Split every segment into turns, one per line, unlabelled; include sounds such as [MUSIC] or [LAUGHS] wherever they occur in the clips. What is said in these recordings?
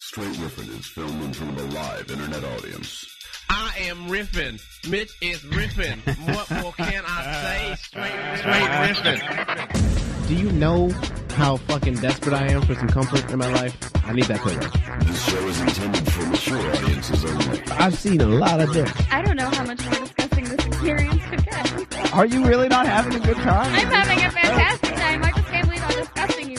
Straight Riffin is filmed in front of a live internet audience.
I am riffing. Mitch is riffing. what more can I say? Straight, straight riffing.
Do you know how fucking desperate I am for some comfort in my life? I need that pillow.
This show is intended for mature audiences only.
I've seen a lot of this.
I don't know how much more discussing this experience could get.
Are you really not having a good time?
I'm having a fantastic time. I just can't believe how disgusting you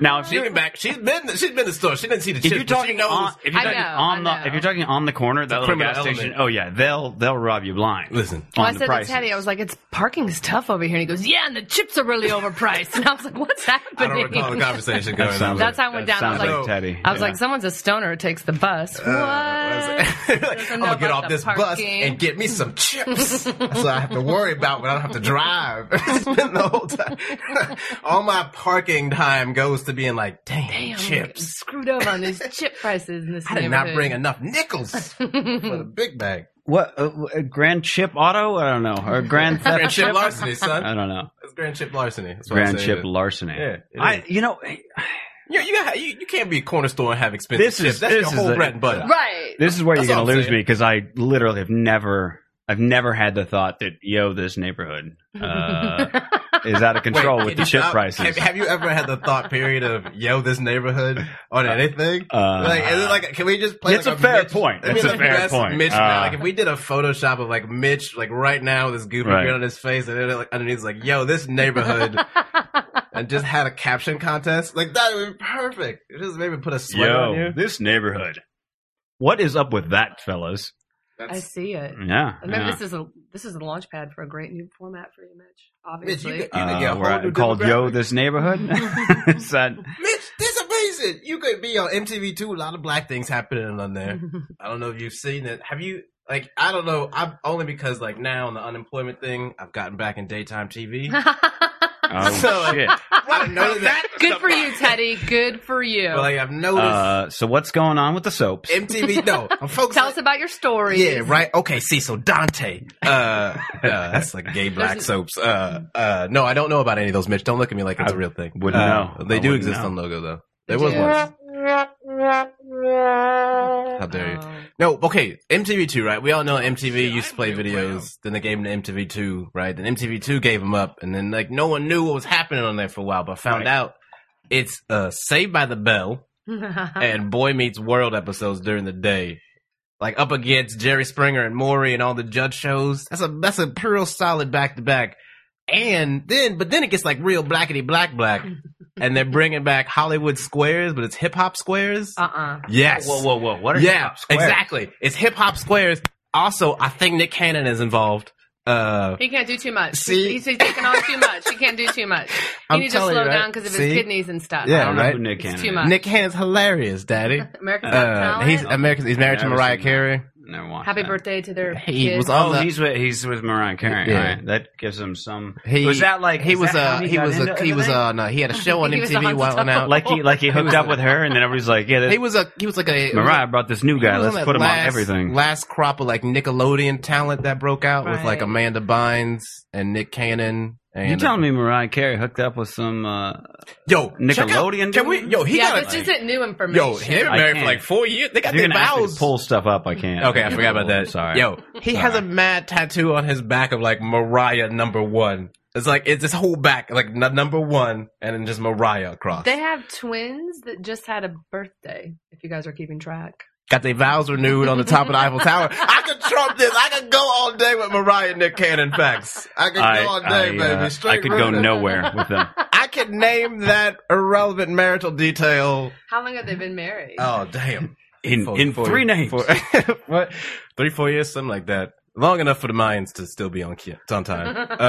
now, if
She
you're,
been back. She's been. She's been in the store. She didn't see the
if
chips.
you're
but she
talking
knows.
on, if you're
I
talking
know,
on
I
the, if
know.
you're talking on the corner, that little
criminal
gas station.
element.
Oh yeah, they'll they'll rob you blind.
Listen.
on
Well, I
the
said
prices.
to Teddy, I was like, "It's parking's tough over here," and he goes, "Yeah, and the chips are really overpriced." [LAUGHS] And I was like, "What's
I
happening?"
don't recall
[LAUGHS]
the conversation
That
going on.
sounds
That's
like-
how it went
that
down. I was
sounds
like-
Teddy.
[LAUGHS] I was
Yeah.
like, "Someone's a stoner who takes the bus."
Uh, [LAUGHS]
what?
I'm gonna
know
get
about
off
the
this bus
parking.
and get me some
[LAUGHS]
chips. That's what I have to worry about when I don't have to drive. [LAUGHS] it's been the whole time. [LAUGHS] All my parking time goes to being like, damn,
Damn,
chips.
Screwed up
[LAUGHS]
on these chip prices in this
I did
neighborhood.
not bring enough nickels for the big bag.
what uh, uh, Grand Chip Auto? I don't know. Or
[LAUGHS]
Grand
Grand
Theft
chip
Chip?
larceny,
I
son.
don't know.
That's grand chip larceny. That's what I'm
Grand
saying.
Chip larceny.
Yeah, it
I
is.
you know
You, you, gotta- you- you can't be a corner store and have expensive
This is-
chips. That's
this
your
is
whole
a-
bread and butter.
Right.
this is where
That's
you're gonna
what I'm
lose
saying.
me because I literally have never, I've never had the thought that yo, this neighborhood uh, is out of control
[LAUGHS] Wait,
with
can
the
you
chip
stop?
prices.
Have, have you ever had the thought period of yo this neighborhood on anything?
uh,
like, is it like, can we just play?
It's
like
a fair
Mitch-
point.
I
It's
mean,
a
like,
fair
best
point.
Mitch,
Uh,
now, like if we did a Photoshop of like Mitch, like right now with his goofy
Right.
grin on his face, and then like, underneath is like yo this neighborhood, and just had a caption contest, like that would be perfect. Just maybe put a sweater on
Yo,
you.
this neighborhood. What is up with that, fellas?
I see it.
Yeah.
And Maybe
yeah.
this is a this is a launch pad for a great new format for you, Mitch.
Mitch, you
Obviously.
could, you could get a
Uh,
whole
we're
new
called Yo,
demographic.
this neighborhood. [LAUGHS] is
[LAUGHS]
that
Mitch, this amazing. You could be on MTV too. A lot of black things happening on there. I don't know if you've seen it. Have you? Like, I don't know. I'm only because like now on the unemployment thing, I've gotten back in daytime TV.
oh
So- uh,
shit?
I've noticed that.
Good for
[LAUGHS]
you, Teddy. Good for you.
But like, I've noticed
Uh, so what's going on with the soaps?
MTV. [LAUGHS] No, I'm focused.
Tell us about your story.
yeah, right. Okay, see, so Dante. Uh, uh [LAUGHS] that's like gay black
There's-
soaps. Uh, uh, no, I don't know about any of those, Mitch. Don't look at me like it's
I
a real thing.
wouldn't
Uh,
know.
They
I
do
wouldn't
exist
know.
on Logo though. There
They
was
do.
once. How dare you? No, okay, MTV2, right? We all know MTV used to play videos, then they gave them to MTV2, right? Then MTV2 gave them up, and then, like, no one knew what was happening on there for a while, but found
Right.
out it's uh, Saved by the Bell
[LAUGHS]
Uh-huh.
and Boy Meets World episodes during the day. Like, up against Jerry Springer and Maury and all the judge shows. That's a, that's a pure solid back to back. And then, but then it gets like real blackety
[LAUGHS]
black black, and they're bringing back Hollywood Squares, but it's hip hop squares.
Uh uh
yes
Whoa, whoa, whoa! What are
yeah,
squares?
exactly. It's hip hop squares. Also, I think Nick Cannon is involved. Uh,
He can't do too much.
See?
He's, he's taking on too much. He can't do too much. He
[LAUGHS] I'm
needs to slow
telling you, right?
down because of his
See?
kidneys and stuff.
I
Yeah,
don't know
right?
who Nick
It's
Cannon
too
is.
much.
Nick Cannon's
[LAUGHS]
hilarious, Daddy.
American Got
Uh,
Talent.
he's American. He's married to
Never
Mariah
seen that.
Carey.
Never watched
Happy
that.
birthday to their
He
kid.
was on
Oh,
the.
he's with he's with Mariah Carey.
Yeah.
All right, that gives him some.
he
was that like
he
is
was
that how
a he
got
was
into
a he was
everything?
on uh, he had a show on
[LAUGHS] He was
MTV
on
while
top.
out.
like he like
[LAUGHS]
he hooked up with her, and then everybody's like, yeah,
he
this,
was a he was like a it was
Mariah brought this new
a- he
guy.
was
Let's
that
put him on
last-
everything.
Last crop of like Nickelodeon talent that broke out with like
Right.
Amanda Bynes and Nick Cannon. And
You telling me Mariah Carey hooked up with some? Uh,
Yo, check out-
Nickelodeon
Can we?
dude?
Yo, he
yeah,
got a
this isn't new information.
Yo, they've
I
been married for
can't.
like four years. They got
you're
their
gonna ask me
vows.
to pull stuff up. I can't.
Okay, I forgot about that.
Sorry.
Yo, he has a mad tattoo on his back of like Mariah number one. It's like it's this whole back like n- number one, and then just Mariah across.
They have twins that just had a birthday, if you guys are keeping track.
Got their vows renewed on the top of the Eiffel Tower. I could trump this. I could go all day with Mariah and Nick Cannon facts. I could
I,
go all day,
I,
baby.
uh,
Straight
I could go
running.
nowhere with
[LAUGHS]
them.
I could name that irrelevant marital detail.
How long have they been married?
Oh damn!
In
Four-
in
four-
three names.
[LAUGHS] four- what? Three, four years, something like that. Long enough for the minds to still be on ki- on time. Um,
Uh, yeah.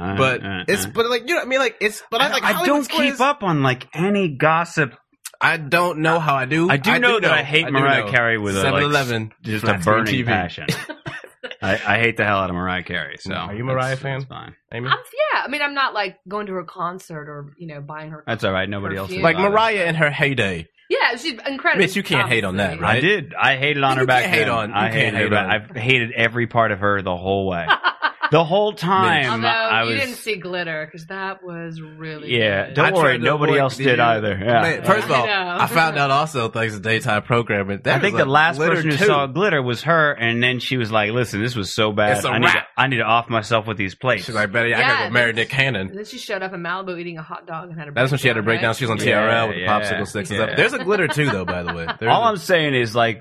all right,
but
all right,
it's
all right.
but like you know what I mean like it's but I, like
Uh, I
Hollywood
don't
Squares-
keep up on like any gossip.
I don't know how I do.
I do know that I hate
do
Mariah
know.
Carey with a, like,
7-Eleven.
Just
Flat
a
screen
burning
TV.
passion. [LAUGHS] I, I hate the hell out of Mariah Carey. So
Are you a Mariah
it's-
fan?
It's fine.
Amy?
I'm, yeah, I mean, I'm not like going to her concert or you know buying her.
That's all right. Nobody else.
Perfume.
is
Like
bothered.
Mariah in her heyday.
Yeah, she's incredible.
Mitch, you can't hate on that,
obviously.
right?
I did. I hated on
You
her back
can't hate
then.
on- you
I
can't
hated her
hate
back.
on her.
I've hated every part of her the whole
[LAUGHS]
way. the whole time.
Although
I was.
you didn't see glitter because that was really
yeah.
good.
Don't
I
worry.
tried to
Nobody
avoid-
else
did
did,
you?
either. Yeah.
Man, first of all,
I know.
I, found out also thanks to daytime programming. That
I think
was,
the
like,
last
glitter
person who
too.
saw glitter was her, and then she was like, "Listen, this was so bad.
It's a
I need, to,
wrap."
I need to off myself with these plates."
She's like, Betty, I
Yeah,
gotta go marry
that's-
Nick Cannon.
And then she showed up in Malibu eating a hot dog and had a.
That's when she had a breakdown. She was on TRL
Yeah,
with the
yeah,
popsicle sticks and
yeah.
stuff. There's a glitter too, though. By the way, There's
All
a-
I'm saying is like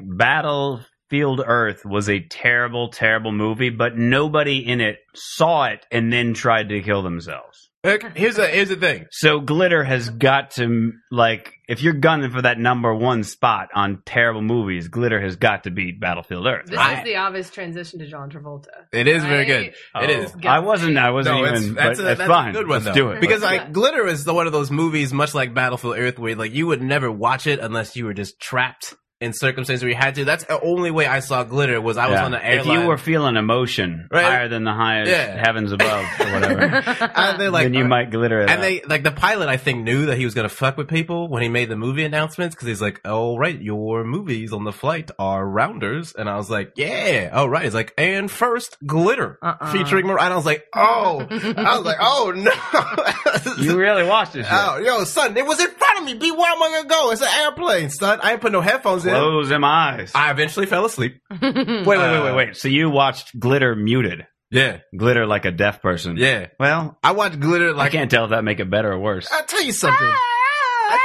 Battlefield Earth was a terrible, terrible movie, but nobody in it saw it and then tried to kill themselves.
Look, here's the here's the thing.
So glitter has got to like if you're gunning for that number one spot on terrible movies, glitter has got to beat Battlefield Earth.
This
I-
is the obvious transition to John Travolta.
It is very
Right?
good. It is.
Oh.
I wasn't. I wasn't
No,
even.
it's, that's,
but
a,
that's,
that's
fine.
a good one
Let's
though,
do it.
because
Let's-
[LAUGHS] like Glitter is the, one of those movies, much like Battlefield Earth, where like you would never watch it unless you were just trapped in circumstances where you had to. That's the only way I saw Glitter was I was
Yeah.
on an
if
airline.
you were feeling emotion
Right.
higher than the highest
Yeah.
heavens above or [LAUGHS] whatever,
and they like
then you might glitter it. up.
And they like the pilot, I think, knew that he was gonna fuck with people when he made the movie announcements because he's like, "All right, your movies on the flight are rounders," and I was like, "Yeah, all right." He's like, "And first, glitter
Uh-uh.
featuring," Mar-. and I was like, "Oh," I was like, "Oh no." [LAUGHS]
you really watched [LAUGHS] this. shit.
Oh, yo, son, it was in front of me. Be where am I gonna go? It's an airplane, son. I ain't put no headphones in.
Close them eyes.
I eventually fell asleep.
wait, wait, wait,
Uh,
wait, wait. So you watched Glitter muted?
Yeah,
Glitter like a deaf person.
yeah.
Well,
I watch glitter
I
like
can't tell if that make it better or worse.
I'll tell you something. I, I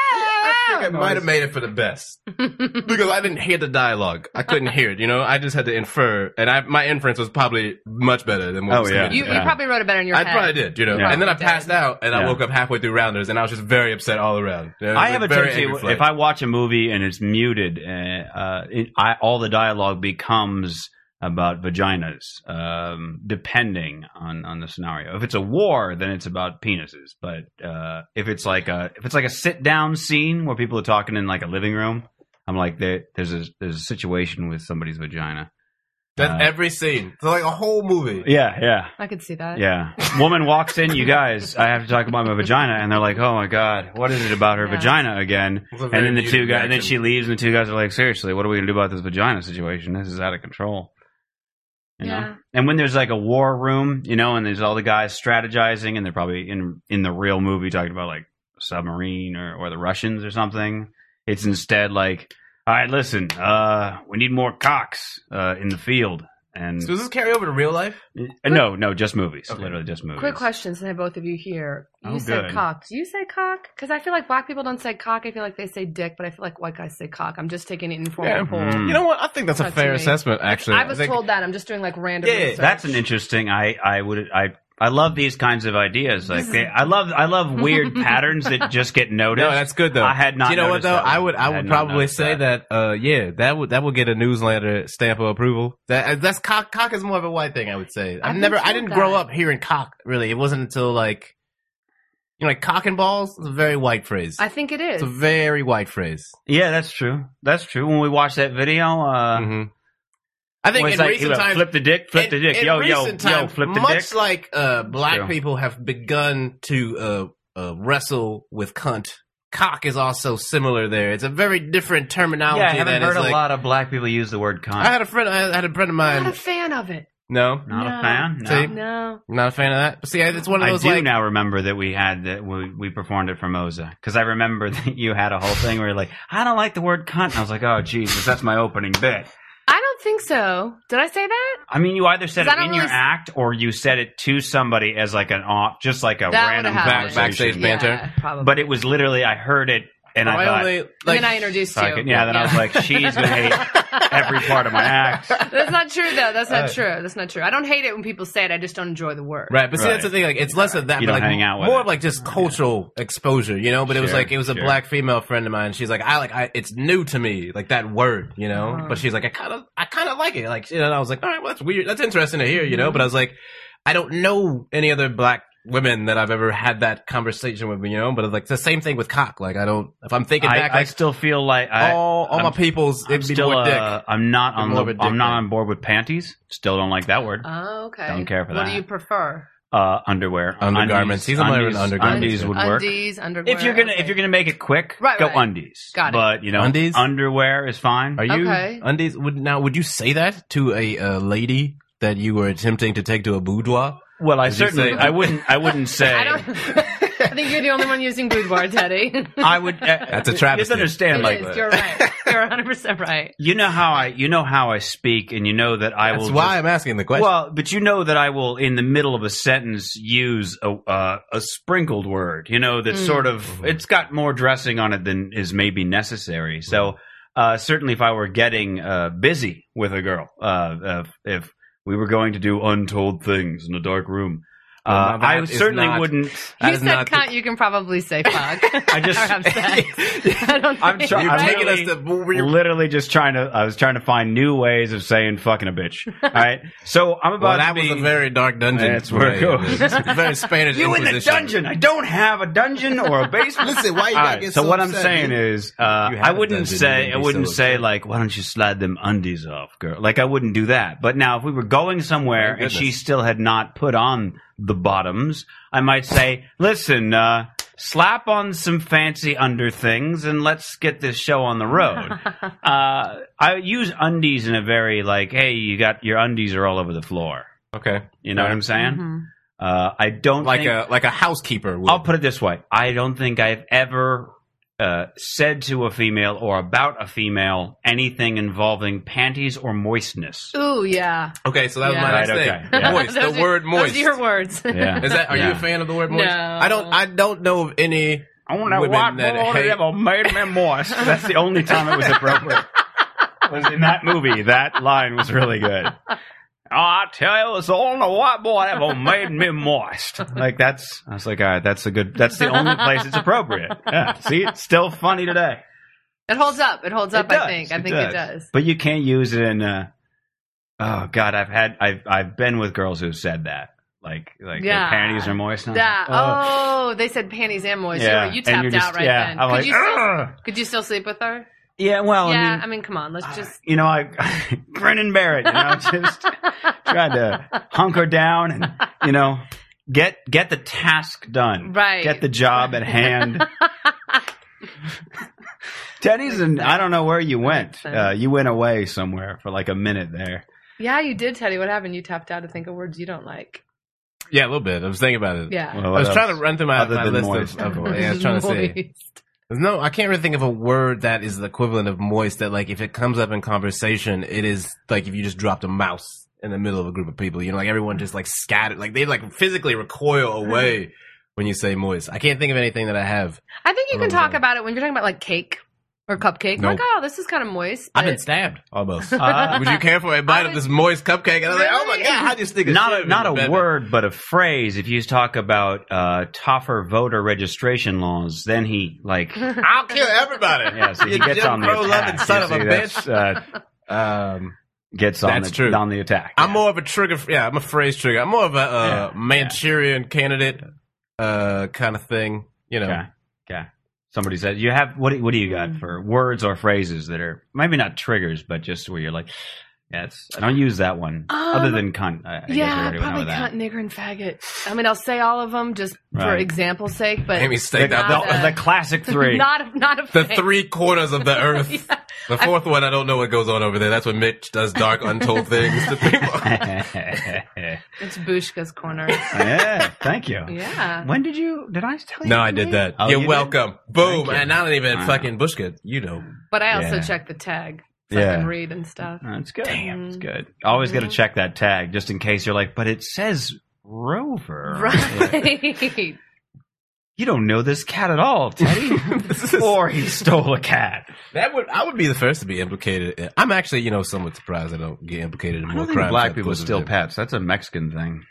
think I
Oh,
might have made it for the
[LAUGHS]
best because I didn't hear the dialogue. I couldn't hear it. You know, I just had to infer, and I, my inference was probably much better than what
Oh,
was
yeah.
committed.
You,
Yeah.
you probably wrote it better in your
I
head.
probably did, you know.
Yeah.
And then I
Probably
passed
did.
out, and I
Yeah.
woke up halfway through rounders, and I was just very upset all around. You know, it was
I have a
very
tendency
angry
w- if
flight.
I watch a movie and it's muted, uh, uh, it, I, all the dialogue becomes about vaginas, um, depending on, on the scenario. If it's a war, then it's about penises. But uh, if it's like a if it's like a sit down scene where people are talking in like a living room, I'm like there, there's a there's a situation with somebody's vagina.
That's
uh,
every scene. So like a whole movie.
Yeah, yeah.
I could see that.
Yeah. Woman walks in, you guys, I have to talk about my vagina. And they're like, oh my God, what is it about her
Yeah.
vagina again?
It's a
And
very
then the two
muted
guys, and then
reaction.
she leaves, and the two guys are like, seriously, what are we going to do about this vagina situation? This is out of control. You know?
Yeah.
And when there's like a war room, you know, and there's all the guys strategizing, and they're probably in in the real movie talking about like submarine or, or the Russians or something. It's instead like, all right, listen, uh, we need more cocks uh, in the field. And
So does this carry over to real life?
uh, no, no, just movies.
Okay.
Literally just movies.
Quick questions to both of you here. You
Oh,
said
good.
cock. Do you say cock? Because I feel like black people don't say cock. I feel like they say dick, but I feel like white guys say cock. I'm just taking an informal
Yeah.
poll.
Mm.
You know what? I think that's a
Not to
fair
me.
assessment. Actually,
I was
think-
told that. I'm just doing like random
Yeah,
research.
That's an interesting. I I would I I love these kinds of ideas. Like they, I love I love
[LAUGHS]
weird patterns that just get noticed.
No, that's good though.
I had not
Do you know what
noticed
though?
that
I
one.
would. I
I
would
had not
probably
noticed
say that. Uh, yeah, that would that would get a newsletter stamp of approval. That uh, that's cock. Cock is more of a white thing. I would say. I've
I've been
never. I
told
didn't grow
that.
up hearing cock. Really, it wasn't until like, you know, like cock and balls. It's a very white phrase.
I think it
it's
is.
a very white phrase.
Yeah, that's true. That's true. When we watched that video, uh,
hmm I think
when it's
in
like,
recent
look,
times,
flip the dick, flip
in-
the dick,
in
yo yo yo,
recent times,
flip the
much
dick.
like uh, black
True.
people have begun to uh, uh, wrestle with cunt. Cock is also similar there. It's a very different terminology.
yeah, I haven't
that is
heard a
like-
lot of black people use the word cunt.
I had a friend. I had a friend of
I'm not
mine.
a fan of it.
No,
not
No.
a fan. No.
See?
No.
not a fan of that. But see, it's one of
I
those
do
like.
now remember that we had that we, we performed at Formosa because I remember [LAUGHS] that you had a whole thing where you're like, I don't like the word cunt. And I was like, oh Jesus, that's my opening bit.
I don't think so. Did I say that?
I mean, you either said
'Cause
it
I don't
in your
really s-
act or you said it to somebody as like an off, just like a
That would've
random
happened.
conversation.
Backstage banter.
Yeah, probably.
But it was literally, I heard it and I,
I
thought,
only,
and
like,
then I introduced
fuck
you.
it. yeah. Then I was like, she's gonna
[LAUGHS]
[LAUGHS]
hate every part of my act.
That's not true, though. That's not
Uh,
true. That's not true. I don't hate it when people say it. I just don't enjoy the word.
Right, but see,
Right.
that's the thing. Like, it's less of that,
You
but
don't
like
hang out with
more
it.
of like just cultural exposure, you know. But it was
Oh, Sure,
like it was a
sure.
black female friend of mine. She's like, I like, I, it's new to me, like that word, you know.
Uh-huh.
But she's like, I kind of, I kind of like it, like, you know. And I was like, all right, well, that's weird, that's interesting to hear, you know. But I was like, I don't know any other black women that I've ever had that conversation with, you know. But it's like the same thing with cock. Like, I don't, if I'm thinking
I,
back,
I
like
still feel like I,
all, all my
I'm-
peoples,
I'm
it'd be
still,
more dick.
uh, I'm not
It'd be
on
more of
the,
a dick
I'm not
thing.
on board with panties. Still don't like that word.
Oh, okay.
Don't care for
what
that.
do you prefer?
Uh, underwear, Undies,
Undergarments. He's a minor in
undies-
undergarments.
Undies would work.
Undies, underwear.
If you're gonna,
okay.
if you're gonna make it quick,
Right,
go
right.
undies.
Got it.
But you know,
Undies?
underwear is fine.
Are you
Okay.
undies? Would now would you say that to a uh, lady that you were attempting to take to a boudoir?
Well, I
Did you
certainly,
say-
I wouldn't, I
[LAUGHS]
wouldn't say.
[LAUGHS]
I don't. [LAUGHS] I think you're the only one using boudoir, Teddy.
[LAUGHS] I
[LAUGHS]
would. Uh,
That's a travesty.
Just understand,
It
like
is, You're right.
[LAUGHS]
You're 100 percent right.
you know how I, you know how I speak, and you know that I
That's
will.
why
just-
I'm asking the question.
well, but you know that I will, in the middle of a sentence, use a uh, a sprinkled word. You know that
Mm.
sort of it's got more dressing on it than is maybe necessary. So uh, certainly, if I were getting uh, busy with a girl, uh, uh, if we were going to do untold things in a dark room,
Well,
uh,
now that
I
is
certainly
not-
wouldn't.
That
you
is
said
not the-
cunt. You can probably say fuck. [LAUGHS]
I just-
or have sex.
[LAUGHS]
I don't.
I'm
think-
try-
you're
I'm
taking
really-
us to
We're literally just trying to i was trying to find new ways of saying fucking a
[LAUGHS]
bitch all right so i'm about to
Well, that was
be
a very dark dungeon.
That's where it goes.
very
[LAUGHS]
Spanish.
you in the
Inquisition.
dungeon i don't have a dungeon
[LAUGHS]
or a basement
Listen, why you
All
gotta
right,
get
so,
so
what i'm
upset?
saying is uh,
You have
i
a
wouldn't
dungeon, you
say
wouldn't
i
be
wouldn't
so
say
upset.
like why don't you slide them undies off girl like i wouldn't do that but now if we were going somewhere
My
and she
goodness.
still had not put on the bottoms i might say listen uh Slap on some fancy under things and let's get this show on the
[LAUGHS]
road. Uh, I use undies in a very like, hey, you got your undies are all over the floor.
Okay,
You know what I'm saying?
Mm-hmm.
Mhm.
Uh, I don't
like
think-
a like a housekeeper. Would.
I'll put it this way: I don't think I've ever uh, said to a female or about a female anything involving panties or moistness.
Mm-hmm. Ooh, yeah.
Okay, so that was
Yeah.
my
Right,
next
okay,
thing.
yeah.
[LAUGHS]
Moist.
Those
the
are-
word moist.
Those are your words.
[LAUGHS] Yeah.
Is that? Are you a
Yeah.
fan of the word moist?
No.
I don't. I don't know of any.
Only
Women
white
that
boy
hate-
that ever made me moist. [LAUGHS] That's the only time it was [LAUGHS] appropriate. was in that movie. That line was really good. Oh, I tell you, it's the only white boy that ever made me moist. Like that's, I was like, all right, that's a good. That's the only place it's appropriate. [LAUGHS] Yeah, see, it's still funny today.
[LAUGHS] It holds up. It holds
It
up. I
does,
think. I think it does.
But you can't use it in. Uh, oh God, I've had, I've, I've been with girls who said that. Like, like their
Yeah.
panties are moist. and I'm
That.
like, oh.
Oh, they said panties and moist.
Yeah,
You, you
and
tapped
you're just-
out right
yeah,
then.
I'm
could
like,
you still,
"Ugh."
could you still sleep with her?
Yeah, well, I
yeah.
mean,
I mean, come on. Let's just.
you know, I [LAUGHS] grin and bear it. You know, [LAUGHS] just tried to hunker down and you know get get the task done,
Right.
Get the job at hand. Teddy's and I don't know where you went.
sense.
Uh, you went away somewhere for like a minute there.
Yeah, you did, Teddy. What happened? You tapped out to think of words you don't like.
Yeah, a little bit. I was thinking about it.
Yeah.
Well,
I was
what
trying
else?
to run through my,
Other
my
than
list
moist.
of, of yeah, I was trying to
[LAUGHS]
say.
Moist.
No, I can't really think of a word that is the equivalent of moist that like if it comes up in conversation, it is like if you just dropped a mouse in the middle of a group of people, you know, like everyone just like scattered, like they like physically
Mm.
recoil away when you say moist. I can't think of anything that I have.
I think you
Oh,
can talk
yeah.
about it when you're talking about like cake or cupcake.
No.
Like, oh, this is kind of moist.
I've
but-
been stabbed
[LAUGHS]
almost.
Ah.
Would you care for a bite of this moist cupcake? And I was like, oh my
Uh, Really?
god, how do you stick a
Not
shiv
a,
in
not
the
a
bed?
word, but a phrase. If you talk about uh, tougher voter registration laws, then he like
I'll kill everybody.
yeah, so he
You
gets
Jim
on the
Crow loving
attack.
son
You
of a
see, that's, uh,
Um,
gets on
That's
the,
true.
on the attack.
I'm
Yeah.
more of a trigger. Yeah, I'm a phrase trigger. I'm more of a uh, Manchurian candidate uh, kind of thing. You know,
Okay. Okay. Somebody said you have what? do- What do you
Hmm.
got for words or phrases that are maybe not triggers, but just where you're like, yeah, it's, I don't use that one other
Um,
than cunt. I, I guess we
yeah,
already went
probably
over that.
cunt, nigger, and faggot. I mean, I'll say all of them just for
Right.
example's sake, but [LAUGHS]
Amy
The,
staked out
Not
the,
a-
the
[LAUGHS]
classic three. [LAUGHS]
not not a
the, the
thing. [LAUGHS]
three corners of the earth.
Yeah.
The fourth one, I don't know what goes on over there. That's when Mitch does dark, untold things
[LAUGHS]
to people.
yeah.
It's Bushka's corner.
Thank you.
[LAUGHS] Yeah.
When did you? Did I tell you?
No, I
the
did
name?
that.
Oh, you
You're
did?
welcome. Boom.
you.
And I don't even
Wow.
fucking Bushka. You know.
But I also
Yeah.
check the tag so I
Yeah.
can read
[LAUGHS]
and stuff.
Oh, That's good.
Damn.
That's good. Always got to
Mhm.
check that tag just in case you're like, but it says Rover.
[LAUGHS] Right.
You don't know this cat at all,
[LAUGHS]
Teddy. or he stole a cat.
That would I would be the first to be implicated. in- I'm actually, you know, somewhat surprised I don't get implicated in
I
more
don't think
crimes.
black
than
people
pussy
steal
did.
pets. That's a Mexican thing.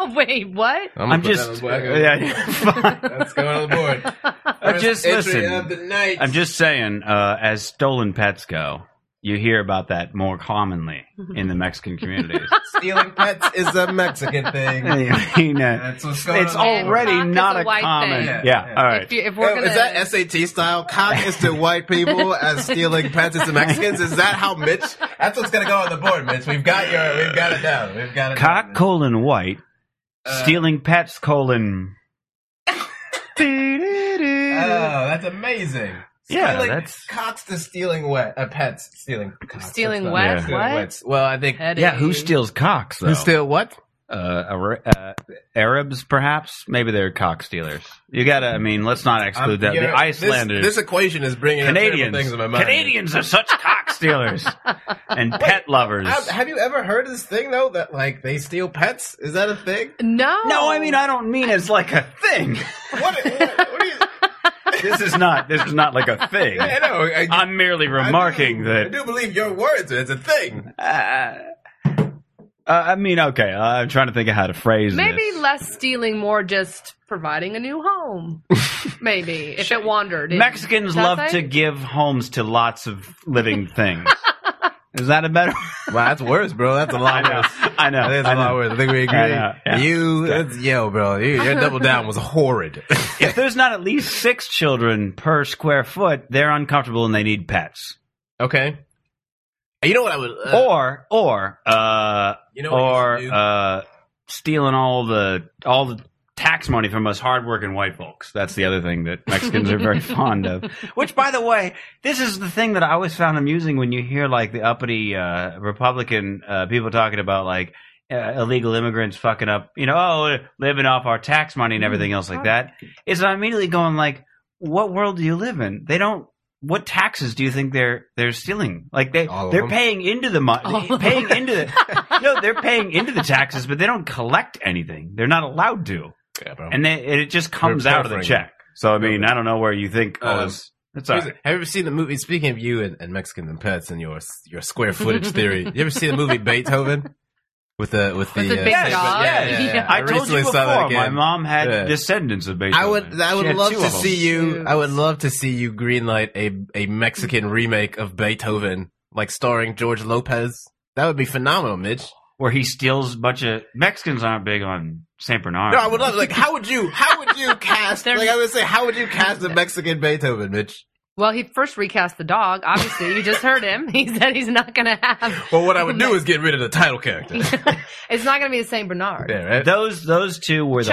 Oh, Wait, what?
I'm, gonna
I'm
put that
just, uh,
on the black-
[LAUGHS] yeah, yeah.
That's going on the board.
[LAUGHS] I'm just
entry
listen.
of the night.
I'm just saying, uh, as stolen pets go, you hear about that more commonly in the Mexican [LAUGHS] communities.
stealing pets is a Mexican thing.
I [LAUGHS] mean, uh,
That's what's going
it's
on.
already
cock is
not
a
a
white
common.
thing.
Yeah,
Yeah,
all right.
If, you, if we're gonna,
Oh, is that SAT style? Cock is to white people as stealing pets is to Mexicans. Is that how Mitch? That's what's gonna go on the board, Mitch. We've got your, we've got it down. We've got it.
Cock
down.
colon white,
Uh,
stealing pets
[LAUGHS]
colon.
Oh, that's amazing.
Yeah,
Stealing-
that's-
cocks to stealing wet. Uh, pets stealing. Cocks to
Stealing
stuff.
wet?
Stealing
What?
wets. Well, I think.
Teddy.
Yeah, who steals cocks? Though?
Who steal what?
uh, Ara- uh, Arabs, perhaps. Maybe they're cock stealers. You gotta. I mean, let's not exclude that.
I'm- you know,
The Icelanders,
This, this equation is bringing up terrible
Canadians,
things in my mind.
Canadians are such cock stealers
[LAUGHS]
and pet lovers.
Have, have you ever heard of this thing though that like they steal pets? Is that
[LAUGHS]
a thing?
No.
no, I mean I don't mean it's like a thing.
[LAUGHS] What? what, what do you?
this is not. This is not like a thing.
I know. I,
I'm merely
I
remarking
do, I
that.
do believe your words. It's a thing.
Uh, I mean, okay. I'm trying to think of how to phrase
Maybe
this.
less stealing, more just providing a new
[LAUGHS]
home. Maybe if it wandered. in.
Mexicans
Should I
love
say?
to give homes to lots of living things. is that a better?
Wow, that's worse, bro. That's a
I know. [LAUGHS] I know.
That's
I
a
know.
lot worse. I think we agree.
I know, yeah.
You, that's, yo, bro, you, your double down
[LAUGHS]
was horrid.
if there's not at least six children per square foot, they're uncomfortable and they need pets.
okay. You know what I would? Uh,
or or uh
you know what
or
you should do?
uh stealing all the all the tax money from us hardworking white folks. That's the other thing that Mexicans are
[LAUGHS]
very fond of. Which by the way, this is the thing that I always found amusing when you hear like the uppity uh Republican uh people talking about like uh, illegal immigrants
Mm-hmm.
fucking up, you know, oh, living off our tax money and everything else like that. Is I'm immediately going like, what world do you live in? They don't. What taxes do you think they're they're stealing? Like they
All of
they're
them.
paying into the
All
money, [LAUGHS]
of
paying
them.
into the no, they're paying into the taxes, but they don't collect anything. They're not allowed to,
Yeah, bro.
and they, it just comes
They're
out of the
pilfering.
check. So I mean, I don't know where you think. Oh,
Um,
it's, it's all
Here's
right.
a- Have you ever seen the movie? Speaking of you and, and Mexicans and pets and your your square footage theory, you ever seen the movie Beethoven with the with the, uh,
With the big
yeah,
dog?
Yeah, yeah, yeah.
Yeah.
I, told you
recently
before.
saw that
My
again.
mom had
Yeah.
descendants of Beethoven.
I would, I
She
would
had
love
two
to
of 'em.
see you.
Two.
I would love to see you greenlight a a Mexican remake of Beethoven, like starring George Lopez. That would be phenomenal, Mitch.
where he steals a bunch of Mexicans aren't big on San Bernard.
No, I would love. Like, how would you? How would you cast?
They're-
like, I would say, how would you cast a Mexican Beethoven, Mitch?
Well, he first recast the dog. Obviously, you just heard him. [LAUGHS] He said he's not going to have. [LAUGHS]
Well, what I would do is get rid of the title character.
it's not going to be the same Bernard.
Yeah, right.
Those those two were the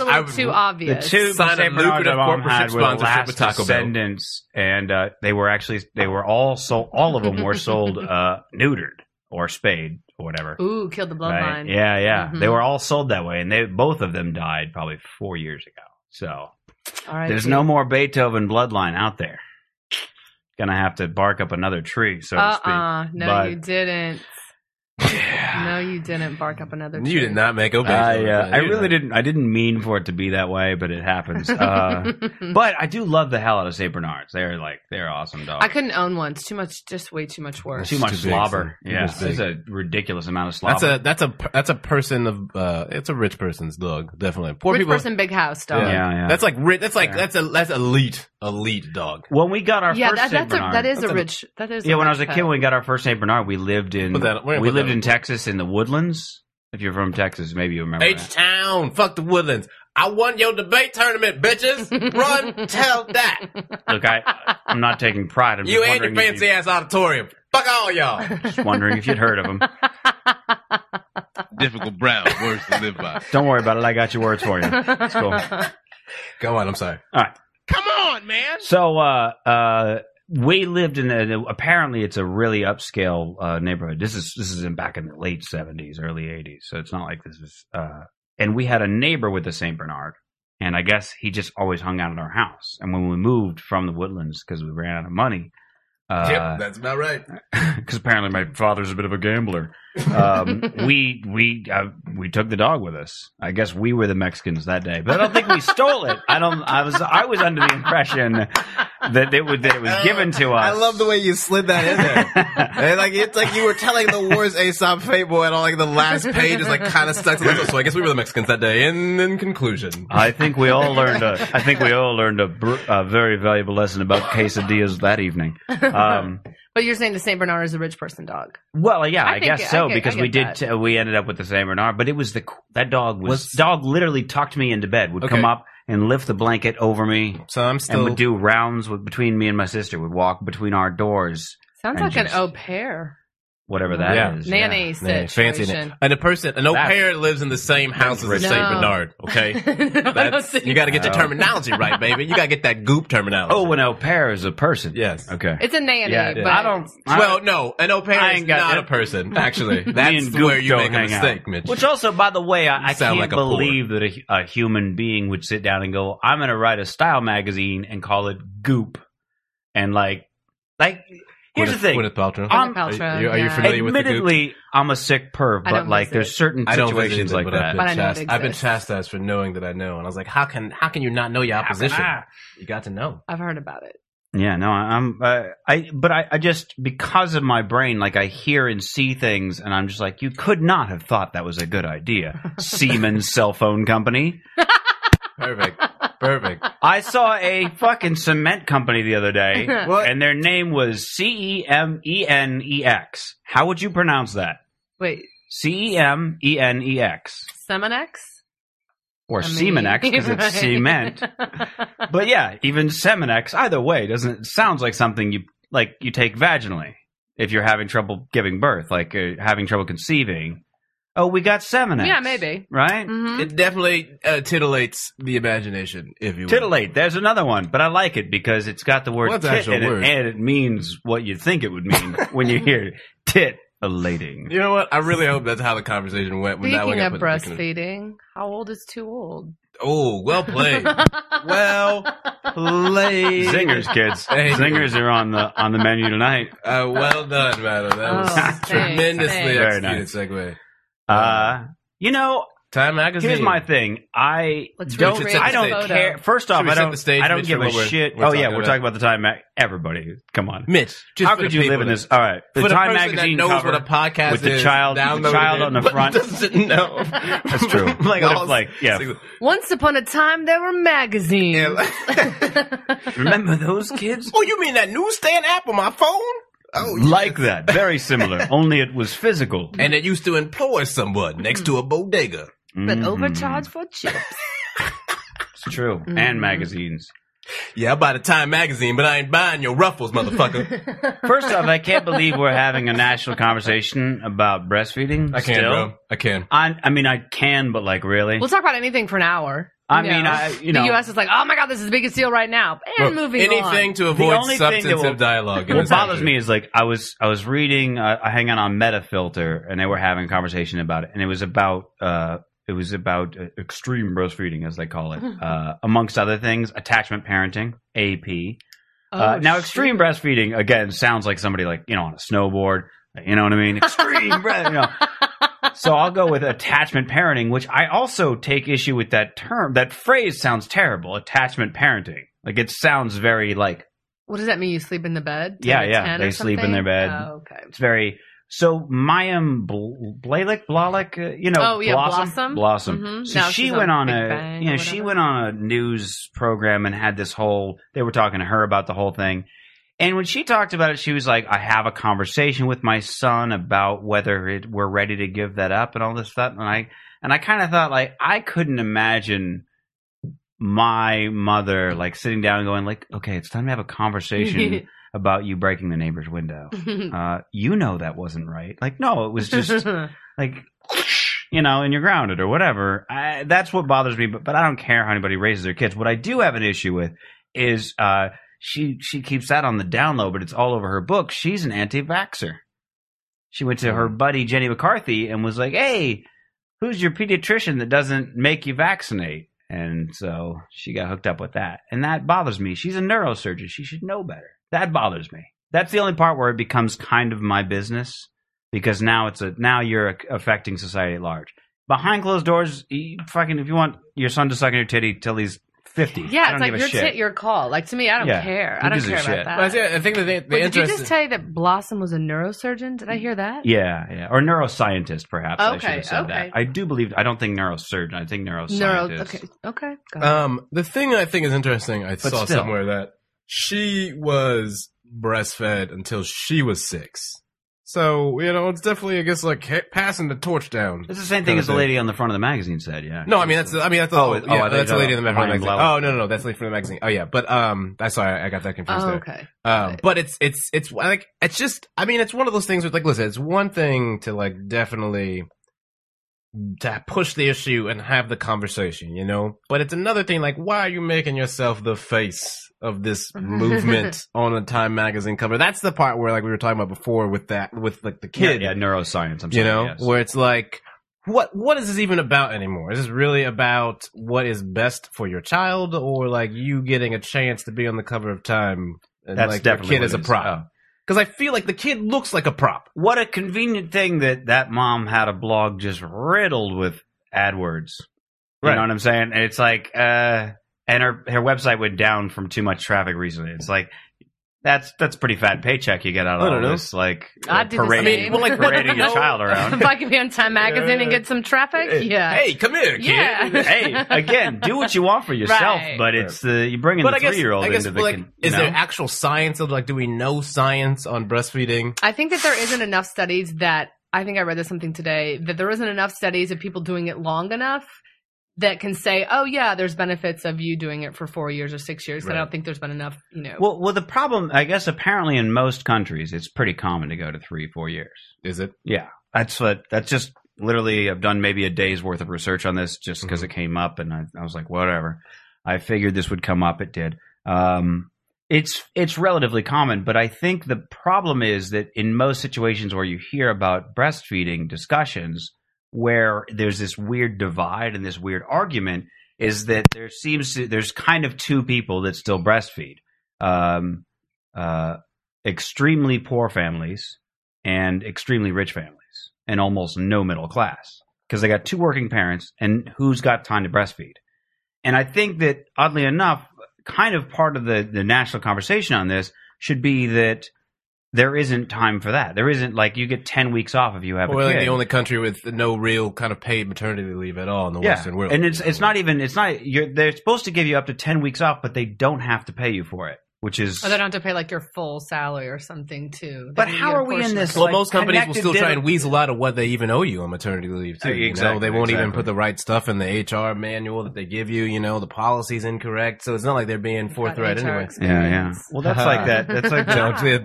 last.
a
I
little
would-
too
the
The
obvious.
two
Sign
San
a
Bernard
lucrative
my mom
corporate
had were the
sponsorship
last
with Taco Bell.
descendants, and uh, they were actually they were all sold. All of them were
[LAUGHS]
sold uh, neutered or spayed or whatever.
Ooh, killed the
Right?
bloodline.
Yeah, yeah.
Mhm.
They were all sold that way, and they both of them died probably four years ago. So
All right.
there's no more Beethoven bloodline out there. Gonna have to bark up another tree, so to
Uh
speak.
uh No,
But-
you didn't. No, you didn't bark up another.
You
tree.
did not make a
I,
Beethoven.
uh,
man.
I
You did
really
not.
didn't. I didn't mean for it to be that way, but it happens.
[LAUGHS]
Uh, but I do love the hell out of Saint Bernards. They're like they're awesome dogs.
[LAUGHS] I couldn't own one. It's too much. Just way too much work.
too much
Too big,
slobber.
so-
yeah,
it was
it's a ridiculous amount of slobber.
That's a that's a per- that's a person of uh, it's a rich person's dog, definitely. Poor
Rich
people.
person, big house dog.
yeah, yeah.
That's like ri- that's like
Yeah.
that's a that's elite elite dog.
when we got our
Yeah,
first
that,
Saint
that's a,
Bernard.
that is
That's
a
a-
rich. That is.
yeah,
a
when I
rich
was a kid,
pet.
when we got our first Saint Bernard, we lived in
Put that- we're gonna
we
put that
lived
on.
in Texas in the woodlands. If you're from Texas, maybe you remember.
H
that.
Town, fuck the woodlands. I won your debate tournament,
[LAUGHS]
bitches. Run, tell that.
Look, I I'm not taking pride. I'm
[LAUGHS] You
just
and your
wondering
fancy
if
ass auditorium. Fuck
[LAUGHS]
all y'all.
you, just wondering if you'd heard of him.
Difficult Brown, words to live by.
Don't worry about it. I got your words for you.
[LAUGHS]
It's cool.
Go on, I'm sorry.
Come on, man.
So uh, uh, we lived in a, apparently it's a really upscale uh, neighborhood. This is this is in back in the late seventies, early eighties. So it's not like this is. Uh, and we had a neighbor with a Saint Bernard, and I guess he just always hung out at our house. And when we moved from the woodlands because we ran out of money, uh,
yep,
because
that's about right.
apparently my father's a bit of a gambler. Um,
[LAUGHS]
we we uh, we took the dog with us. I guess we were the Mexicans that day, but I don't think we stole it. I don't. I was I was under the impression that it was that it was given to us.
I love the way you slid that in there.
[LAUGHS]
And like it's like you were telling the worst Aesop fable, and all like the last page is like kind of stuck to the So I guess we were the Mexicans that day. And in conclusion,
I think we all learned. A, I think we all learned a, br- a very valuable lesson about quesadillas that evening. Um,
But you're saying the Saint Bernard is a rich person dog.
well, yeah,
I
I,
think-
guess so
I get- I
because we
get
did.
that.
T- we ended up with the Saint Bernard, but it was the qu- that dog was
Was-
dog literally tucked me into bed. Would
Okay.
come up and lift the blanket over me.
so I'm
and
still
would do rounds with, between me and my sister. Would walk between our doors,
Sounds
And
like an
just-
au pair,
whatever that is.
Yeah.
nanny
Yeah, fancy
situation.
name.
[LAUGHS]
And a person, an au
That's-
pair lives in the same house as a
No.
Saint Bernard.
[LAUGHS]
Okay,
No,
That's,
see,
you got to get your
No.
terminology right, baby. You got to get that goop terminology.
Oh, an au pair is a person.
yes.
Okay.
it's a nanny.
yeah,
but
I don't. I,
well, no, an
I
au pair is
ain't got
not
that.
a [LAUGHS] person. Actually,
Me
that's
and Goop
where you
don't
make a
hang out.
mistake, Mitch.
Which also, by the way, I, I
You sound
can't
like a whore.
believe that a, a human being would sit down and go, "I'm going to write a style magazine and call it Goop," and like, like. Here's
Gwyneth-
the thing.
Gwyneth Paltrow.
I'm-
Gwyneth Paltrow,
Are you- are you
yeah.
familiar- with the
Admittedly, I'm a sick perv,
I
but
don't
like,
visit.
there's certain
I don't
situations
visit it,
like
but
that.
I've
But
been,
I know it
chast- I've been
exists.
chastised for knowing that I know, and I was like, "How can how can you not know your opposition?
Ah.
You got to know."
I've heard about it.
Yeah, no, I- I'm, uh, I, but I, I just because of my brain, like I hear and see things, and I'm just like, you could not have thought that was a good idea, Siemens cell phone company.
[LAUGHS] Perfect, perfect.
I saw a fucking cement company the other day,
What?
and their name was C E M E N E X. How would you pronounce that?
Wait,
C E M E N E X
Seminex
or
I mean,
Seminex because it's
[LAUGHS] right.
cement. But yeah, even Seminex, either way, doesn't it sounds like something you like you take vaginally if you're having trouble giving birth, like uh, having trouble conceiving. Oh, we got Seminex.
Yeah, maybe.
Right?
Mhm.
It definitely uh, titillates the imagination, if you will.
Titillate. There's another one, but I like it because it's got the word
What's the
tit
actual
in it,
word?
and it means what you think it would mean when you hear tit elating. [LAUGHS]
You know what? I really hope that's how the conversation went when that one
Speaking
got
of
put in the dictionary.
breastfeeding, how old is too old?
Oh, well
[LAUGHS]
played. well played.
Zingers, kids.
Hey.
Zingers are on the on the menu tonight.
Uh, well done, madam. That was
Oh,
[LAUGHS]
thanks,
tremendously
thanks.
Very
executed
nice.
segue.
Uh, you know,
Time magazine.
here's my thing. I
Let's
Don't-
recreate
I
the
don't
photo.
care. First
Should
off,
we
I
set
don't.
the stage,
I don't
Mitch,
give
for
a
what we're-
shit. oh
we're
yeah,
talking
we're
about?
talking about the Time Mag. Everybody, come on.
Mitch. Just
How
for the
could you live
people
in
that-
this? All right, the
For the
Time
person
magazine
that knows
cover.
[LAUGHS] what a podcast
with the
is,
child- the
downloaded
child
it,
on the
but
front.
doesn't
[LAUGHS]
know.
That's true.
[LAUGHS]
What
like all
if, like, yeah.
Once upon a time, there were magazines. [LAUGHS]
Remember those kids?
[LAUGHS] oh, you mean that newsstand app on my phone? Oh, yeah.
like that. Very
[LAUGHS]
similar. Only it was physical.
And it used to employ someone next to a bodega.
but
Mhm.
overcharged for chips.
It's true.
Mm-hmm.
And magazines.
Yeah, I buy the Time magazine, but I ain't buying your
[LAUGHS]
ruffles, motherfucker.
First off, I can't believe we're having a national conversation about breastfeeding.
I can,
still.
bro. I can.
I, I mean, I can, but like, really?
We'll talk about anything for an hour.
I
You
mean,
know.
I you know,
the U.S. is like, oh my god, this is the biggest deal right now. And
Look,
moving on.
anything to avoid
only thing that
substantive
will-
dialogue. in
what
this
bothers
country.
me is like I was I was reading uh, I hang out on Metafilter and they were having a conversation about it and it was about uh it was about uh, extreme breastfeeding as they call
[LAUGHS]
it uh, amongst other things attachment parenting AP uh,
Oh,
now
shit.
extreme breastfeeding again sounds like somebody like you know on a snowboard you know what I
[LAUGHS]
mean extreme breast you know so I'll go with attachment parenting which I also take issue with that term that phrase sounds terrible attachment parenting like it sounds very like
What does that mean? You sleep in the bed?
Yeah,
10 to
yeah,
10
they
or
sleep in
something?
their bed.
Oh, okay.
It's very so Mayim Bl- Blalik Blalik, uh, you know,
Oh, yeah,
Blossom
Blossom.
Blossom.
Mhm.
So
Now
she
she's
went on
on Big
a
Bang
you know
or
she
whatever.
went on a news program and had this whole they were talking to her about the whole thing. And when she talked about it, she was like, "I have a conversation with my son about whether it, we're ready to give that up and all this stuff." And I and I kind of thought like I couldn't imagine my mother like sitting down and going like, "Okay, it's time to have a
[LAUGHS]
conversation about you breaking the neighbor's window." uh, you know that wasn't right. Like, no, it was
[LAUGHS]
just like, you know, and you're grounded or whatever. I, that's what bothers me. But, but I don't care how anybody raises their kids. What I do have an issue with is uh, she she keeps that on the down low, but it's all over her book. She's an anti-vaxxer. She went to her
Hmm.
buddy Jenny McCarthy and was like, "Hey, who's your pediatrician that doesn't make you vaccinate?" And so she got hooked up with that, and that bothers me. She's a neurosurgeon; she should know better. That bothers me. That's the only part where it becomes kind of my business because now it's a now you're affecting society at large. Behind closed doors, you fucking if you want your son to suck on your titty till he's fifty, I
yeah,
don't
it's
give a
like your
shit.
tit, your call. Like to me, I don't
Yeah.
care.
Who
I don't
gives a
care about
shit?
that.
But I see- I think that the, the
Wait, did you
interest.
just tell you that Blossom was a neurosurgeon? Did I hear that?
Yeah, yeah. Or neuroscientist, perhaps. I should
Okay,
have said
okay.
that. I do believe, I don't think neurosurgeon. I think
Neuro.
neuroscientist.
Okay. Okay. Got it.
um, the thing I think is interesting. I saw
still.
somewhere that she was breastfed until she was six. So you know, it's definitely I guess like ca- passing the torch down.
It's the same thing as the lady on the front of the magazine said, yeah.
No, I mean that's I mean that's the
Oh,
oh,
oh, I
yeah,
think
that's the
that-
lady in the front
Ryan
of the magazine.
Blauer.
Oh no no no that's the lady from the magazine. Oh yeah, but um that's why I got that confused
oh,
there.
okay.
Um,
Right.
but it's it's it's like it's just I mean it's one of those things with like listen it's one thing to like definitely to push the issue and have the conversation you know but it's another thing like why are you making yourself the face
[LAUGHS]
of this movement on a Time magazine cover that's the part where like we were talking about before with that with like the
Yeah,
kid
yeah, neuroscience. I'm sorry.
you know
yes.
where it's like what what is this even about anymore is this really about what is best for your child or like you getting a chance to be on the cover of time and
That's
like
definitely
your kid
what
is a
it is. Oh.
prop because i feel like the kid looks like a prop
What a convenient thing that that mom had a blog just riddled with AdWords. You
Right.
know what I'm saying? And it's like, uh, and her, her website went down from too much traffic recently. It's like, that's that's pretty fat paycheck you get out
I
of
don't
all
know.
this, like uh,
I'd do the
parading,
same.
well, like, parading your [LAUGHS]
No.
child around.
if I could be on Time Magazine and get some traffic, yeah.
hey come here kid
Yeah. [LAUGHS]
hey, again, do what you want for yourself,
Right.
but it's the you bringing
[LAUGHS] but
the
i guess
three year old
i guess
into the
like
con-
is
you
there
know?
actual science of like do we know science on breastfeeding
I think that there isn't enough studies that I think I read this something today that there isn't enough studies of people doing it long enough that can say, oh yeah, there's benefits of you doing it for four years or six years. So I don't think there's been enough, you know.
well, well, the problem, I guess, apparently in most countries, it's pretty common to go to three, four years.
is it
Yeah, that's what. That's just literally. I've done maybe a day's worth of research on this just because it came up, and I, I was like, whatever. I figured this would come up. It did. Um, It's it's relatively common, but I think the problem is that in most situations where you hear about breastfeeding discussions, where there's this weird divide and this weird argument, is that there seems to, there's kind of two people that still breastfeed. Um, uh, extremely poor families and extremely rich families, and almost no middle class because they got two working parents, and who's got time to breastfeed? And I think that oddly enough, kind of part of the, the national conversation on this should be that there isn't time for that. There isn't like you get ten weeks off if you have
Well,
a
in
kid.
the only country with no real kind of paid maternity leave at all in the
yeah,
Western world.
and it's it's not even it's not you're they're supposed to give you up to ten weeks off, but they don't have to pay you for it, which is
Or Oh, they don't have to pay like your full salary or something too. They
But
can
how
get a
are we in
portion of
this,
it.
Well,
like,
most companies will
connected
still try
dinner-
and weasel out of what they even owe you on maternity leave too.
Uh,
you know,
exactly,
they won't even
exactly.
put the right stuff in the HR manual that they give you. You know, the policy's incorrect, so it's not like they're being forthright
Got HR
anyway.
yeah yeah.
experience.
Well, that's like that. That's
[LAUGHS]
like
don't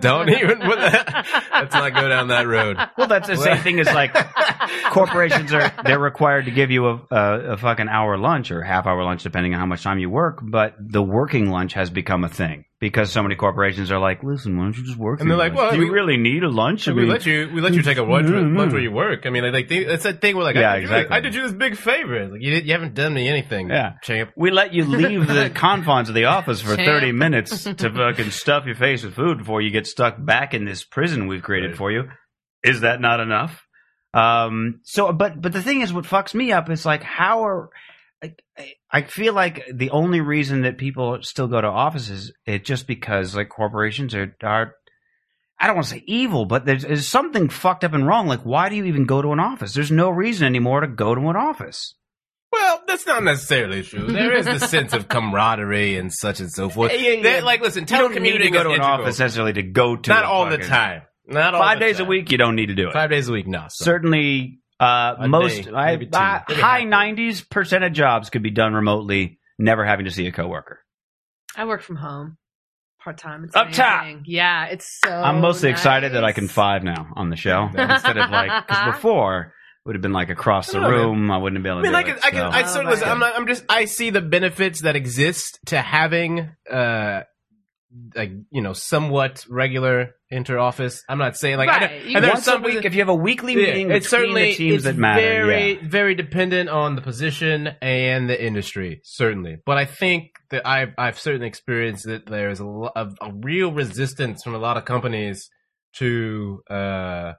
[LAUGHS]
don't even put that. [LAUGHS] Let's not go down that road.
well, that's the same thing as
[LAUGHS]
like corporations are they're required to give you a, a, a fucking hour lunch or half hour lunch depending on how much time you work but the working lunch has become a thing because so many corporations are like listen why don't you just work
And
through
they're
your
like,
lunch?
well,
do you
we-
really need a lunch I
we
mean,
let you we let you take a lunch, with- lunch where you work. I mean, like, like they, it's that thing where like
Yeah,
I, did you-
exactly.
I did you this big favor. Like you, did, you haven't done me anything,
Yeah.
champ.
we let you leave the confines of the office for
Champ.
30 minutes to fucking stuff your face with food before you get stuck back in this prison we've created for you is that not enough um so but but the thing is what fucks me up is like how are like, I- I feel like the only reason that people still go to offices it just because like corporations are are I don't want to say evil, but there's, there's something fucked up and wrong. Like, why do you even go to an office? There's no reason anymore to go to an office.
Well, that's not necessarily true. There is the sense of camaraderie and such and so forth.
Yeah, yeah,
That-
yeah.
like, listen,
You don't need
telecommuting
to go
is
to an
integral.
office necessarily to go to.
Not
a
all the
fucking-
time. Not all
Five
the
days a
time.
week, you don't need to do it.
Five days a week, no. son.
Certainly, uh,
A
most
day,
I,
maybe two,
I-
maybe
high
half.
nineties percent of jobs could be done remotely, never having to see a coworker.
I work from home part time. It's
Up top.
amazing. Yeah, it's so.
I'm mostly excited that I can
Oh, nice.
five now on the
[LAUGHS]
show instead of like because before would have been like across the
I don't know,
room. I wouldn't have been able
I
to.
mean,
do
I can,
it,
I can,
so.
I certainly, listen, I'm, not, I'm just, I see the benefits that exist to having, uh, like, you know, somewhat regular inter-office. I'm not saying, like, I
Right.
don't-
You
and there's
Once
some
a week,
posi-
if you have a weekly
yeah,
meeting between
it's certainly,
the teams
it's
that matter,
very,
yeah.
very dependent on the position and the industry, certainly. But I think that I've, I've certainly experienced that there's a, lo- of a real resistance from a lot of companies to, uh,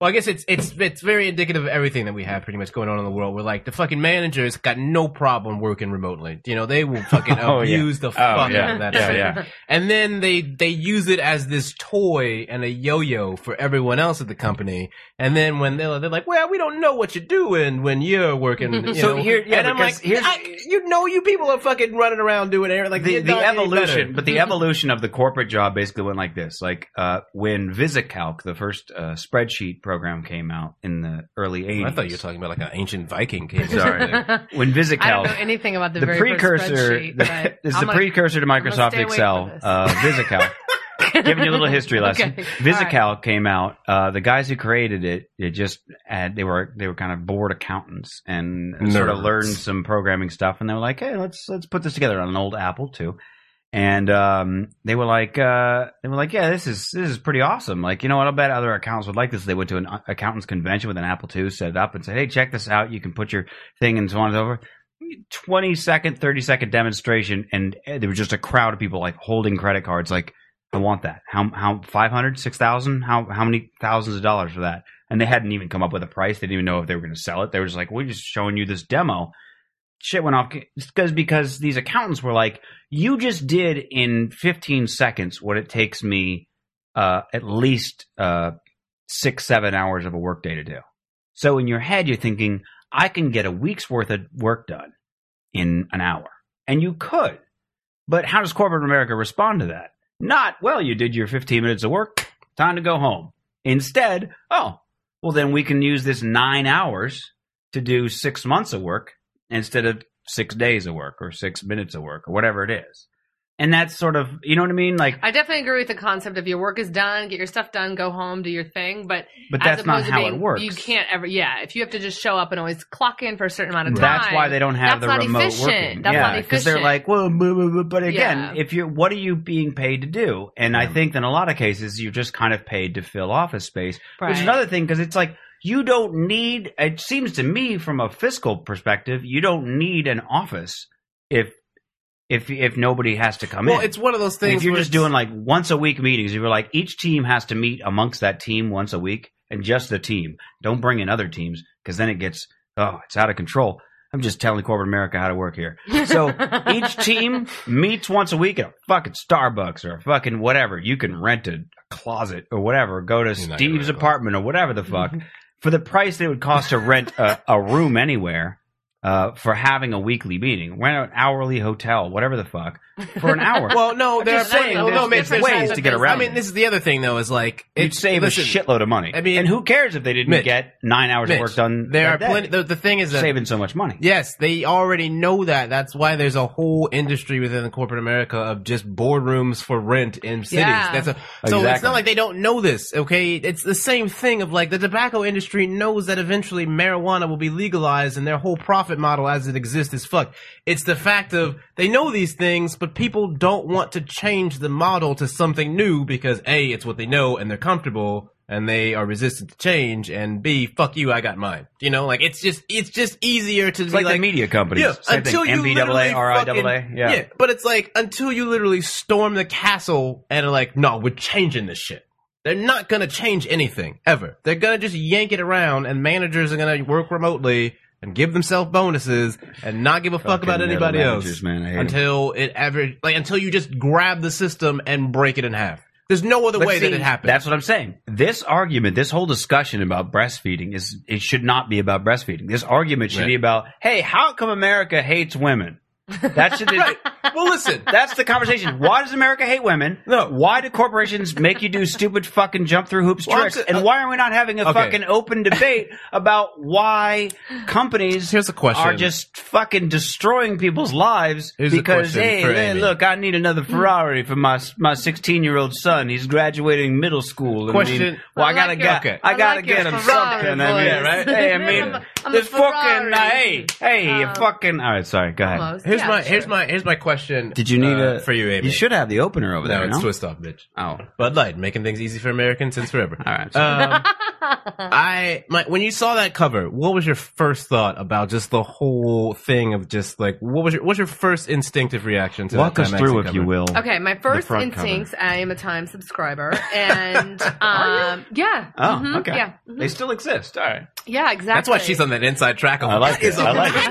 well, I guess it's it's it's very indicative of everything that we have pretty much going on in the world. Where like the fucking managers got no problem working remotely. You know, they will
[LAUGHS]
fucking
Oh, yeah.
abuse the fuck
yeah.
out of that
Yeah,
shit.
yeah.
And then they they use it as this toy and a yo-yo for everyone else at the company. And then when they're, they're like, "Well, we don't know what you're doing when
[LAUGHS]
you're working," you
So
know?
here- yeah,
and I'm
because
like,
here's-
I, "You know, you people are fucking running around doing everything." Like
the,
you're
the
not any
evolution,
better.
but the
[LAUGHS]
evolution of the corporate job basically went like this: like uh, when VisiCalc, the first uh, spreadsheet program, came out in the early '80s.
Oh, I thought you were talking about like an ancient Viking king.
Sorry.
[LAUGHS]
when
I don't know
VisiCalc,
anything about the,
the
very
precursor,
First spreadsheet,
the,
but
[LAUGHS] is
I'm
the
gonna-
precursor to
gonna
Microsoft
stay away
Excel.
from this.
Uh,
[LAUGHS]
VisiCalc, giving you a little history lesson.
Okay.
VisiCalc
All right.
came out. Uh, the guys who created it, it just had, they were they were kind of bored accountants and sort of
Nerds.
learned some programming stuff, and they were like, hey, let's let's put this together on an old Apple II. And um, they were like, uh, they were like, yeah, this is this is pretty awesome. Like, you know what? I bet other accountants would like this. They went to an uh, accountants convention with an Apple II, set it up, and said, hey, check this out. You can put your thing and so on and so forth. 20 second 30 second demonstration and uh, there was just a crowd of people like holding credit cards like i want that how how 500 6000 how how many thousands of dollars for that and they hadn't even come up with a price they didn't even know if they were going to sell it they were just like we're just showing you this demo shit went off because because these accountants were like you just did in 15 seconds what it takes me uh at least uh 6 7 hours of a workday to do so in your head you're thinking I can get a week's worth of work done in an hour. And you could. But how does corporate America respond to that? Not, well, you did your 15 minutes of work, time to go home. Instead, oh, well, then we can use this nine hours to do six months of work instead of six days of work or six minutes of work or whatever it is. and that's sort of you know what I mean. Like,
I definitely agree with the concept of your work is done, get your stuff done, go home, do your thing. But
but
as
that's not
opposed to
how
being-
it works.
You can't ever, yeah. If you have to just show up and always clock in for a certain amount of time,
That's why they don't have
That's
the
not
remote
efficient.
working.
That's
yeah,
not
they're
efficient.
like, well, blah, blah, blah. but again,
Yeah.
if you're, what are you being paid to do? And I think in a lot of cases, you're just kind of paid to fill office space, which is
Right.
another thing because it's like you don't need. It seems to me, from a fiscal perspective, you don't need an office if if if nobody has to come
[LAUGHS] Well,
in.
it's one of those
And
things.
if you're
where
just
it's-
doing like once a week meetings, if you're like each team has to meet amongst that team once a week and just the team. Don't bring in other teams because then it gets oh, it's out of control. I'm just telling corporate America how to work here.
[LAUGHS]
So each team meets once a week at a fucking Starbucks or a fucking whatever. You can rent a closet or whatever. Go to
You're not gonna
Steve's
rent a
apartment or whatever the fuck
Mm-hmm.
for the price that it would cost to rent a, a room anywhere. Uh, for having a weekly meeting, rent an hourly hotel, whatever the fuck, for an
[LAUGHS]
hour.
[LAUGHS] Well, no,
I'm
there are
just saying,
plenty, well, no,
there's-
Mitch,
there's
there's-
ways to get around
I mean,
it.
this is the other thing though. Is like
You'd save
listen,
a shitload of money.
I mean-
and who cares if they didn't
Mitch,
get nine hours
Mitch,
of work done?
There are
that
plenty.
day?
The, the thing is that
saving so much money.
Yes, they already know that. That's why there's a whole industry within corporate America of just boardrooms for rent in cities.
Yeah.
That's a, so it's
Exactly.
not like they don't know this, okay? It's the same thing of like the tobacco industry knows that eventually marijuana will be legalized and their whole profit model as it exists is fucked. It's the fact of they know these things, but people don't want to change the model to something new because A, it's what they know and they're comfortable and they are resistant to change and B, fuck you, I got mine. You know, like it's just, it's just easier to
It's
be
like, the media companies.
yeah,
Same
until
thing.
you literally
MBAA, RIAA.
fucking-
Yeah.
but it's like until you literally storm the castle and are like, no, we're changing this shit. They're not gonna change anything ever. They're gonna just yank it around, and managers are gonna work remotely and give themselves bonuses and not give a fuck
Fucking
about
middle
anybody
managers,
else
Man, I hate 'em.
until it ever like until you just grab the system and break it in half. There's no other
But
way
see,
that it happens.
That's what I'm saying. This argument, this whole discussion about breastfeeding is it should not be about breastfeeding. This argument should
Right.
be about, hey, how come America hates women?
[LAUGHS]
That should [LAUGHS]
well, listen,
That's the conversation. Why does America hate women?
No.
Why do corporations make you do stupid fucking jump through hoops
Well, I'm
tricks?
s- uh,
and why are we not having a
Okay.
fucking open debate about why companies
here's a question.
are just fucking destroying people's lives
Here's a
because
question
hey,
for
hey,
Amy.
look, I need another Ferrari for my my 16 year old son. He's graduating middle school. I mean,
Question-
well, I
I
gotta
like
get,
your- Okay.
I
I
gotta
like your
get him
Ferrari
something. I mean,
voice.
right? Hey, I
Man,
mean,
I'm a- I'm a
this fucking uh,
Ferrari.
hey, hey,
Um,
fucking. All right, sorry, go ahead.
Almost.
here's
Yeah,
my
sure.
here's my here's my question.
Did you need
uh,
a
for you, Amy?
You should have the opener over
No,
there.
it's
no?
twist off, bitch.
Oh,
Bud Light, making things easy for Americans since forever.
all right.
[LAUGHS]
Um, I my, when you saw that cover, what was your first thought about just the whole thing of just like what was your what's your first instinctive reaction to
Walk
that
us
Time
through,
magazine
if you
cover?
will.
Okay, my first
front cover.
instincts. I am a Time subscriber,
[LAUGHS]
and um, yeah,
Oh,
mhm,
okay.
yeah, mhm.
They still exist. All right.
yeah, exactly.
That's why she's on that inside track. Of
I like
what is
it. I
on
like
the
it.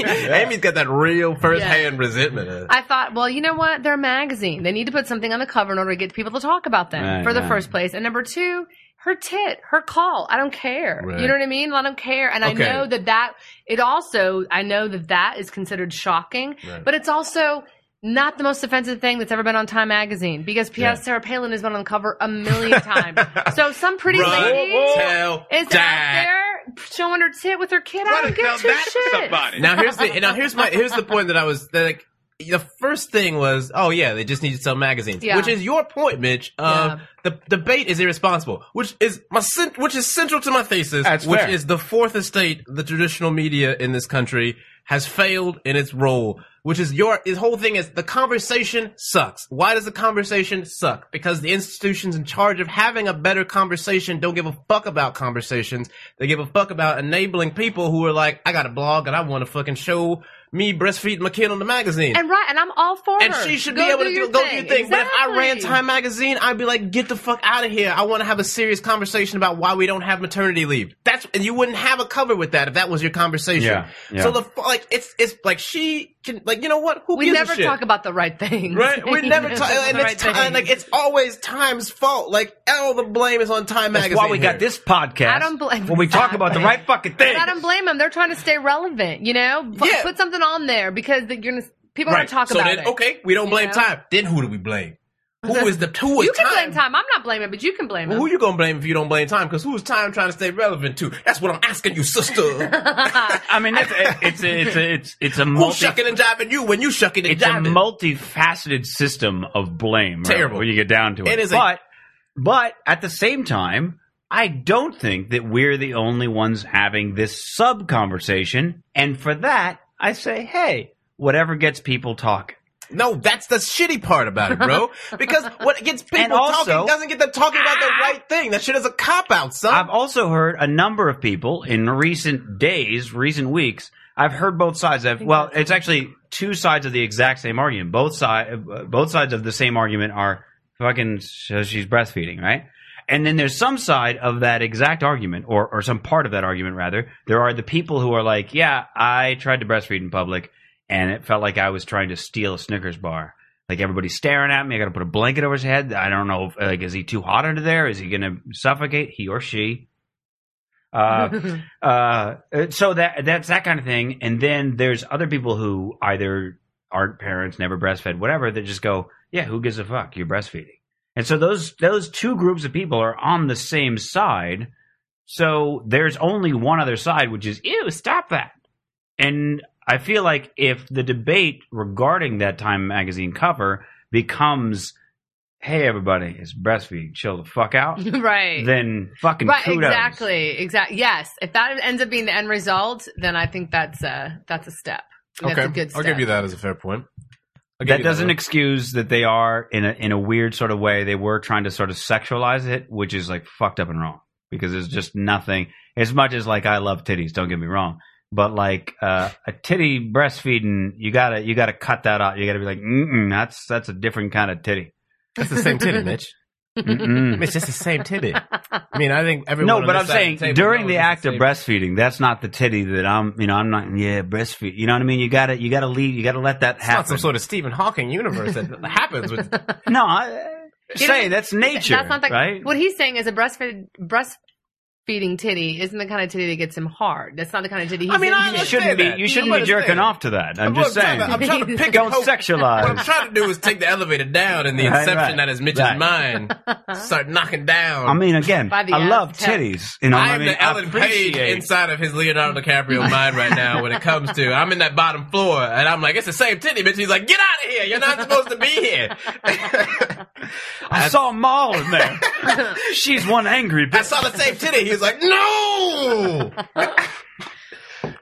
magazine.
[LAUGHS]
Amy's got that real first hand resentment. of it.
I thought, well, you know what? They're a magazine. They need to put something on the cover in order to get people to talk about them
Right,
for the
right.
first place. And number two, her tit, her call. I don't care.
Right.
You know what I mean? I don't care. And
Okay.
I know that that, it also, I know that that is considered shocking,
Right.
but it's also not the most offensive thing that's ever been on Time Magazine because P.S. Sarah Palin has been on the cover
[LAUGHS]
a million times. so some pretty
Run,
lady
tell,
is out
die.
there showing her tit with her kid. I
What
don't
if
give
now
two
that's
shits.
somebody?
now here's the now here's my here's the point that I was that like the first thing was oh yeah they just need to sell magazines
Yeah.
which is your point Mitch of
Yeah.
the debate is irresponsible which is my cen- which is central to my thesis
That's
which
fair.
is the fourth estate the traditional media in this country has failed in its role which is your his whole thing is the conversation sucks why does the conversation suck because the institutions in charge of having a better conversation don't give a fuck about conversations they give a fuck about enabling people who are like, I got a blog and I want to fucking show me breastfeeding my kid on the magazine. And-
And right, and I'm all for her.
she should
Go
be able to
your
do, go do your thing. But if I ran
Exactly.
Time Magazine, I'd be like, get the fuck out of here. I want to have a serious conversation about why we don't have maternity leave. That's, and you wouldn't have a cover with that if that was your conversation.
Yeah, yeah.
So the, fu- like, it's, it's like she can, like, you know what? Who
we
gives a
never
shit?
talk about the right
[LAUGHS]
things.
Right, we never
You
talk,
know,
and
the
it's
right
time, like
things.
it's always Time's fault. Like all the blame is on Time
That's
Magazine.
why we got
here.
this podcast.
I don't blame-
When we talk about
[LAUGHS]
the right fucking thing.
But I don't blame them. They're trying to stay relevant. You know, Fu-
Yeah.
put something on there because that you're gonna people are
Right.
gonna talk
so
about
then,
it.
Okay, we don't
You
blame
know? [LAUGHS]
time. Then who do we blame? Who is the who is
you can
time?
blame time. I'm not blaming, but you can blame
Well, who
him.
you gonna blame if you don't blame time? Because who's time trying to stay relevant to? That's what I'm asking
[LAUGHS]
you, sister.
I mean, it's
[LAUGHS]
it's it's a, it's, it's a
who's
multi
shucking and jiving you when you shucking and
it's a
jiving?
multifaceted system of blame. right,
Terrible.
when you get down to it.
It is a-
but but at the same time, I don't think that we're the only ones having this sub conversation, and for that, I say, hey, whatever gets people talking.
no, that's the shitty part about
[LAUGHS]
it, bro. Because what gets people
And also- Ah!
talking doesn't get them talking about the right thing. That shit is a cop out, son.
I've also heard a number of people in recent days, recent weeks. I've heard both sides of. Well, it's actually two sides of the exact same argument. Both side, uh, both sides of the same argument are fucking. So she's breastfeeding, right? And then there's some side of that exact argument, or or some part of that argument rather. There are the people who are like, yeah, I tried to breastfeed in public, and it felt like I was trying to steal a Snickers bar. Like everybody's staring at me. I got to put a blanket over his head. I don't know. If, like, is he too hot under there? Is he going to suffocate? He or she. Uh, uh, so that that's that kind of thing. And then there's other people who either aren't parents, never breastfed, whatever. That just go, yeah, who gives a fuck? You're breastfeeding. And so those those two groups of people are on the same side. So there's only one other side, which is ew, stop that. And I feel like if the debate regarding that Time magazine cover becomes, hey, everybody, it's breastfeeding, chill the fuck
[LAUGHS]
out,
[LAUGHS] right.
then fucking
right.
kudos.
Exactly. Exactly. Yes. If that ends up being the end result, then I think that's a that's a step. That's a good step.
that as a fair point. I'll give
That
you
doesn't
one.
excuse that they are in a in a weird sort of way. They were trying to sort of sexualize it, which is like fucked up and wrong because there's just nothing. As much as like I love titties, don't get me wrong, but like uh, a titty breastfeeding, you gotta you gotta cut that out. You gotta be like, mm that's that's a different kind of titty.
That's the same titty,
[LAUGHS]
Mitch.
Mm-mm.
Mitch, that's the same titty.
[LAUGHS]
I mean, I think everyone.
No,
on
but
this
I'm
side of
saying
the table
during
knows
the
it's
act of
same-
breastfeeding, that's not the titty that I'm. You know, I'm not. Yeah, breastfeed. You know what I mean? You gotta, you gotta leave. You gotta let that
It's not
happen.
some sort of Stephen Hawking universe that
[LAUGHS]
happens with
no, I, say
is-
that's nature,
That's not the,
right?
What he's saying is a breastfeed breastfeeding titty isn't the kind of titty that gets him hard. That's not the kind of titty he's
I mean, I
into.
you
[LAUGHS]
shouldn't be.
that.
You shouldn't
But
be
it's
jerking
there.
off to that. I'm
Well,
just
trying
saying.
to- I'm trying to pick
don't
a hope. What I'm
sexualize.
trying to do is take the elevator down and the
Right,
inception
right.
that is Mitch's
Right.
mind. Start knocking down.
I mean, again,
By the
I love
Aztec.
titties. You know,
I am
I mean,
the Ellen Page
appreciate-
inside of his Leonardo DiCaprio mind right now when it comes to I'm in that bottom floor and I'm like, it's the same titty, bitch. He's like, get out of here. You're not supposed to be here.
I saw Maul in
[LAUGHS]
there. She's one angry
I
bitch.
saw the same titty. He's
[LAUGHS]
like, no. okay.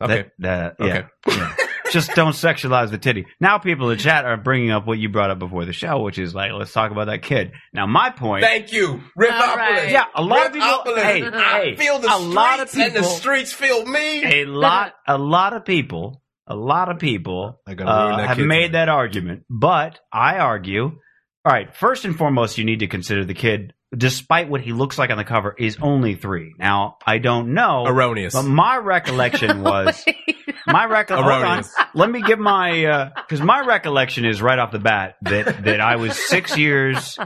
That, that- yeah.
Okay.
yeah. Just don't sexualize the titty. Now, people in the chat are bringing up what you brought up before the show, which is like, let's talk about that kid. Now, my point.
Thank you, Ripopolis.
All right.
yeah, a lot of people.
Ripopolis.
Hey,
I
hey,
feel the
a lot of
streets
people.
and the streets feel me. [LAUGHS]
a lot a lot of people a lot of people
I gotta ruin
uh,
that
have
kid's
made
life.
that argument but i argue all right first and foremost you need to consider the kid despite what he looks like on the cover is only three now i don't know
Erroneous.
but my recollection was my recollection.
Erroneous.
Let me give my because my recollection is right off the bat that that I was six years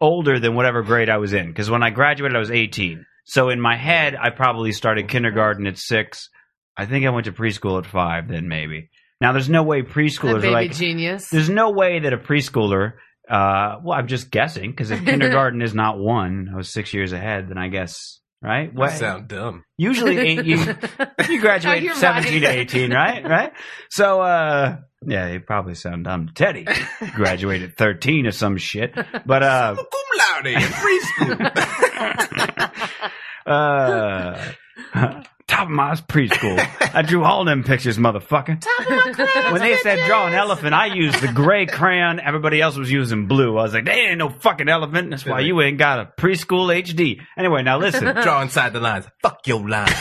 older than whatever grade I was in. Because when I graduated, I was eighteen. So in my head, I probably started kindergarten at six. I think I went to preschool at five. Then maybe. Now there's no way
That
preschoolers
baby
are like.
genius.
There's no way that a preschooler. Uh, well, I'm just guessing because
[LAUGHS]
if kindergarten is not one, I was six years ahead. Then I guess right.
You
What
sound dumb.
usually eight, you, you graduate
No, you're
17 to
right.
18 right right so uh yeah you probably sound dumb teddy graduated 13 or some shit but uh [LAUGHS]
Cum laude in
[LAUGHS]
preschool.
uh top of my preschool i drew all them pictures motherfucker [LAUGHS] when they said draw an elephant i used the gray crayon everybody else was using blue i was like they ain't no fucking elephant that's why you ain't got a preschool hd anyway now listen
Draw inside the lines. Fuck your lines.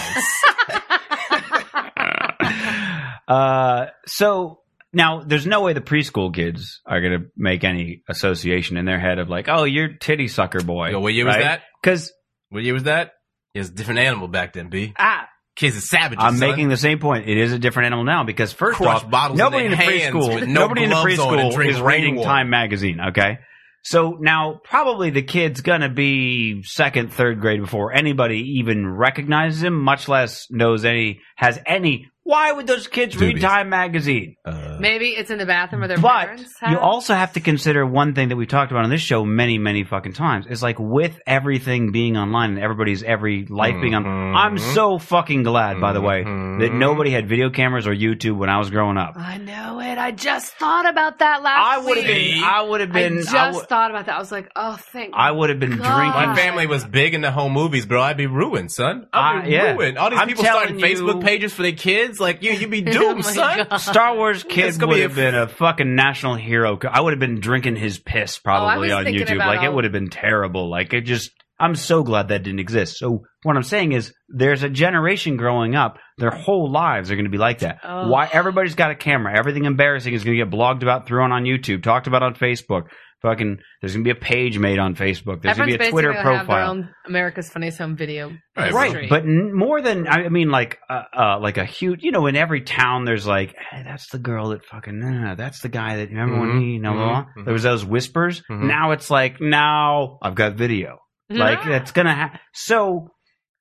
[LAUGHS] Uh, so now there's no way the preschool kids are going to make any association in their head of like, oh, you're titty sucker boy.
Yo, what year was that?
Because
What year was that? It was a different animal back then, B.
ah,
Kids are savages.
I'm
son.
making the same point. It is a different animal now because first
Crush
off,
bottles in
nobody in
their
the
hands
preschool,
with no
nobody in the
gloves on and
preschool
drink
is reading
rainwater.
Time magazine. Okay. So now probably the kid's gonna be second, third grade before anybody even recognizes him, much less knows any has any Why would those kids read
Dubious.
Time magazine?
Uh,
[LAUGHS] Maybe it's in the bathroom or their
But
parents.
you
have-
also have to consider one thing that we've talked about on this show many, many fucking times. It's like with everything being online and everybody's every life being on.
Mhm.
I'm so fucking glad, by the way, that
Mhm.
nobody had video cameras or YouTube when I was growing up.
I know it. I just thought about that
I
last
would have
week.
been. I would have been.
I just
I would-
thought about that. I was like, oh, thank
I would have been
God.
My
God.
drinking.
family was big into home movies, bro. I'd be ruined, son. I'd
Uh,
be
yeah.
ruined. All these
I'm
people starting
telling you-
Facebook pages for their kids, like you,
[LAUGHS]
you'd be doomed,
Oh my
son.
God.
Star
[LAUGHS]
Wars kid
It's gonna
would
be a
have been a fucking national hero. I would have been drinking his piss probably
Oh, was
on
thinking
YouTube.
about
Like it
all-
would have been terrible. Like it just. I'm so glad that didn't exist. So what I'm saying is, there's a generation growing up. Their whole lives are going to be like that.
Oh.
Why everybody's got a camera? Everything embarrassing is going to get blogged about, thrown on YouTube, talked about on Facebook. Fucking, there's going to be a page made on Facebook. There's going to
Everyone's
be a
basically
Twitter
gonna have their
profile.
own America's Funniest Home Video.
Right,
history.
right but n- more than i mean like uh, uh like a huge you know in every town there's like hey, that's the girl that fucking nah, that's the guy that remember when he you know
Mhm,
blah, blah,
mhm.
there was those whispers
Mhm.
now it's like now i've got video like that's gonna ha- so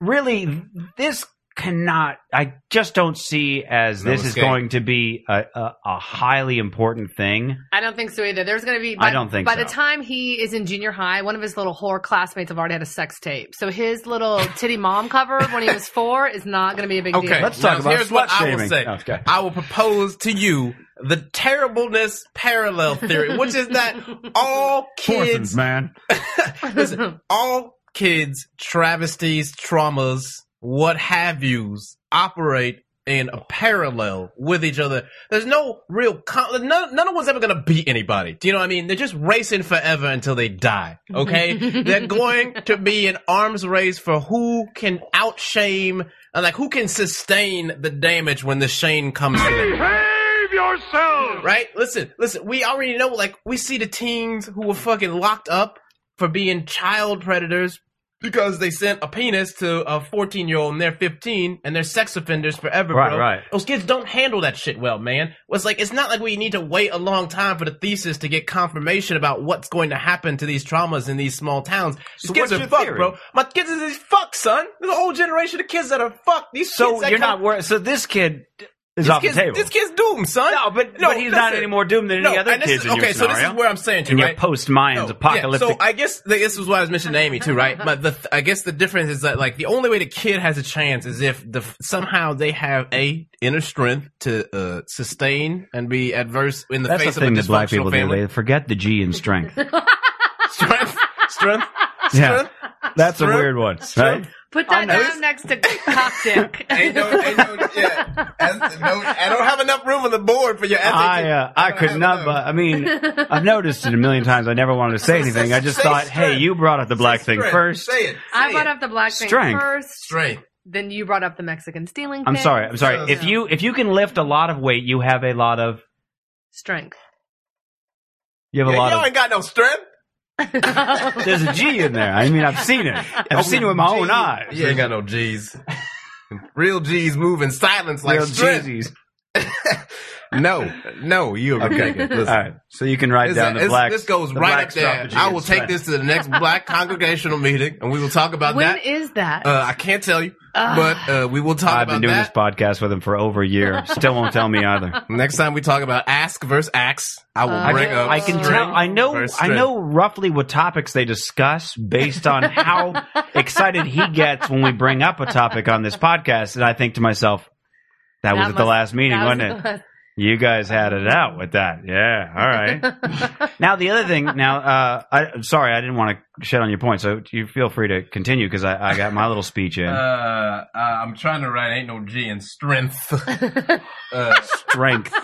really this cannot i just don't see as
No
this is
escape.
going to be a, a, a highly important thing
I don't think so either. There's going to be.
I don't think
By
so.
the time he is in junior high, one of his little whore classmates have already had a sex tape. So
[LAUGHS]
his little titty mom cover when he was four is not going to be a big
Okay,
deal.
Let's talk
now,
about
here's what I will
slut-shaming.
say.
Oh, okay.
I will propose to you the terribleness parallel theory, which is
[LAUGHS]
that all
Forces,
kids,
man.
[LAUGHS] listen, all kids' travesties, traumas, what have yous, operate in a parallel with each other. There's no real con- none, none of one's ever going to beat anybody. Do you know what I mean? They're just racing forever until they die. Okay, they're going to be an arms race for who can outshame and like who can sustain the damage when the shame comes to them right? Listen, listen. We already know. Like, we see the teens who were fucking locked up for being child predators because they sent a penis to a fourteen-year-old and they're fifteen and they're sex offenders forever,
Right,
bro.
right.
Those kids don't handle that shit well, man. Well, It's like it's not like we need to wait a long time for the thesis to get confirmation about what's going to happen to these traumas in these small towns. These
So
kids
what's
are
your
fucked,
theory?
bro. My kids is these fucked, son. There's a whole generation of kids that are fucked. These
so
kids that
you're not
come-
worried so this kid is
This
off
kid's,
the table
This kid's doomed, son. [LAUGHS]
no, but,
No,
but he's not
listen.
any more doomed than any other
and this
kids
is,
in your
okay, so
scenario.
this is where I'm saying to
in
you,
your
right?
post Mayans
No,
apocalyptic.
Yeah, so I guess the, this is what I was mentioning Amy too, right? But the I guess the difference is that like the only way the kid has a chance is if the somehow they have a inner strength to uh, sustain and be adverse in the
That's the
face of
thing
a
that black people
dysfunctional family.
do. They forget the G in
[LAUGHS]
strength. [LAUGHS]
strength, strength,
yeah,
strength.
that's a
Strength.
weird one, right?
Strength.
Put that
know.
down next to cock dick.
[LAUGHS] Ain't no, ain't
[LAUGHS]
no, yeah. As- no- I don't have enough room on the board for your essay.
I uh, I could
I
not.
know.
But, I
[LAUGHS]
mean, I've noticed it a million times. I never wanted to say anything. I just
Say
thought, hey,
strength.
you brought up the black
Say
thing
strength.
first.
Say it.
I
Say
brought
it.
up the black thing
Strength.
first.
strength.
Then you brought up the Mexican stealing.
I'm
thing.
sorry. I'm sorry. If
Yeah.
you if you can lift a lot of weight, you have a lot of
[LAUGHS]
Strength.
you have a
Yeah,
lot
y'all
of.
ain't got no strength.
There's a G in there. I mean, I've seen
[LAUGHS]
it. I've seen it with my own eyes.
You ain't got
[LAUGHS]
no G's. Real G's move in silence like
Real
strength.
Jeezies.
No, no, you are
Okay,
ridiculous.
All right. So you can write
This,
down the
this-
black.
this goes
the
right
black
up there.
strategy
I
and
will take
strength.
this to the next black congregational meeting, and we will talk about
When
that.
is that?
uh, I can't tell you, but uh, we will talk
I've
about
been doing
that.
this podcast with him for over a year. Still won't tell me either.
Next time we talk about ask versus axe, I will
Uh,
[LAUGHS] I
bring
can,
up.
I can
strength
tell. I know.
versus
I
strength.
know roughly what topics they discuss based on
[LAUGHS]
how excited he gets when we bring up a topic on this podcast. And I think to myself, that,
That
was at the
must-
last meeting,
That was
wasn't it? You guys had it out with that. Yeah. All right.
[LAUGHS]
Now the other thing. Now, uh, I, sorry, I didn't want to shed on your point. So you feel free to continue because I, I got my little speech in.
Uh, uh, I'm trying to write. Ain't no G in
[LAUGHS]
strength. uh,
strength.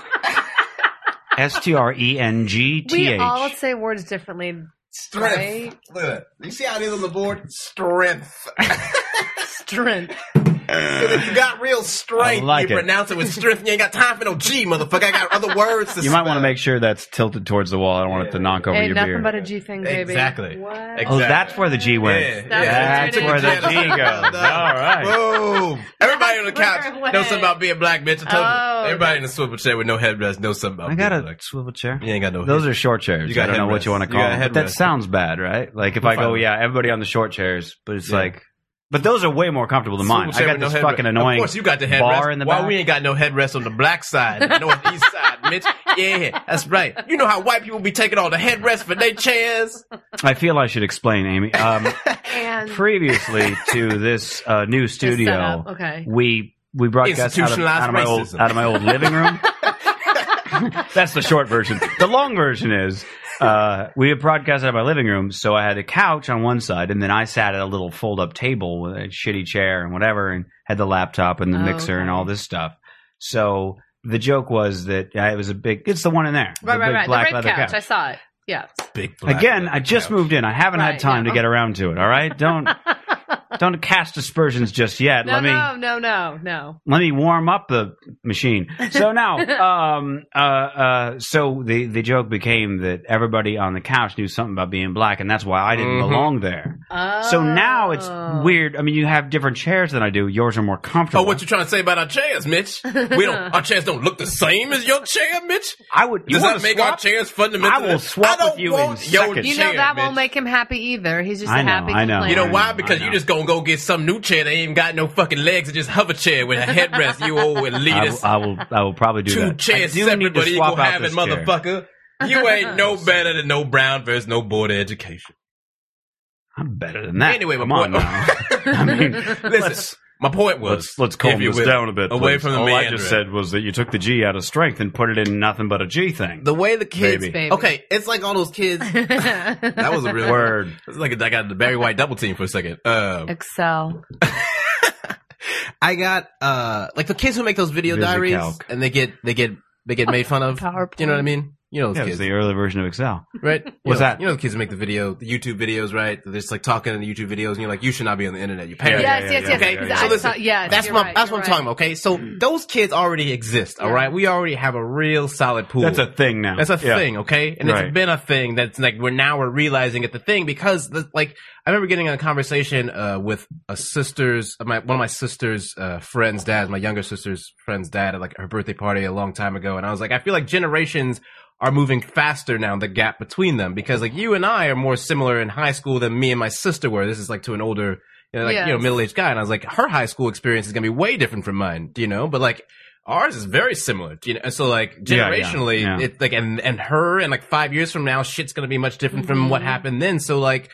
S T R E N G T
[LAUGHS] we all
H.
say words differently.
strength. Look at that. You see how it is on the board? Strength. [LAUGHS]
Strength.
If you got real strength,
I like
you
it.
pronounce it with strength. You ain't got time for no G, motherfucker. I got other words to
You might want to
spell.
make sure that's tilted towards the wall. I don't want it to knock over
Ain't
your
nothing
beer.
but a G thing, baby.
Exactly.
What?
Exactly.
oh, that's where the G went.
That's
That's
where
where
it
the
is.
G goes. All
[LAUGHS]
right.
Boom. Everybody on the
That's
couch
where
knows
it
something
went.
about being black, bitch. I told
Oh,
you. Everybody in the swivel chair with no headrest knows something about
I got
being
a
black.
swivel chair.
You ain't got no
Those are short chairs.
You got
I don't know what
headrest.
you want to
You
call
got
them. But that
headrest.
sounds bad, right? Like if
We'll
I go,
find
yeah, everybody on the short chairs, but it's
Yeah.
like But those are way more comfortable than mine. I got this fucking annoying.
Of course, you got the headrest.
bar in the
Why
back.
we ain't got no headrest on the black side, the northeast side,
[LAUGHS]
Mitch? Yeah, that's right. You know how white people be taking all the headrests for their chairs?
I feel I should explain, Amy.
[LAUGHS]
Um,
And
previously to this uh, new
the
studio,
setup. Okay.
we we brought guests out of, out of my old
Institutionalized racism.
out of my old living
[LAUGHS]
room. That's the short version. The long version is uh, we had broadcast out of my living room, so I had a couch on one side, and then I sat at a little fold up table with a shitty chair and whatever, and had the laptop and the
Oh,
mixer and
okay.
all this stuff. So the joke was that uh, it was a big. It's the one in there,
Right,
the
right,
big
right.
black
the rape
leather
couch. I saw it. Yeah.
Big black
Again,
leather
I just
couch.
moved in. I haven't
Right,
had time
yeah.
to get around to it. All right,
[LAUGHS]
don't don't cast aspersions just yet.
no,
let me
no, no, no, no.
let me warm up the machine. So
[LAUGHS]
now, um, uh, uh, so the the joke became that everybody on the couch knew something about being black, and that's why I didn't
Mhm.
belong there.
Oh.
So now it's weird. I mean, you have different chairs than I do. Yours are more comfortable.
Oh, what you trying to say about our chairs, Mitch? We
[LAUGHS]
don't. Our chairs don't look the same as your chair, Mitch.
I would. You
Does
want
that
to
make our
swap?
chairs fundamentally?
I will swap
I don't
with you
want
in
your
seconds.
You know
chair,
that
Mitch.
won't make him happy either. He's just
I
a
know,
happy
I know.
complainer.
You know why?
I
Because
know.
you just gonna go get some new chair that ain't got no fucking legs and just hover chair with a headrest.
[LAUGHS]
You old
I
elitist.
will, I will. I will probably do
two
that.
chairs
I do
separate
need to
but
swap
equal
out this
having
chair.
motherfucker. You
[LAUGHS]
ain't no better than no Brown versus no Board of Education.
I'm better than that.
Anyway, my
Ah, come on
point-
now. I mean,
[LAUGHS] Listen, my point was
Let's let's calm
if you
this
will,
down a bit.
Away
please.
from the
All I
meandering.
just said was that you took the G out of strength and put it in nothing but a G thing.
The way the kids,
Baby.
Baby. [LAUGHS]
okay, it's like all those kids. That was a real
Word.
[LAUGHS] It's like I got the Barry White double team for a second. Um,
Excel.
I got uh like the kids who make those video
Visicalc.
diaries and they get they get they get made fun of.
PowerPoint.
You know what I mean? You know those
Yeah, it was
kids,
the early version of Excel.
right? You
What's
know-
that?
You know the kids who make the video, the YouTube videos, right? They're just like talking in the YouTube videos, and you're like, you should not be on the internet. You parents.
yeah,
yes,
yeah,
yes,
yeah,
yes.
yeah, yeah,
I
yeah.
saw- yes,
That's
you're
what I'm-
right,
that's what I'm
you're
talking about.
right.
Okay, so those kids already exist. All
Yeah.
right, we already have a real solid pool.
That's a thing now.
That's a
Yeah.
thing, okay? And
Right.
it's been a thing that's like we're now we're realizing it the thing because the, like I remember getting in a conversation uh, with a sister's my one of my sister's uh, friend's dad, my younger sister's friend's dad at like her birthday party a long time ago, and I was like, I feel like generations are moving faster now the gap between them because like you and I are more similar in high school than me and my sister were. This is like to an older you know, like you know
Yes.
middle aged guy, and I was like, her high school experience is gonna be way different from mine, you know, but like. Ours is very similar, you know. So, like
Yeah, yeah,
generationally,
yeah.
it like and and her and like five years from now, shit's gonna be much different from what
Mhm.
happened then. So, like,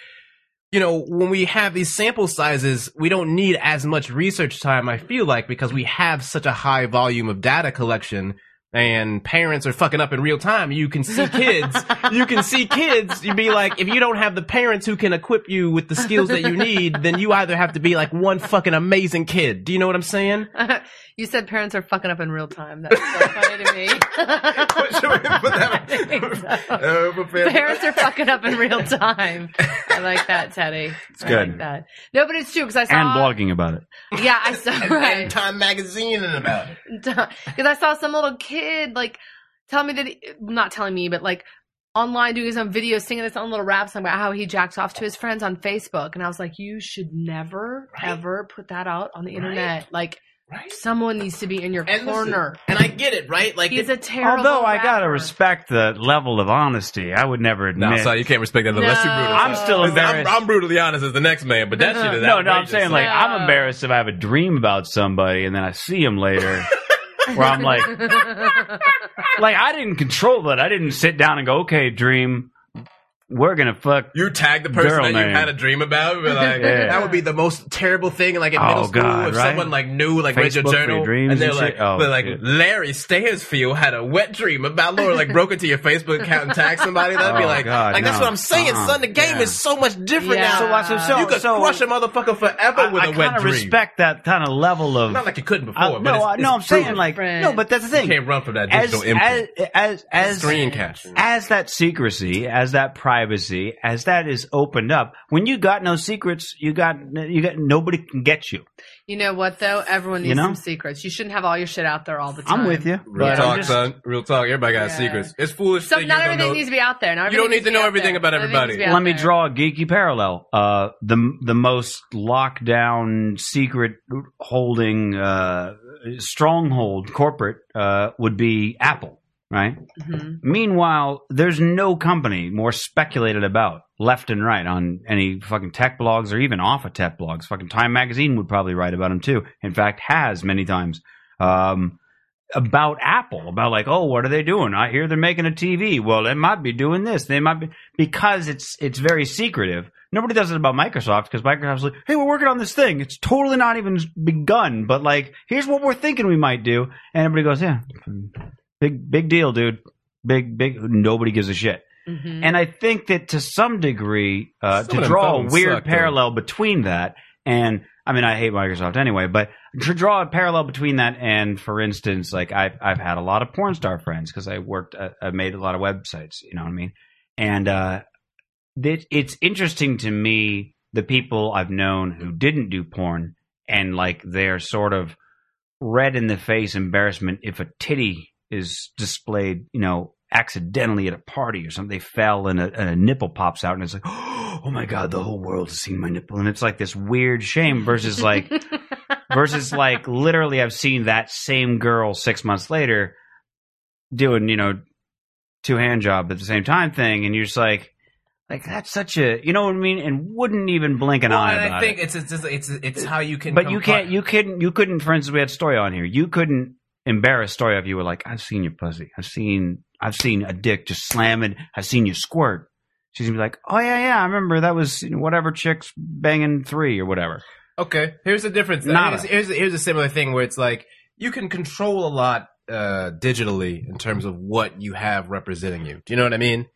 you know, when we have these sample sizes, we don't need as much research time. I feel like because we have such a high volume of data collection. And parents are fucking up in real time. You can see kids. you can see kids. You'd be like, if you don't have the parents who can equip you with the skills that you need, then you either have to be like one fucking amazing kid. Do you know what I'm saying?
you said parents are fucking up in real time.
[LAUGHS]
That's so funny to me. [LAUGHS] parents are fucking up in real time. I like that, Teddy. It's I like
good.
that. No, but it's true because I saw.
And blogging about it.
Yeah, I saw. Right.
Time magazine and about it.
[LAUGHS] because I saw some little kid like tell me that he, not telling me, but like online doing his own video singing this own little rap song about how he jacks off to his friends on Facebook, and I was like, you should never ever put that out on the internet. Like,
Right.
someone needs to be in your
And listen,
corner.
And I get it, right? Like
He's a terrible.
Although I gotta
rapper.
respect the level of honesty, I would never admit.
No, sorry, you can't respect that
No.
unless you're brutal.
I'm still
Listen, I'm,
embarrassed.
I'm brutally honest as the next man, but that shit is
no, no, I'm saying like
No.
I'm embarrassed if I have a dream about somebody and then I see him
[LAUGHS]
later. Where I'm like, like I didn't control that. I didn't sit down and go, okay, dream, we're gonna fuck.
you tag the person
Girl
that you
name.
had a dream about, and be like
[LAUGHS] Yeah.
that would be the most terrible thing. Like in
Oh,
middle school,
God,
if
right?
someone like knew, like read your
Facebook for your
journal,
dreams
and they're
and
like,
shit? Oh,
they're like
shit.
Larry Stansfield had a wet dream about Laura, like broke into your Facebook account and tagged somebody. That'd be
Oh,
like,
God,
like that's
no.
what I'm saying,
Uh-uh.
son. The game
Yeah.
is so much different
Yeah.
now.
So watch- so- so-
you could
so-
crush a motherfucker forever
I,
with a
I
wet
kind of
dream.
respect that kind of level of.
Not like you couldn't before,
I-
but
no,
it's,
I-
it's
no, I'm saying
proven.
like
Right.
no, but that's the
you
thing.
can't run from that
as
digital imprint.
as as as
Screen catch.
as that secrecy, as that privacy, as that is opened up, when you got no secrets, you got you got nobody can get you.
you know what though? Everyone needs
You know?
some secrets. You shouldn't have all your shit out there all the time.
I'm with you.
Real
but I'm
talk,
just-
son. Real talk. Everybody got
Yeah.
secrets. It's foolish.
So
that you
not
don't
everything
know-
needs to be out there. Not
You don't
everything
need to
needs be
know
out
everything
there.
about
Everything needs to be
everybody.
out
Let me
there.
draw a geeky parallel. Uh, the the most lockdown secret holding uh, stronghold corporate uh, would be Apple, right?
Mhm.
Meanwhile, there's no company more speculated about left and right on any fucking tech blogs or even off of tech blogs. Fucking Time Magazine would probably write about them too. In fact, has many times um, about Apple, about like, oh, what are they doing? I hear they're making a TV. Well, they might be doing this. They might be because it's it's very secretive. Nobody does it about Microsoft because Microsoft's like, hey, we're working on this thing. It's totally not even begun, but like, here's what we're thinking we might do, and everybody goes, yeah, big big deal, dude big big nobody gives a shit
Mhm.
and i think that to some degree uh,
Some
to
of them
draw a
phones
weird
suck, though.
parallel between that and i mean i hate microsoft anyway but to draw a parallel between that and for instance like i've, I've had a lot of porn star friends because i worked uh, I, I made a lot of websites you know what i mean and uh, that it's interesting to me the people i've known who didn't do porn and like they're sort of red in the face embarrassment if a titty is displayed, you know, accidentally at a party or something. They fell and a, and a nipple pops out, and it's like, [GASPS] oh my god, the whole world has seen my nipple, and it's like this weird shame versus like versus like literally, I've seen that same girl six months later doing, you know, two hand job at the same time thing, and you're just like. Like that's such a you know what I mean, and wouldn't even blink an
Well,
eye.
and
about
I
it
think it's, it's just- it's it's how you can.
but you
compart-
can't you couldn't you couldn't for instance we had story on here you couldn't embarrass story if you were like i've seen your pussy i've seen i've seen a dick just slamming i've seen you squirt she's gonna be like oh yeah yeah i remember that was you know, whatever chicks banging three or whatever
Okay, here's the difference. though.
Nada.
Here's, here's here's a similar thing where it's like you can control a lot uh, digitally in terms of what you have representing you. Do you know what I mean?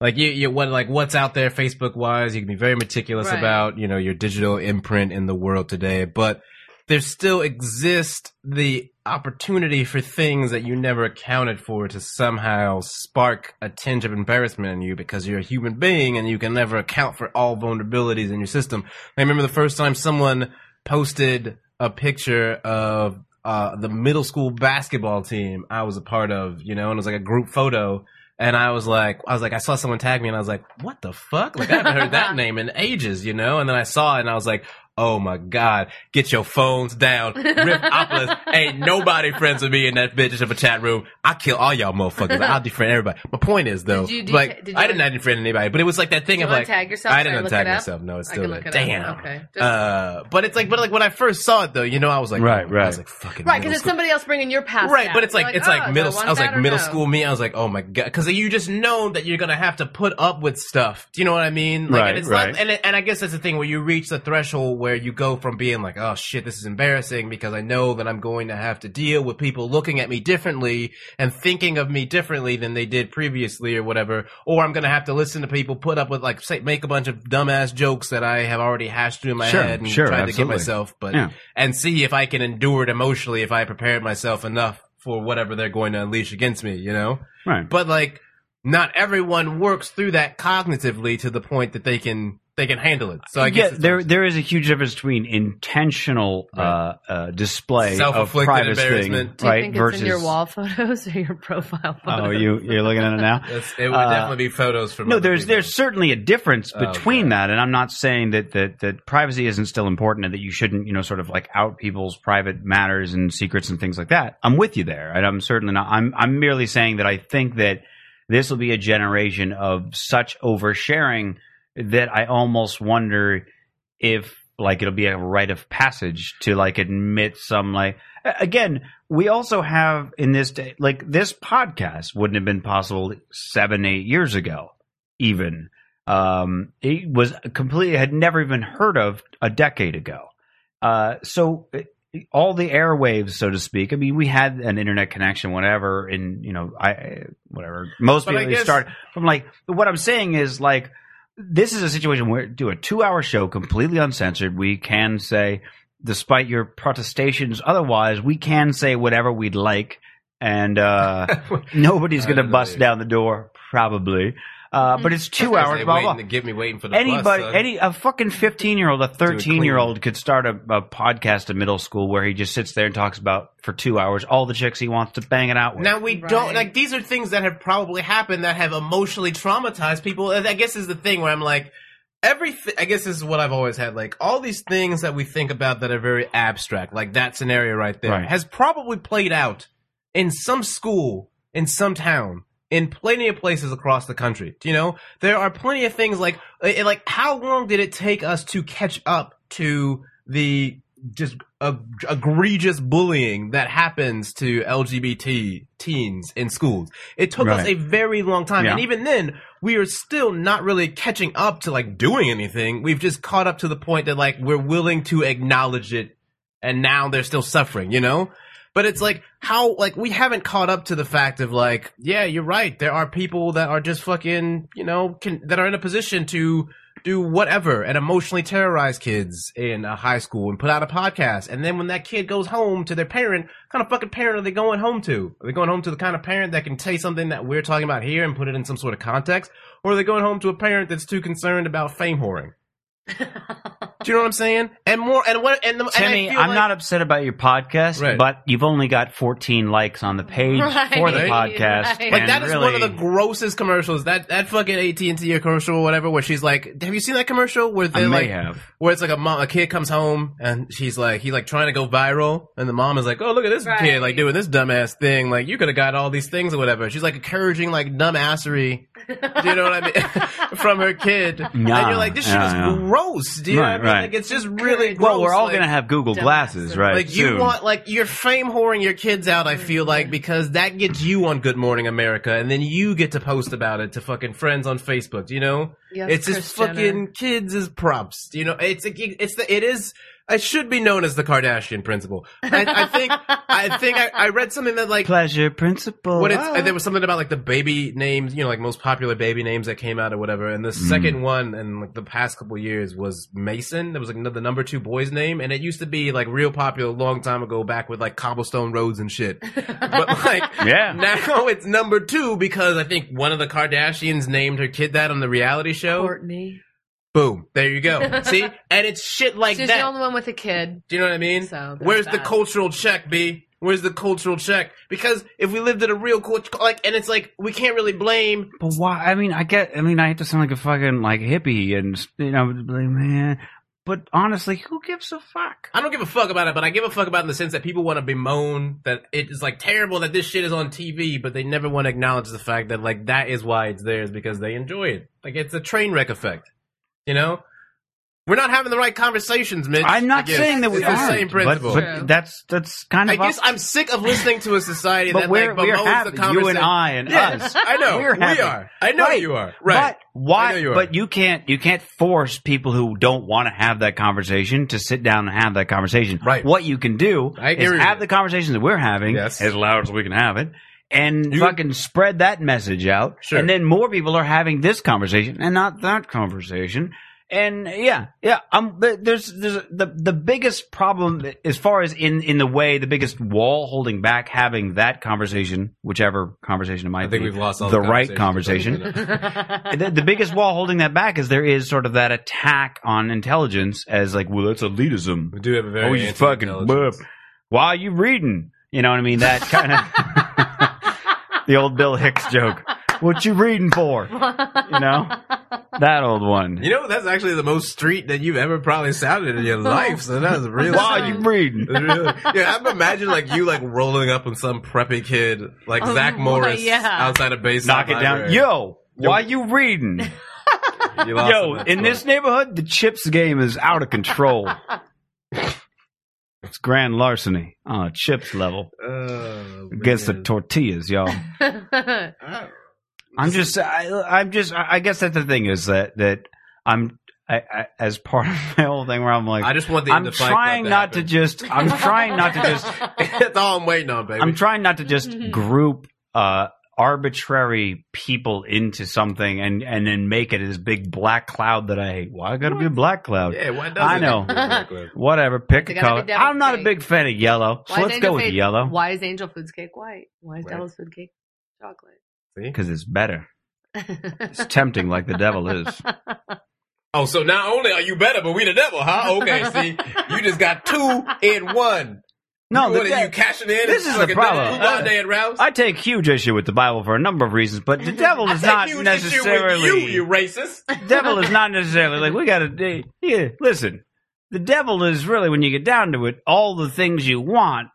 Like you, you what like what's out there Facebook wise, you can be very meticulous
Right.
about you know your digital imprint in the world today, but there still exists the opportunity for things that you never accounted for to somehow spark a tinge of embarrassment in you because you're a human being and you can never account for all vulnerabilities in your system. I remember the first time someone posted a picture of uh, the middle school basketball team I was a part of, you know, and it was like a group photo. And I was like, I was like, I saw someone tag me, and I was like, what the fuck? Like I haven't heard
[LAUGHS]
that name in ages, you know. And then I saw it, and I was like, oh my god, get your phones down,
[LAUGHS]
Ripopolis. Ain't nobody friends with me in that bitch of a chat room. I kill all y'all motherfuckers. I'll defriend everybody. My point is though,
Did you de-
like
did you
I didn't defriend anybody, but it was like that thing
Did
of
you
like
untag yourself?
I
Should
didn't
look
untag
it up?
myself. No, it's
I
still
can
there.
look it
Damn.
up. Okay. Just-
Uh, but it's like, but like when I first saw it though, you know, I was like,
Right,
oh, I
right.
was like, fucking
right,
middle
because it's
school-
somebody else bringing your past.
Right,
out.
but it's
You're
like, it's like
oh,
middle.
do want
I was
that
like
or
middle
no?
school me. I was like, oh my god, because you just know that you're gonna have to put up with stuff. Do you know what I mean? Like,
Right,
and it's
right.
Not, and it- and I guess that's the thing where you reach the threshold where you go from being like, oh shit, this is embarrassing because I know that I'm going to have to deal with people looking at me differently and thinking of me differently than they did previously or whatever, or I'm gonna have to listen to people put up with like say make a bunch of dumbass jokes that I have already hashed through in my
Sure,
head and
sure,
tried to get
absolutely.
myself, but
Yeah.
and see if I can endure it emotionally if I prepared myself enough for whatever they're going to unleash against me, you know?
right
But like not everyone works through that cognitively to the point that they can they can handle it. So I guess
yeah, there there is a huge difference between intentional uh, uh, display of
Self-inflicted
private thing,
embarrassment.
Do you
right?
think it's
versus
in your wall [LAUGHS] photos or your profile photos?
oh, you you're looking at it now.
That's, it would
Uh,
definitely be photos from
No,
other
there's
people.
there's certainly a difference
Oh,
between
okay.
that, and I'm not saying that, that that privacy isn't still important and that you shouldn't, you know, sort of like out people's private matters and secrets and things like that. I'm with you there, and I'm certainly not. I'm I'm merely saying that I think that this will be a generation of such oversharing that I almost wonder if like it'll be a rite of passage to like admit some like a- again we also have in this day like this podcast wouldn't have been possible seven eight years ago even um it was completely had never even heard of a decade ago uh so it- all the airwaves so to speak i mean we had an internet connection whatever and you know i whatever most
But I
people they
guess-
start from like what i'm saying is like this is a situation where do a two hour show completely uncensored we can say despite your protestations otherwise we can say whatever we'd like and uh
[LAUGHS]
nobody's
I
gonna
don't
bust
believe-
down the door probably uh but it's two
As
hours
[LAUGHS] they
blah
waiting
blah
to get me waiting for the
anybody
bus, son.
any a fucking 15 year old a
[LAUGHS]
13 year old could start a, a podcast in middle school where he just sits there and talks about for two hours all the chicks he wants to bang it out with
Now we don't
Right.
like these are things that have probably happened that have emotionally traumatized people. And I guess is the thing where I'm like everything. I guess this is what I've always had. Like all these things that we think about that are very abstract, like that scenario right there,
Right.
has probably played out in some school in some town, in plenty of places across the country. You know, there are plenty of things like eh, like how long did it take us to catch up to the just uh, egregious bullying that happens to LGBT teens in schools? It took us
Right.
a very long time,
Yeah.
and even then, we are still not really catching up to like doing anything. We've just caught up to the point that like we're willing to acknowledge it and now they're still suffering, you know? But it's like how like we haven't caught up to the fact of like, yeah, you're right. There are people that are just fucking, you know, can, that are in a position to do whatever and emotionally terrorize kids in a high school and put out a podcast. And then when that kid goes home to their parent, what kind of fucking parent are they going home to? Are they going home to the kind of parent that can take something that we're talking about here and put it in some sort of context? Or are they going home to a parent that's too concerned about fame whoring? Do you know what I'm saying? And more, and what, and the, and I
Timmy,
feel
I'm
like-
not upset about your podcast,
Right.
but you've only got 14 likes on the page
Right,
for the
right.
podcast.
But
Like
and
that is one of the
really,
grossest commercials. That that fucking AT and T commercial, or whatever, where she's like, "Have you seen that commercial where
I
they
may
like,
have.
where it's like a mom, a kid comes home and she's like, he's like trying to go viral, and the mom is like, "Oh, look at this
Right.
kid like doing this dumbass thing. Like you could have got all these things or whatever." She's like encouraging like dumbassery, do you know what I mean, [LAUGHS] from her kid. and
Yeah,
you're like, this shit
yeah,
is
yeah.
gross. Do you know what I
Right,
mean?
right.
Like it's just really gross.
Well, we're all
like-
going to have Google
dumbass.
Glasses, right?
like you
soon.
want like you're fame whoring your kids out, I feel like, because that gets you on Good Morning America and then you get to post about it to fucking friends on Facebook, you know?
Yes,
it's just
Kris Jenner.
fucking kids as props. You know, it's it's the it is it should be known as the Kardashian principle. I, I think I think I, I read something that like
pleasure principle.
what it's, and there was something about like the baby names, you know, like most popular baby names that came out or whatever. And the second one in like the past couple years was Mason. There was like no- the number two boy's name, and it used to be like real popular a long time ago, back with like cobblestone roads and
[LAUGHS]
shit. but like
Yeah.
now it's number two because I think one of the Kardashians named her kid that on the reality show.
Courtney.
Boom, there you
[LAUGHS]
go. See, and it's shit like
She's
that.
the only one with a
[LAUGHS]
kid.
Do you know what I mean?
So, that's
Where's the
that.
cultural check, B? Where's the cultural check? Because if we lived in a real culture, like, and it's like we can't really blame.
But why? I mean, I get. I mean, I hate to sound like a fucking like hippie, and you know, like, man. But honestly, who gives a fuck?
I don't give a fuck about it, but I give a fuck about it in the sense that people want to bemoan that it is like terrible that this shit is on TV, but they never want to acknowledge the fact that like that is why it's there is because they enjoy it. Like it's a train wreck effect, you know. We're not having the right conversations, Mitch.
I'm
I
not
guess.
saying that we
it's the
aren't,
same
but-
principle.
But,
True.
that's that's kind
I
of.
guess
us.
I'm sick of listening to a society
but
that
we're
like
we're
bemoans the
happy.
conversation.
You and I and us.
I know.
We're
we
happy.
are. I know
Right.
you are. Right.
But why?
I know you are.
but you can't. You can't force people who don't want to have that conversation to sit down and have that conversation.
Right.
What you can do
I agree
is
with
have
you.
the conversations that we're having
Yes.
as loud as we can have it, and
You-
fucking spread that message out.
Sure.
And then more people are having this conversation and not that conversation. And yeah, yeah. Um, but there's there's the the biggest problem as far as in in the way the biggest wall holding back having that conversation, whichever conversation it might
I think
be,
we've lost all
the right conversation the, the biggest wall holding that back is there is sort of that attack on intelligence as like, well, that's elitism.
We do have a very
Oh, you fucking burp. Why are you reading? You know what I mean? That kind [LAUGHS] of the old Bill Hicks joke. What you reading for? You know that old one.
You know, that's actually the most street that you've ever probably sounded
[LAUGHS]
in your life. So that was real.
Oh. Why are you reading?
Really, yeah, I'm imagining like you like rolling up on some preppy kid like
Oh,
Zach
boy,
Morris
yeah.
outside of base.
Knock it down. Yo, why you reading? Yo, in this neighborhood, the chips game is out of [LAUGHS] control. it's grand larceny on a chips level.
Oh,
[LAUGHS] against the tortillas, y'all. [LAUGHS] I'm just, I, I'm just, I I guess that the thing is that that I'm I, I, as part of my whole thing where I'm like,
I just want the end
I'm
of Fight
trying
Club
not to
happen.
just, I'm trying not to
[LAUGHS]
just,
that's all I'm waiting on, baby.
I'm trying not to just
Mm-hmm.
group uh, arbitrary people into something and and then make it this big black cloud that I hate. Why I got to be a black cloud?
yeah, why doesn't
I
[LAUGHS]
know.
it? Fight Club?
Whatever, pick a
They gotta
color.
be devil
I'm not a
cake.
big fan of yellow, so
Why is
let's
Angel
go with
Food-
yellow
Why is Angel Food's cake white? Why is
Right.
Della's Food cake chocolate?
See?
because it's better. It's tempting, like the devil
[LAUGHS]
is.
Oh, so not only are you better, but we the devil, huh?
[LAUGHS]
Okay, see, you just got two in one.
No,
you,
the
what,
de-
you cashing in.
this is the
fucking
problem.
Devil
Uh,
Kuban Day at Rouse?
I take huge issue with the Bible for a number of reasons, but
[LAUGHS]
the devil is
Take
not
huge
necessarily.
issue with you, you racist.
devil is not necessarily like we got to. Yeah, listen, the devil is really when you get down to it, all the things you want,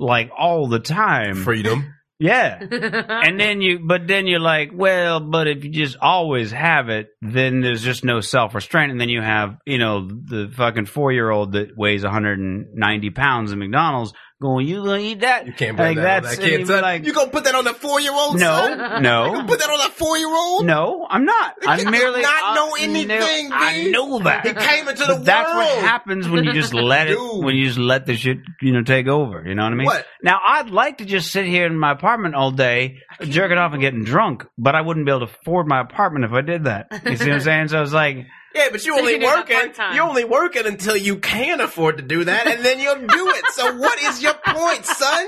like all the time.
Freedom.
Yeah. And then you, but then you're like, well, but if you just always have it, then there's just no self restraint. And then you have, you know, the fucking four year old that weighs 190 pounds at McDonald's going, you gonna eat that?
[LAUGHS] You can't blame
Like,
that, on
that's-
that kid,
and
son.
like-
you gonna put that on that four year old?
No, no,
Put that on that four year old?
no, I'm [LAUGHS] not.
kid
I'm
does
merely.
not
I'm
know
no-
anything,
I
dude.
know that.
He came into the
But that's
world.
what happens when you just let it
Dude.
when you just let the shit you know take over you know what i mean
What?
now i'd like to just sit here in my apartment all day jerking off and getting drunk but i wouldn't be able to afford my apartment if i did that you see what i'm saying so i was
[LAUGHS]
like
Yeah, but you
So
only
you can do that
working.
part-time.
You only working until you can afford to do that, and then you'll do it. So what is your point, son?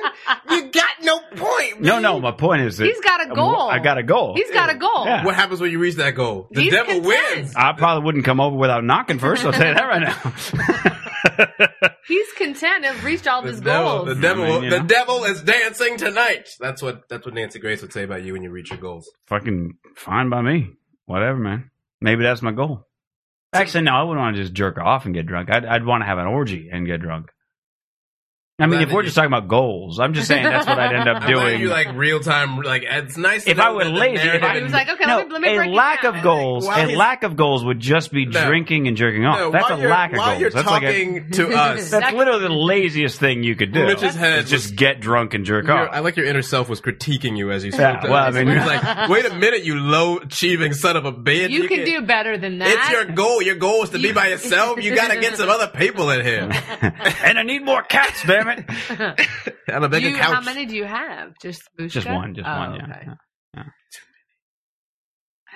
You got no point.
no
man.
no my point is that
[LAUGHS] He's got
Um,
a goal.
i got a goal
He's got a goal.
Yeah.
What happens when you reach that goal? The
He's
devil
content.
wins.
i probably wouldn't come over without knocking first i'll tell you that right now
He's content and reached all of his
The devil,
goals.
the devil,
I mean, you
the
know.
devil is dancing tonight. That's what that's what Nancy Grace would say about you when you reach your goals.
fucking fine by me whatever man maybe that's my goal actually no i wouldn't want to just jerk off and get drunk i'd, I'd want to have an orgy and get drunk i mean
Glad
if
that
we're
you-
just talking about goals i'm just saying that's what i'd end
[LAUGHS]
up
I'm glad
doing
you like real time. Like it's nice. to
if
know
I were
that the
lazy, if
narrative-
I
He was like, okay,
no,
let me, let me break
a
it
lack
down.
of goals.
Why
a
is-
lack of goals would just be
No.
drinking and jerking off.
No,
that's a
while you're-
lack of
while
goals.
you're
That's like a,
talking
[LAUGHS]
to us.
that's literally the laziest thing you could do.
Rich's head
is just
was-
get drunk and jerk off.
Your- [LAUGHS] I like your inner self was critiquing you as you
Yeah,
said.
well, I mean- [LAUGHS]
He's like, wait a minute, you low achieving son of a bitch.
You can
can't-
do better than that.
It's
[LAUGHS]
your [LAUGHS] goal. Your goal is to be
You-
by yourself. You got to get some other people in
[LAUGHS]
here. [LAUGHS]
and I need more cats, damn it.
On a bigger
You-
couch.
How many do you have? Just Bushka?
Just one, just
Oh,
one. Yeah.
okay.
yeah.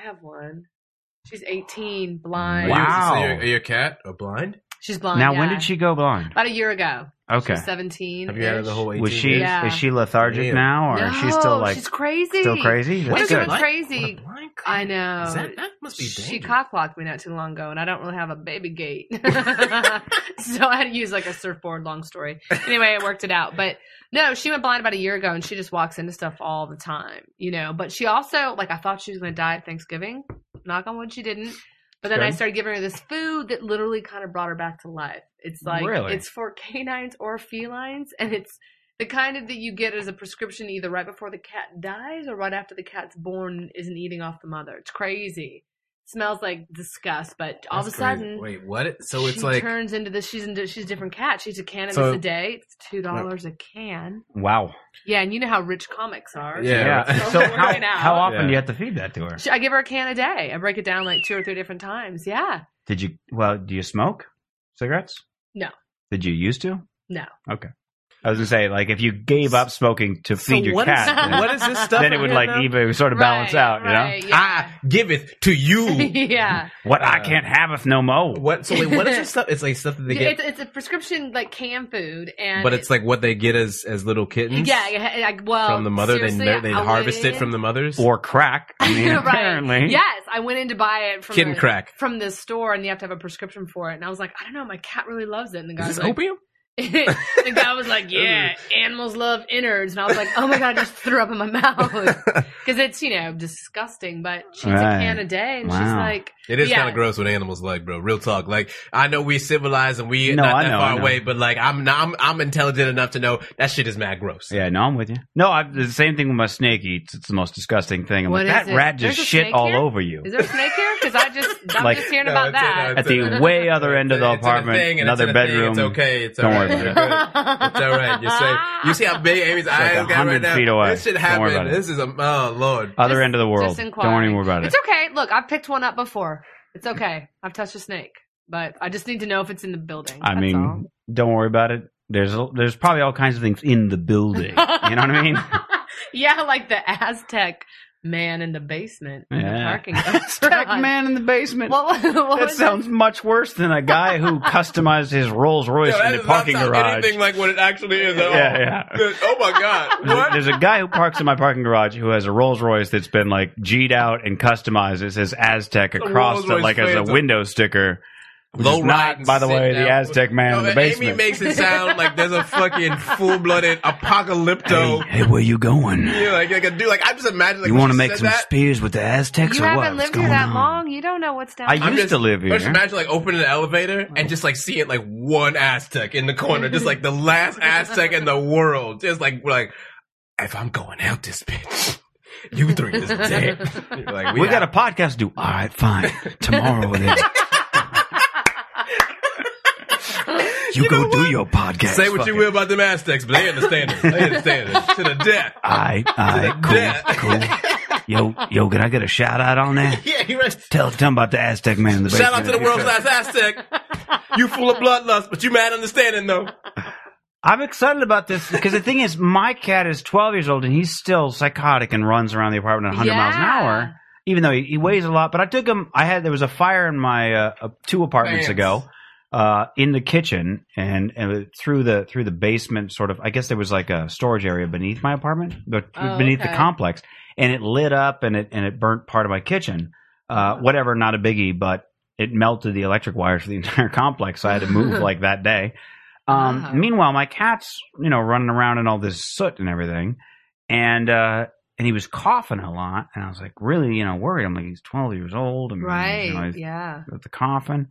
I have one. She's 18,
Are
blind.
you-
Wow.
so you're- are your cat or blind?
She's blind.
Now, when
Oh, yeah.
did she go blind?
About a year ago.
Okay.
She's 17.
Have you had her the whole 18
Was she
Yeah.
is she lethargic
Damn.
now, or
no,
is she still like
she's crazy.
still crazy?
What
That's
Wait
is
a
it
good.
minute.
with crazy?
Blind cat?
I
Is
know.
that, that must be dangerous.
She cockblocked me not too long ago, and I don't really have a baby gate,
[LAUGHS]
[LAUGHS] so I had to use like a surfboard. Long story. Anyway, I worked it out, but no, she went blind about a year ago, and she just walks into stuff all the time, you know. But she also like I thought she was going to die at Thanksgiving. Knock on wood, she didn't. But then I
Good.
started giving her this food that literally kind of brought her back to life. It's like
Really?
it's for canines or felines, and it's the kind of that you get as a prescription either right before the cat dies or right after the cat's born and isn't eating off the mother. It's crazy. smells like disgust, but all
That's
of a
crazy.
sudden,
Wait, what? So it's
she
like.
turns into this. She's into, she's a different cat. She's a cannabis
So-
a day. It's two dollars a can.
Wow.
Yeah, and you know how rich comics are.
Yeah. [LAUGHS]
Yeah.
So
So
we're
how,
working out.
how often
Yeah.
do you have to feed that to her?
She- I give her a can a day. I break it down like two or three different times. Yeah.
Did you? Well, do you smoke cigarettes?
No.
Did you used to?
No.
Okay. I was gonna say, like, if you gave up smoking to feed your
what is-
cat,
[LAUGHS]
then,
what is this stuff?
then it would like
again,
e-
though?
even it would sort of balance
Right,
out. You
right,
I give it to [LAUGHS]
Yeah.
you.
[LAUGHS] yeah.
know what I can't have if no mo.
what? So wait, what is this stuff? It's like stuff that they get,
It's, it's a prescription like canned food, and
but it's like what they get as as little kittens.
Yeah, I, I, well,
from the mother. They
seriously,
ner- they
I
harvest
went
it
[LAUGHS]
from the mothers.
Or crack? I mean,
in- [LAUGHS] Right.
apparently.
Yes, I went in to buy it from
Kid
the,
and crack.
from the store, and you have to have a prescription for it. And I was like, I don't know, my cat really loves it. And the guy
Is
was
this
like,
opium?
[LAUGHS] the guy
[LAUGHS]
was like, yeah, animals love innards, and I was like, oh my god, I just threw up in
[LAUGHS]
my [LAUGHS] mouth because it's you know disgusting. But she's
Right.
a can a day, and she's
Wow.
like,
It is
Yeah.
kind of gross what animals like, bro. Real talk. Like I know we civilized and we
No,
not
I
that
know, I
far
know.
away, but like I'm not, I'm I'm intelligent enough to know that shit is mad gross.
Yeah, no, I'm with you. No, I, the same thing with my snake eats. It's the most disgusting thing. I'm
What
like,
is
that
it?
rat just
There's a
shit
snake
all
here?
over you.
is there a snake here? Because I just I'm
Like-
just hearing
No,
about
it's in
that.
a-
At the way other end of the
It's in a
apartment,
thing and it's in
another
a thing.
bedroom.
It's okay. It's
Don't
all
worry
right. [LAUGHS] You're good. It's all right. You're safe. You see how big Amy's
like
eyes got
100
right now?
feet away.
This shit
Don't worry
happened.
about it.
This is a oh lord.
[LAUGHS] Other
Just-
end of the world.
Just
Don't
inquiring.
worry more about it.
It's okay. Look, I've picked one up before. It's okay. I've touched a snake, but I just need to know if it's in the building.
I
That's
mean,
all.
don't worry about it. There's there's probably all kinds of things in the building. You know what I
[LAUGHS]
mean? [LAUGHS]
yeah, like the Aztec man in the basement in the
Yeah. [LAUGHS]
parking
Tech
lot. [LAUGHS]
man in the basement.
What, was- what
that
was
sounds much worse than a guy
[LAUGHS]
who customized his Rolls Royce
Yo, that
in the
does not
parking
sound
garage.
Anything like what it actually is. At
[LAUGHS]
all.
yeah, yeah.
Good. Oh my
[LAUGHS]
god. What?
There's a guy who parks in my parking garage who has a Rolls Royce that's been like G'd out and customized. It says Aztec across
Rolls
the,
Royce
like as a
Phantom.
window sticker. Which is not,
and
by the
sit
way, the
down.
Aztec man
No,
in the
Amy
basement.
makes it sound like there's a fucking full
[LAUGHS]
blooded apocalypto.
hey, where you going?
Yeah, like, like a dude. Like I just imagine. Like,
you
when
want to
she
make
said
some
that,
spears with the
it?
Aztecs
You
or what?
haven't
What's
lived here
going
that
on?
long. You don't know what's down.
I
there.
used to live here.
Just imagine like opening an elevator and just like seeing like one Aztec in the corner, just like the last Aztec in the world, just like like if I'm going out this bitch, you three is dead. You're like,
We, got
out.
a podcast due. All right, fine. Tomorrow it
[LAUGHS]
is. You, go do your podcast.
[LAUGHS] Say what you
Fuck
will
it.
about them Aztecs, but they understand it. They understand it to the death.
All right, all right, cool,
Yeah.
cool. Yo, yo, can I get a shout out on that?
[LAUGHS] Yeah, you rest.
Tell, tell 'em about the Aztec man in the
Shout out to
basement.
the world's last Aztec. You full of bloodlust, but you mad understanding though.
I'm excited about this because the thing is, my cat is 12 years old and he's still psychotic and runs around the apartment at 100 miles an
Yeah.
hour, even though he, he weighs a lot. But I took him. I had there was a fire in my uh, uh, two apartments
Vance.
ago uh, in the kitchen and, and through the through the basement. Sort of, I guess there was like a storage area beneath my apartment, but
Oh,
beneath
okay.
the complex, and it lit up and it and it burnt part of my kitchen. Uh, whatever, not a biggie, but it melted the electric wires for the [LAUGHS] entire complex. So I had to
[LAUGHS]
move like that day. Um,
Wow.
Meanwhile, my cat's you know running around in all this soot and everything, and uh, and he was coughing a lot, and I was like really you know worried. I'm like he's 12 years old, and you know,
Right.
he's
Yeah.
with the coffin,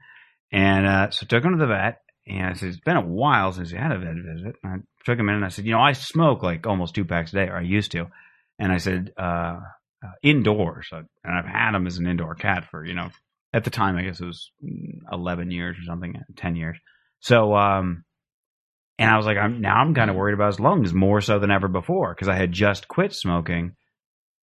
and uh, so took him to the vet. And I said, it's been a while since he had a vet visit. And I took him in and I said, you know, I smoke like almost two packs a day, or I used to. And I said, uh, uh, indoors. So, and I've had him as an indoor cat for, you know, at the time, I guess it was mm, 11 years or something, 10 years. So, um, and I was like, I'm now I'm kind of worried about his lungs more so than ever before because I had just quit smoking.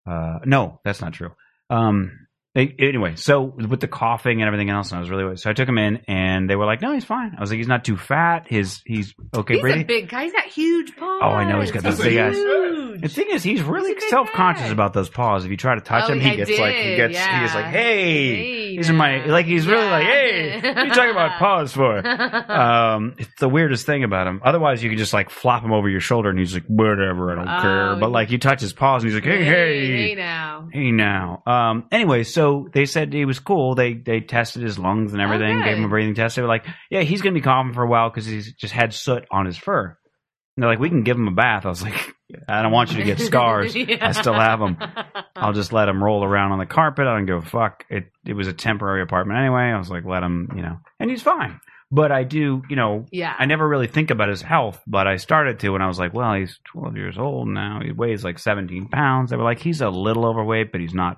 Uh, no, that's not true. Um, they- anyway, so with the coughing and everything else, and I was really so I took him in, and they were like, "No, he's fine." I was like, "He's not too fat. His he's okay."
he's
Brady.
a big guy. He's got huge paws.
Oh, I know, he's got
He's
those big ass-
huge. [LAUGHS]
The thing is, he's really
a big
self conscious
guy.
about those paws. If you try to touch
Oh,
him, he
I
gets like he
did,
gets he gets
yeah.
like, "Hey,
Hey,
these are my
man.
like." He's really
Yeah,
like,
I
"Hey,
did.
what are you talking
[LAUGHS]
about paws for?" um, it's the weirdest thing about him. Otherwise, you could just like flop him over your shoulder, and he's like, "Whatever, I don't
Oh,
care." But
yeah.
like, you touch his paws, and he's like, "Hey,
hey,
hey,
now. [LAUGHS]
hey, now." Um, anyway, so they said he was cool. They they tested his lungs and everything, gave him a
good.
breathing test. They were like, "Yeah, he's gonna be coughing for a while because he's just had soot on his fur." And they're like, "We can give him a bath." I was like, "I don't want you to get scars. I still have them." I'll just let him roll around on the carpet. I don't give a fuck. It it was a temporary apartment anyway. I was like, let him, you know, and he's fine. But I do, you know,
Yeah.
I never really think about his health, but I started to, and I was like, well, he's 12 years old now. He weighs like 17 pounds. They were like, he's a little overweight, but he's not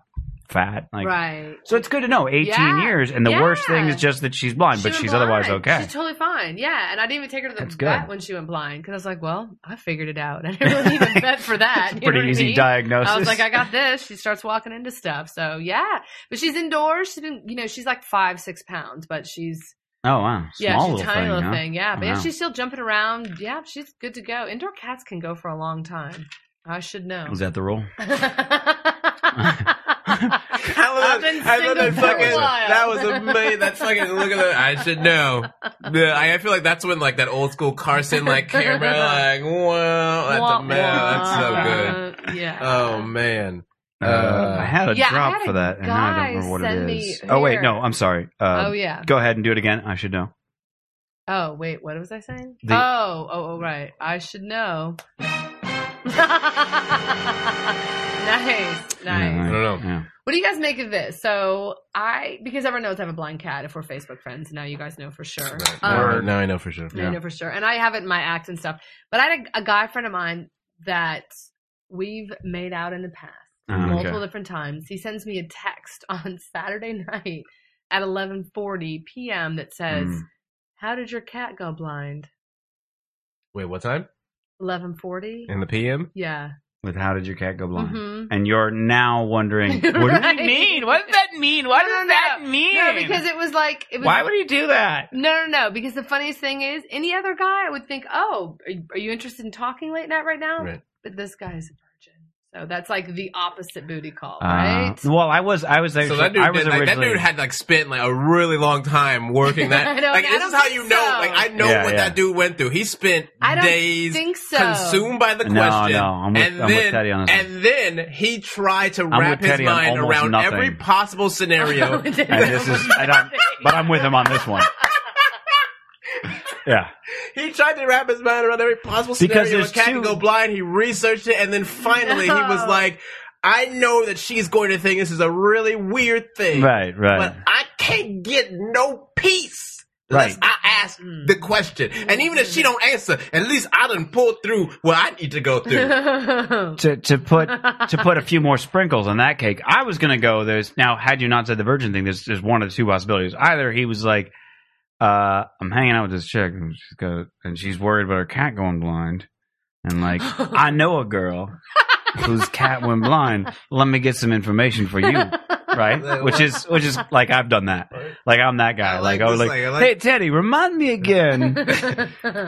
fat. Like,
right.
so it's good to know. 18
Yeah.
years, and the
Yeah.
worst thing is just that she's blind, but
She went
she's
blind.
otherwise okay.
She's totally fine. Yeah, and I didn't even take her to the
That's good.
vet when she went blind because I was like, well, I figured it out. [LAUGHS] I didn't really even vet for
[LAUGHS]
that. You know
Pretty
what I
easy
mean?
diagnosis.
I was like, I got this. She starts walking into stuff. So yeah, but she's indoors. She didn't, you know, she's like five, six pounds, but she's
oh wow, small
yeah, she's
little
a tiny
thing,
little
huh?
thing. Yeah, but
Wow.
yeah, she's still jumping around. Yeah, she's good to go. Indoor cats can go for a long time. I should know. [LAUGHS]
[LAUGHS] Is that the rule?
I love
I've been
that- I love
single
that
for a
fucking-
while.
That was amazing. That fucking look at that. I should know. The, I, I feel like that's when like that old school Carson like camera
[LAUGHS]
like wow that's
Wah,
a man. That's so good.
wah. Uh, Yeah.
Oh man.
Uh, I had a
Yeah, I
drop
had a
for that, and now I
guy
don't remember what
send
it
me
is. Oh wait,
hair.
no, I'm sorry. Uh,
oh yeah.
Go ahead and do it again. I should know.
Oh wait, what was I saying?
The-
oh, oh, oh, right. I should know. [LAUGHS] nice, nice.
[LAUGHS] Yeah,
I don't know.
yeah.
What do you guys make of this? So I, because everyone knows I have a blind cat. If we're Facebook friends, now you guys know for sure.
Mm.
Right.
Um,
Word. now I know for sure.
I know for sure. And I have it in my act and stuff. But I had a, a guy friend of mine that we've made out in the past
Oh, okay.
multiple different times. He sends me a text [LAUGHS] on Saturday night at 11:40 p.m. that says,
Mm.
"How did your cat go blind?"
Wait, what time?
11:40.
In the PM?
Yeah.
With how did your cat go blind?
hmm
And you're now
[LAUGHS]
wondering what does that
Right.
mean? What does that mean? What
No,
does
no,
that
no.
mean?
No, because it was like it was.
Why would he do that?
No, no, no. Because the funniest thing is, any other guy would think, "Oh, are you, are you interested in talking late night right now?"
Right.
But this guy is a virgin, so that's like the opposite booty call,
Uh,
right?
well, I was, I was there.
So that dude,
I was
did, like, that
originally.
dude had like spent like a really long time
[LAUGHS]
working that.
I don't-
like
I
this
don't
is how
think
you know.
so.
Like I know
Yeah,
what
yeah.
that dude went through. He spent
I don't
days
think so. [LAUGHS]
consumed by the
No,
question.
no, I'm with-
and
I'm with
then,
Teddy on this
And then he tried to wrap
with
his
Teddy on
mind
almost
around
nothing.
every possible
[LAUGHS]
scenario.
and this is, I don't, but I'm with him on this one. yeah,
he tried to wrap his mind around every possible
Because
scenario.
there's
A cat
two-
can go blind. He researched it, and then finally he was
No.
like, "I know that she's going to think this is a really weird thing,
right, right.
but I can't get no peace." Unless
Right.
I ask
Hmm.
the question, and even if she don't answer, at least I done pulled through what I need to go
[LAUGHS]
through.
to to put to put a few more sprinkles on that cake. I was gonna go. There's now had you not said the virgin thing, there's there's one of the two possibilities. Either he was like, uh, I'm hanging out with this chick and she's got and she's worried about her cat going blind, and like I know a girl whose cat went blind. Let me get some information for you.
[LAUGHS]
Right, which is which is like I've done that, like I'm that guy.
I
like,
like
I was
this
like,
thing. I like-
hey Teddy, remind me
[LAUGHS]
again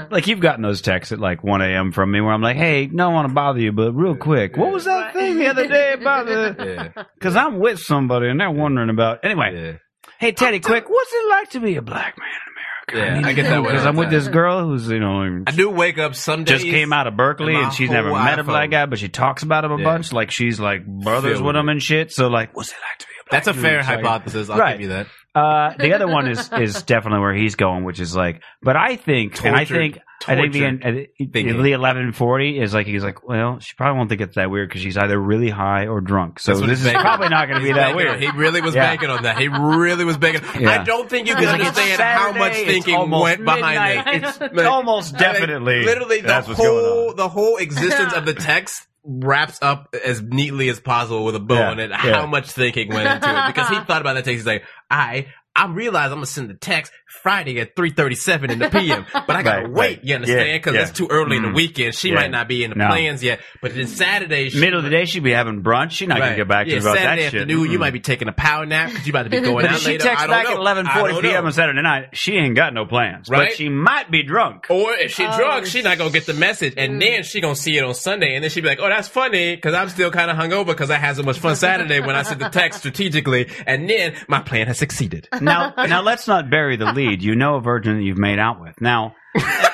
like you've gotten those texts at like 1 a.m. from me where I'm like, hey, don't want to bother you, but real quick, what was that thing the other day about
[LAUGHS]
the?
yeah,
Because I'm with somebody and they're wondering about. Anyway,
yeah,
hey Teddy, quick, what's it like to be a black man in America?
yeah. I get that one.
Because
all
I'm
the
with
time.
this girl who's you know
I do wake up some days.
just came out of Berkeley
my
and she's never
whole
met a
iPhone.
black guy, but she talks about him a
Yeah.
bunch. Like she's like brothers
Filled
with
with
him
it.
and shit. So like, what's it like to be a black
That's a
dude?
fair
It's like-
hypothesis. I'll
Right.
give you that.
Uh, the other one is is definitely where he's going, which is like, but I think, and I
Tortured.
think, I think the, end- uh,
Thinking.
the eleven forty is like he's like, well, she probably won't think it's that weird because she's either really high or drunk, so
That's what
this
he's
is
banking
probably not going to be that
Banking on-
weird.
He really was
Yeah.
banking on that. He really was banking.
Yeah.
I don't think you can
He's like, it's
understand how
Saturday,
much
it's
thinking
almost
went behind
midnight.
that. It's
Almost
I mean,
definitely,
literally the
that's what's going
whole
on. [LAUGHS]
the whole existence of the text wraps up as neatly as possible with a bow
Yeah,
on it.
yeah.
How much thinking went into it
[LAUGHS]
because he thought about that text. He's like, I. I realize I'm gonna send the text Friday at 3:37 in the PM, but I gotta
Right,
wait.
right.
You understand?
Yeah,
Because
yeah.
that's too early in
Mm.
the weekend. She
Yeah.
might not be in the
No.
plans yet. But then Saturday, she
Middle of the day, she'd be having brunch. She's not going
Right.
to get back to
yeah,
you about
Saturday
that shit.
afternoon, you
Mm-mm.
might be taking a power nap because you about to
[LAUGHS]
be going
But
out
if she
later.
texts
I don't
back
know.
at eleven
I
forty
don't
p.m.
know.
on Saturday night, she ain't got no plans. But
Right?
she might be drunk.
Or if she
Oh,
drunk, she not gonna get the message, and then she gonna see it on Sunday, and then she be like, "Oh, that's funny," because I'm still kind of hungover because I had so much fun Saturday when I sent the text strategically, and then my plan has succeeded. [LAUGHS]
Now, now let's not bury the lead. You know a virgin that you've made out with. Now,
Ah,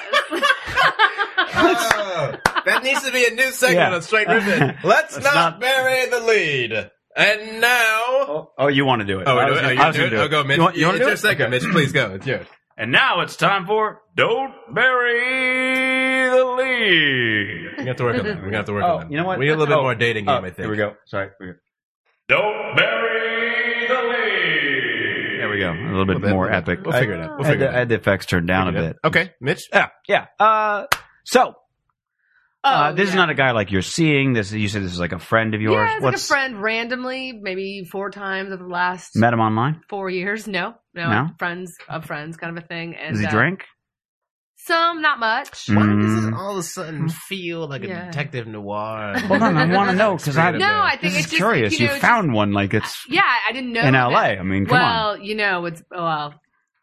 that needs to be a new segment
Yeah.
on Straight [LAUGHS] Ribbon. Let's,
Let's
not,
not-
bury the lead. And now,
oh, oh, you want to do it?
oh,
I was
oh,
gonna-
you
I was
do
gonna
it? Oh, go, Mitch.
You want, you want
it's
to do
your
it?
segment,
Okay.
Mitch. Please go. It's yours.
And now it's time for Don't Bury the Lead.
We have to work on that. We are gonna have to work on
Oh,
that.
you know what?
We need a little bit
Oh,
more dating game,
oh,
I think.
Here we go. Sorry. here we go. Don't bury the lead. There we go. A little bit
We'll-
more
we'll-
epic.
we'll figure it out. We'll
I had
figure
the-
it
I had the effects turned down a
Figure it
bit.
out. Okay, Mitch.
Yeah, yeah. Uh, so uh, this is
Oh, yeah.
not a guy like you're seeing. This you said this is like a friend of yours.
Yeah, it's like a
What's
friend randomly, maybe four times over the last
met him online?
four years. No, no,
No?
friends of friends, kind of a thing. And
Does he
uh,
drink? Mm.
Some, not much.
Why does this
all of a sudden feel like
a Mm. Yeah.
detective noir?
Hold on, I
[LAUGHS]
want to know because I
No, I think
this
it's
is
just
curious.
You, know, just-
found one like it's
Yeah, I didn't know
in
that-
L.A. I mean, come on.
well, you know, it's well,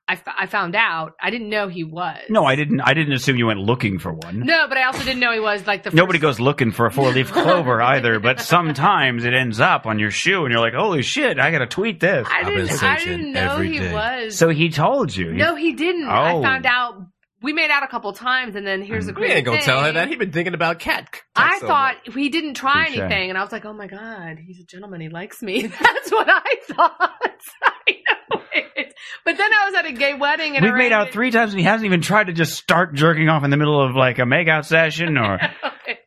I, f- I found out. I didn't know he was.
No, I didn't. I didn't assume you went looking for one.
No, but I also didn't know he was like the first
Nobody goes looking for a four
[LAUGHS]
leaf clover either, but sometimes it ends up on your shoe, and you're like, "Holy shit! I gotta tweet this."
I
I've been
didn't. I
searching
didn't know
every
he
day.
was.
So he told you.
no, he didn't.
Oh.
I found out. We made out a couple times, and then here's the
We
crazy
ain't gonna
thing.
tell her that. He been thinking about cat. c-
I
text
thought he didn't try
Touche.
anything, and I was like, "Oh my god, he's a gentleman. He likes me." [LAUGHS] That's what I thought. [LAUGHS] I know it. But then I was at a gay wedding, and I
We've made
ran
out
into-
three times, and he hasn't even tried to just start jerking off in the middle of like a makeout session,
[LAUGHS]
or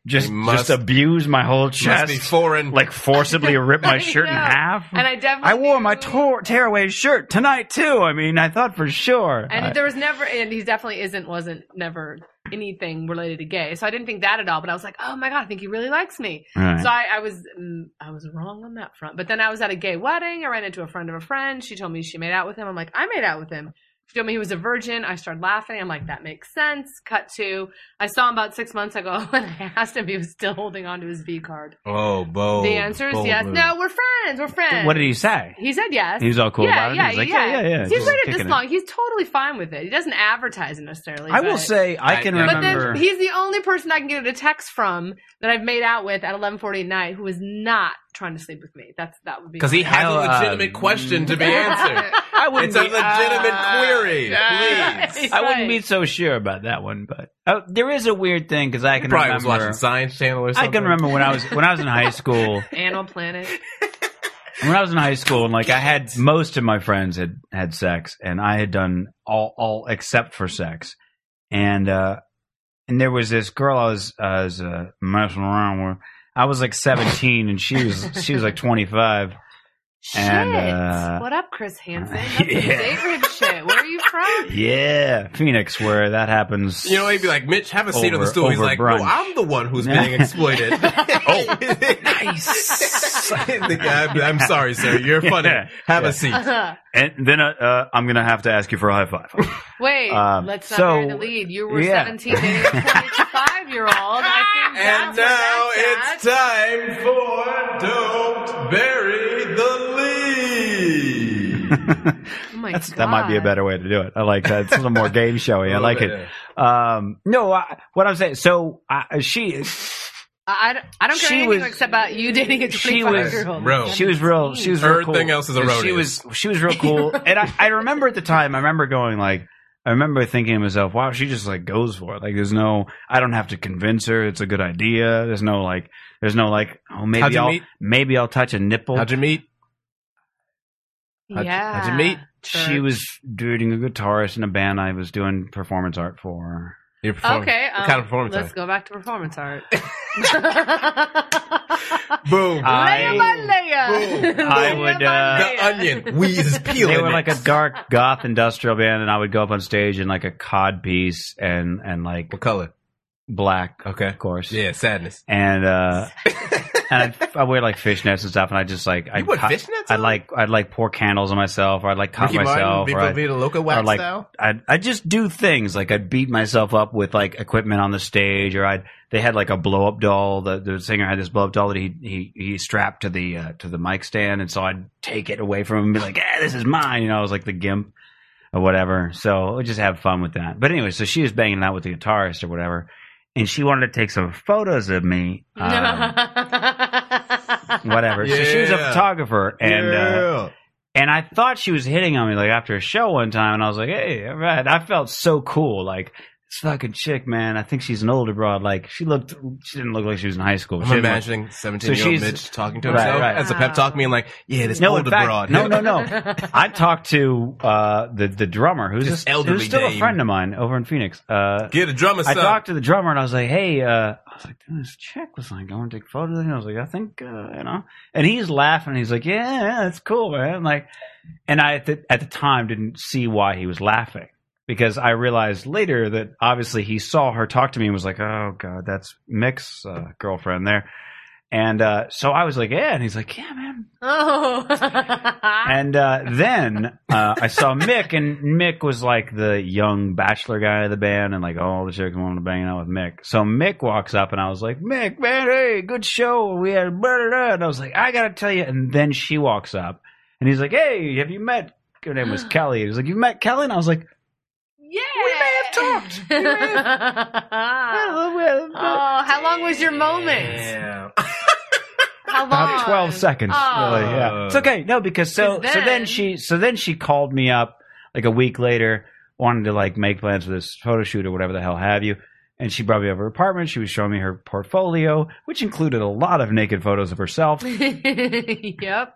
just
He must-
just abuse my whole
over. Must be
chest,
foreign.
like
[LAUGHS]
forcibly rip my shirt in
know.
half.
[LAUGHS] and I definitely
I wore my
knew-
tor- tearaway shirt tonight too. I mean, I thought for sure.
And
I-
there was never, and he definitely isn't, wasn't, never anything related to gay. So I didn't think that at all. But I was like, oh my god, I think he really likes me.
Right.
So I, I was, mm, I was wrong on that front. But then I was at a gay wedding. I ran into a friend of a friend. She told me she made out with him. I'm like, I made out with him. She told me he was a virgin. I started laughing. I'm like, that makes sense. Cut to, I saw him about six months ago, [LAUGHS] and I asked him if he was still holding on to his V card.
oh, bold.
the answer is
bold
yes.
move.
No, we're friends. We're friends.
what did he say?
He said yes.
He was all cool about
yeah,
it.
Yeah,
he was like,
yeah,
yeah, yeah, yeah.
He's
just
waited this
kicking it.
long. He's totally fine with it. He doesn't advertise it necessarily.
I will
but-
say I
I-
can
yeah.
But
remember.
then he's the only person I can get a text from that I've made out with at 11:40 at night who is not trying to sleep with me. That's that would be
Because he
my-
has
Hell,
a
uh,
legitimate question
[LAUGHS]
to be answered.
[LAUGHS] I wouldn't
it's a
be-
legitimate
ah,
query.
yeah.
Please.
I wouldn't
Right.
be so sure about that one, but oh, there is a weird thing because I
He
can
probably was
remember.
watching Science Channel or
I
something.
can remember when I was when I was in high
[LAUGHS]
school. [LAUGHS]
Animal Planet.
When I was in high school, and like I had most of my friends had had sex, and I had done all all except for sex, and uh, and there was this girl I was I was uh, messing around with. I was like seventeen, and she was she was like twenty five.
Shit.
And, uh,
what up, Chris
[LAUGHS]
Hansen? That's
yeah.
some date rib shit. Where are you from?
Yeah, Phoenix, where that happens.
You know, he'd be like, Mitch, have a seat on
Over-
the stool. He's
over
like,
brunch.
oh, I'm the
[LAUGHS]
one who's being exploited. [LAUGHS] oh, nice. I'm, I'm sorry, sir. You're
[LAUGHS]
funny.
Yeah,
Have
yeah.
a seat.
[LAUGHS] [LAUGHS]
[LAUGHS]
and then uh, uh, I'm gonna have to ask you for a high five.
Wait,
Um,
let's not
so-
bury the lead. You were
yeah.
17 dating a 25 year old. I
[LAUGHS]
think
And
that's
now
where that's
it's time for Don't Bury the Lead.
at. Oh my
That's, that might be a
God.
better way to do it. I like that. It's a little
[LAUGHS]
more game showy. I
A little
like
bit,
it. Um, no, I, what I'm saying. So I, she
I, I don't- I don't care
She
anything
was-
except about you dating a
she
25
was-
year old.
Bro.
she was real. She was real cool.
Everything else is erroneous.
She was she was real cool.
[LAUGHS]
and I, I remember at the time. I remember going like. I remember thinking to myself, "Wow, she just like goes for it. Like, there's no, I don't have to convince her. It's a good idea. There's no like, there's no like, oh,
How'd
maybe
you
I'll,
meet?
maybe I'll touch a nipple.
How'd you meet? How'd you-
yeah.
how'd you meet?
she was dating a guitarist in a band I was doing performance art for.
Your performance.
Okay. Um,
What kind of performance
Let's
art?
go back to
[LAUGHS]
performance art.
Boom.
layer by
Boom.
layer.
I
Layer
would,
by
uh,
the
layer. [LAUGHS]
onion wheeze is peeling.
they were
it.
like a dark goth industrial band, and I would go up on stage in like a cod piece and and like
what color?
black,
Okay.
of course.
Yeah, sadness.
And
[LAUGHS]
uh, and I I wear like fishnets and stuff, and I just like I
You put fishnets
I
on?
like I'd like pour candles on myself, or I'd like cut
Ricky
myself,
Martin,
or
Viva
I'd,
Vida Loca wax
like-
style.
I'd I'd just do things like I'd beat myself up with like equipment on the stage, or I'd they had like a blow up doll. The the singer had this blow up doll that he he he strapped to the uh, to the mic stand, and so I'd take it away from him and be like, "Ah, this is mine," you know. I was like the gimp or whatever. So I'd just have fun with that. But anyway, so she was banging out with the guitarist or whatever, and she wanted to take some photos of me.
[LAUGHS]
um, whatever. So she was a
Yeah.
photographer, and. Uh,
yeah.
and I thought she was hitting on me like after a show one time, and I was like, "Hey, all right." I felt so cool, like this fucking chick, man. I think she's an older broad. Like she looked, she didn't look like she was in high school. She
I'm
didn't look-
imagining 17 year
she's-
old Mitch talking to
Right,
himself
right.
as a pep talk, being like, "Yeah, this
no, in
older
fact,
broad."
no, no,
[LAUGHS]
no. I talked to uh, the the drummer, who's
This
a-
elderly
who's still a
dame.
friend of mine over in Phoenix. Uh,
Get a drummer,
I
son.
talked to the drummer and I was like, "Hey," uh, I was like, "Dude, this chick was like, I want to take photos." And I was like, "I think, uh, you know," and he's laughing. he's like, "Yeah, yeah, that's cool, man." Like, and I at the, at the time didn't see why he was laughing because I realized later that obviously he saw her talk to me and was like, "Oh God, that's Mick's uh, girlfriend there." And uh, so I was like, "Yeah," and he's like, "Yeah, man,
oh.
and uh, then uh, I saw Mick, and Mick was like the young bachelor guy of the band, and like all the chicks wanted to bang out with Mick. So Mick walks up, and I was like, Mick, man, hey, good show. We had blah, blah, blah. and I was like, I gotta tell you. And then she walks up, and he's like, Hey, have you met? Her name was Kelly. He was like, You met Kelly? And I was like,
yeah.
We may have talked. We may
Uh,
[LAUGHS]
"Oh, well, well."
[LAUGHS] oh, how long was your moment?
Yeah.
How long?
about 12 seconds
Oh.
really
Uh.
yeah it's okay no because so
'Cause then-
so then she so then she called me up like a week later wanted to like make plans for this photo shoot or whatever the hell have you and she brought me over to her apartment she was showing me her portfolio which included a lot of naked photos of herself
[LAUGHS] yep.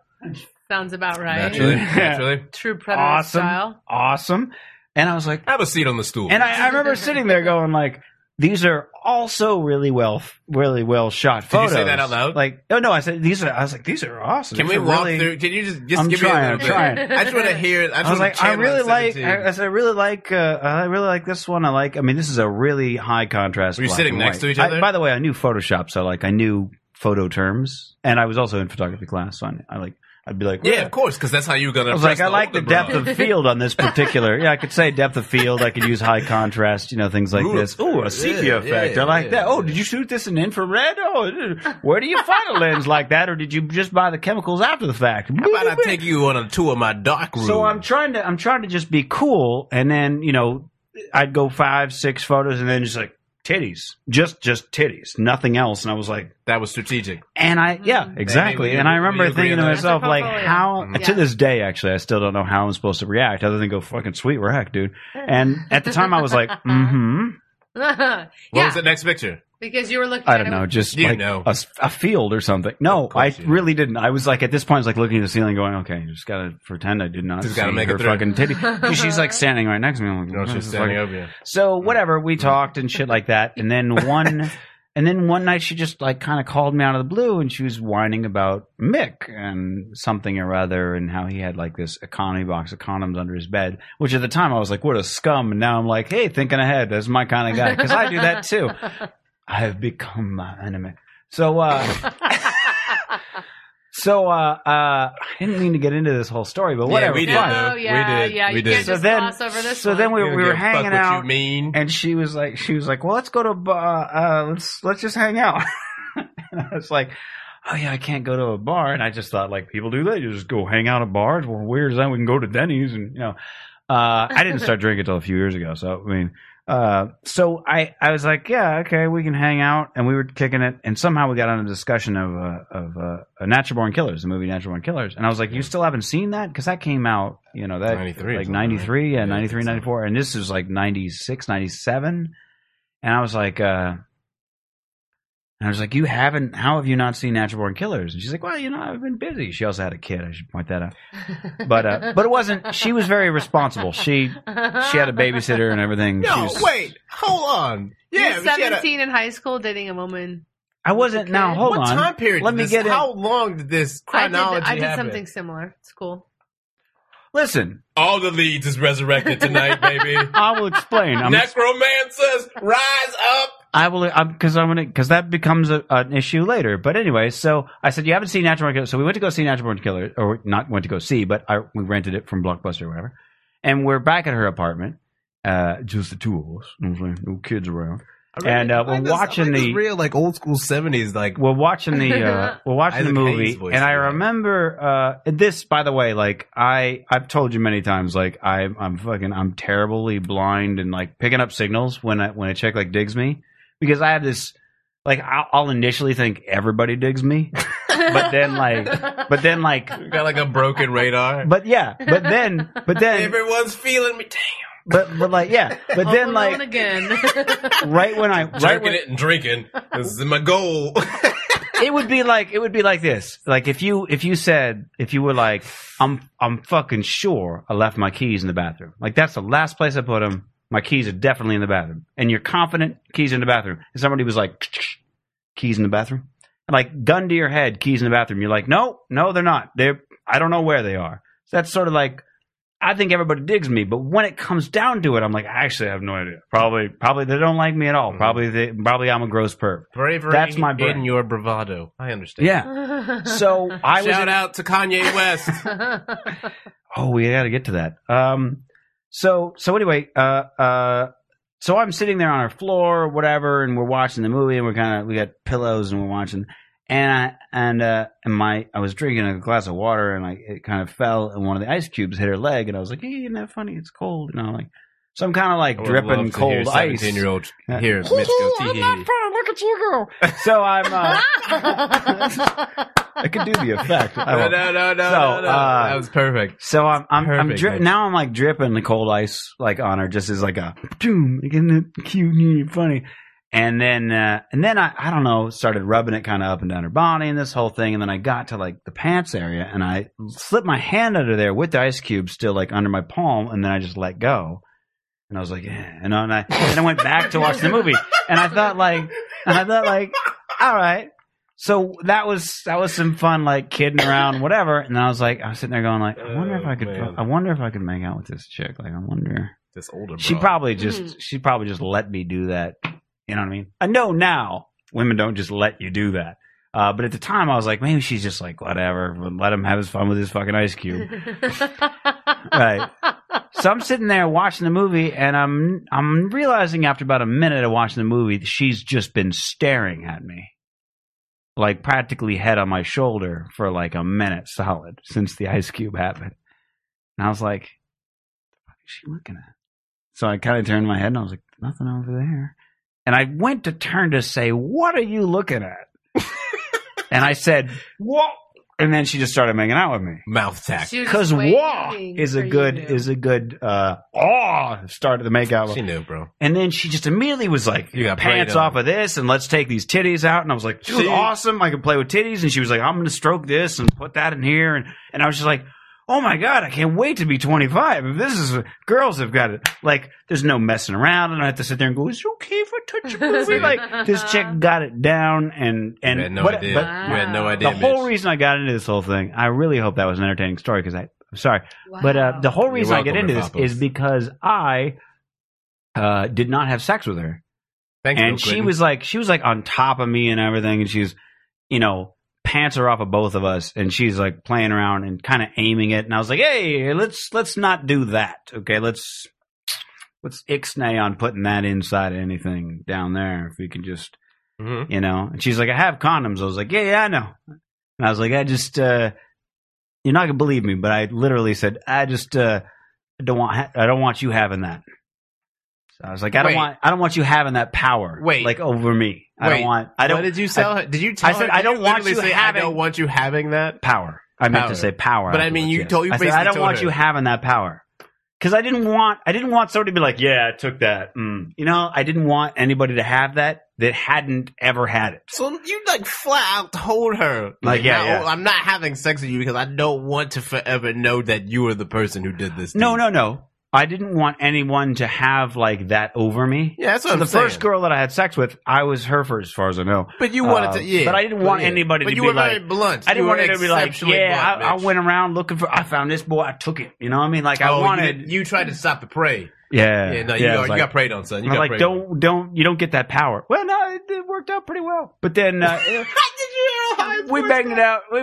Sounds about right.
[LAUGHS]
Naturally,
Yeah.
naturally.
True predator
Awesome.
style. [LAUGHS]
awesome and i was like
Have a seat on the stool.
and I, I remember sitting there going like these are also really well really well shot
Did you
photos
say that out loud?
like oh no i said these are i was like these are awesome
Can
These
we
are
walk
really-
through? Can you just just
I'm
give me a
trying,
little
I'm
bit?
trying.
I just want to hear. it. I, just
I was
wanna
like, I
channel
really
that
like.
17.
I, I said, I really like. Uh, I really like this one. I like. I mean, this is a really high contrast.
Were you
black
sitting
and
next
white.
to each
I-
other?
by the way, I knew Photoshop, so like I knew photo terms, and I was also in photography class. So I, I like. I'd be like,
yeah, of course, because that's how you're gonna.
I was
impress
like, I like the
older
depth
broad.
of field on
[LAUGHS]
this particular. yeah, I could say depth of field. I could use high contrast, you know, things like
Ooh,
this. Oh, a sepia
yeah,
effect.
yeah,
I like
yeah,
that. Oh,
yeah.
did you shoot this in infrared? Oh, where do you find a lens like that, or did you just buy the chemicals after the fact?
How about I take you on a tour of my dark room?
So I'm trying to I'm trying to just be cool, and then you know I'd go five six photos, and then just like titties, just just titties, nothing else. And I was like,
that was strategic.
and I yeah exactly.
Maybe we-
and I
we
remember
agree
thinking to
on that.
myself
Mm-hmm.
Mm-hmm. That's
like
a portfolio.
how
Mhm.
to
Yeah.
this day actually I still don't know how I'm supposed to react other than go fucking sweet rack, dude. And at the time I was like,
[LAUGHS]
mm-hmm.
yeah.
What was the next picture?
Because you were looking
I
at
don't
him [LAUGHS]
know, [LAUGHS] just
You
like
know.
A, s- a field or something. No,
Of
I
course you know.
really didn't. I was like at this point, I was like looking at the ceiling, going, "Okay, you just gotta pretend I did not
Just
see
gotta make it
her
through.
fucking
[LAUGHS]
titty." 'Cause she's like standing right next to me. I'm like,
No,
"This
she's
is
standing
fucking-"
over you. [LAUGHS]
So whatever, we talked and shit like that, and then one And then one night she just like kind of called me out of the blue and she was whining about Mick and something or other and how he had like this economy box of condoms under his bed, which at the time I was like, what a scum. And now I'm like, hey, thinking ahead. That's my kind of guy. Cause I do that too.
[LAUGHS]
I have become my enemy. So, uh, so, uh, uh, I didn't mean to get into this whole story, but whatever.
we did.
fine.
Oh,
though.
yeah,
we did.
yeah,
we
you
did.
can't
So
just
then-
gloss over this
so then
one.
we,
don't
we were
give a fuck
hanging
what
out
You mean?
and she was like she was like well let's go to a bar uh, let's let's just hang out [LAUGHS] and i was like oh yeah i can't go to a bar and i just thought like people do that you just go hang out at bars well where's that we can go to denny's and you know uh, i didn't start drinking until a few years ago so i mean uh, so I, I was like, yeah, okay, we can hang out, and we were kicking it, and somehow we got on a discussion of uh, of uh, Natural Born Killers, the movie Natural Born Killers, and I was like, you still haven't seen that because that came out, you know, that
93 or
like
something, right?
93, yeah,
Yeah, I
93,
think so.
94, and this is like 96, 97, and I was like, uh, and I was like, you haven't, how have you not seen Natural Born Killers? And she's like, well, you know, I've been busy. She also had a kid. I should point that out, but uh, but it wasn't. She was very responsible. She [LAUGHS] she had a babysitter and everything. she
No,
was,
wait, hold on. Yeah,
You're
but she had a-
17 in high school dating a woman.
I wasn't. Now hold
what
on.
time period?
Let
did
me
this,
get in.
How long did this
I did,
chronology
I did
happen?
something similar. It's cool. [LAUGHS]
Listen,
All the leads is resurrected tonight, baby.
I will
[LAUGHS]
explain. I'm,
Necromancers, rise up.
I will because I'm gonna because that becomes a, an issue later. But anyway, so I said you haven't seen Natural Born Killer, so we went to go see Natural Born Killer, or not went to go see, but I, we rented it from Blockbuster or whatever, and we're back at her apartment, uh, just the two of us, you know what I'm saying? no kids around. And, uh,
I like
we're
this- I like
watching
this
the-
real like old school seventies like
We're watching the uh, we're watching the
Isaac
movie,
Hayes voice
and I
in it.
remember uh, this. By the way, like I I've told you many times, like I I'm fucking I'm terribly blind and like picking up signals when I when a chick like digs me because I have this like I'll, I'll initially think everybody digs me, but then like [LAUGHS] but then like
got like a broken radar.
but yeah but then but then
[LAUGHS] Everyone's feeling me.
but but like yeah but
Home
then
Alone
like
again.
right when I
Damn,
right when,
it and drinking. This is my goal.
it would be like it would be like this. Like if you if you said if you were like I'm I'm fucking sure I left my keys in the bathroom. Like that's the last place I put them. My keys are definitely in the bathroom, and you're confident keys are in the bathroom. And somebody was like, keys in the bathroom, and like gun to your head, keys in the bathroom. You're like, no, no, they're not. They're I don't know where they are. So that's sort of like. I think everybody digs me, but when it comes down to it, I'm like, I actually have no idea. Probably, probably they don't like me at all. Probably, they, probably I'm a gross perv.
[LAUGHS] Bravery
That's my brand.
in your bravado. I understand.
Yeah.
[LAUGHS]
So I was
Shout out to Kanye West.
[LAUGHS]
[LAUGHS]
Oh, we got to get to that. Um, so so anyway, uh, uh, so I'm sitting there on our floor, or whatever, and we're watching the movie, and we're kind of we got pillows, and we're watching, and I and uh, and my I was drinking a glass of water, and I it kind of fell, and one of the ice cubes hit her leg, and I was like, hey, isn't that funny? It's cold, and I'm like, so I'm kind of like [LAUGHS] dripping cold ice.
Seventeen year old
Yeah.
here, Mitch go tee hee.
So I'm
[LAUGHS]
uh, I could do the effect. I
No,
won't.
no, no, no,
Oh, So,
no, no.
uh,
that was perfect.
So I'm I'm, I'm
Perfect.
dri- now I'm like dripping the cold ice like on her just as like a doom like isn't it cute and funny and then uh, and then I I don't know started rubbing it kind of up and down her body and this whole thing and then I got to like the pants area and I slipped my hand under there with the ice cube still like under my palm and then I just let go and I was like eh, and I and I, and I went back to watch the movie and I thought like and I thought like all right so that was that was some fun, like kidding around, whatever. And I was like, I was sitting there going, like, I wonder if
Oh,
I could,
man.
I wonder if I could make out with this chick. Like, I wonder.
This older
She
broad.
probably just, she probably just let me do that. You know what I mean? I know now women don't just let you do that. Uh, but at the time, I was like, maybe she's just like, whatever, let him have his fun with his fucking ice cube
[LAUGHS]
right. So I'm sitting there watching the movie, and I'm I'm realizing after about a minute of watching the movie, that she's just been staring at me, like practically head on my shoulder for like a minute solid since the ice cube happened. And I was like, "What the fuck is she looking at?" So I kind of turned my head, and I was like, "Nothing over there." And I went to turn to say, "What are you looking at?" and I said, "What?" And then she just started making out with me
mouth tack.
She was
because
just waiting
wah is
for
a
you
good
to-
is a good uh aw start of the makeout
She knew, bro.
and then she just immediately was like
You got
pants
played on.
off of this and let's take these titties out and i was like dude
See?
awesome i can play with titties and she was like i'm gonna stroke this and put that in here and, and i was just like oh my god, I can't wait to be 25. If this is girls have got it. Like, there's no messing around. I don't have to sit there and go, is it okay if I touch your
[LAUGHS]
pussy? like, this chick got it down, and and
you had no
what-
idea.
but
Wow.
You had no
the
idea.
whole
Mitch.
reason I got into this whole thing, I really hope that was an entertaining story because I, I'm sorry, but uh, the whole
You're
reason I get
welcome,
into this
Rafapos.
is because I uh, did not have sex with her,
Thanks, Bill
and she
Clinton.
was like, she was like on top of me and everything, and she's, you know, pants are off of both of us, and she's like playing around and kind of aiming it, and I was like, hey, let's let's not do that, okay? Let's let's ixnay on putting that inside of anything down there if we can just
Mhm.
you know? And she's like, I have condoms. I was like, yeah, yeah, I know. And I was like, I just, uh, you're not gonna believe me, but I literally said, I just, uh, don't want, ha- I don't want you having that. So I was like, I don't
Wait.
want, I don't want you having that power.
Wait.
like over me. I don't
Wait.
want, I
What
don't
did you sell? her? Did you tell
I said,
her?
I
did
don't want you
literally say,
having-
I don't want you having that.
power. I meant
Power.
to say power.
But I mean,
afterwards,
you
yes.
told- you
I said,
basically
I don't
told
want
her.
you having that power. Because I didn't want, I didn't want somebody to be like, yeah, I took that. Mm. You know, I didn't want anybody to have that that hadn't ever had it.
So you like flat out told her,
Like, yeah,
no,
yeah.
I'm not having sex with you because I don't want to forever know that you are the person who did this. to
No,
me."
no, no. I didn't want anyone to have like that over me.
Yeah, that's what
So
I'm
the
saying.
first girl that I had sex with, I was her for as far as I know.
but you wanted
Uh,
to, yeah.
but I didn't want
yeah.
anybody
But
to
you
be
were very
like-
blunt.
I didn't
You
want
were
it to be like,
exceptionally
yeah,
blunt,
I, I
Mitch.
went around looking for, I found this boy, I took it. You know what I mean? Like I
Oh, you
wanted,
didn't- You,
[LAUGHS]
tried to stop the prey.
yeah,
Yeah, no, you,
I
got,
was
you
like-
got preyed on, son. You
I'm
got
like,
preyed on.
don't, don't, you don't get that power. Well, no, it, it worked out pretty well. But then
[LAUGHS]
uh, we banged it out. We, we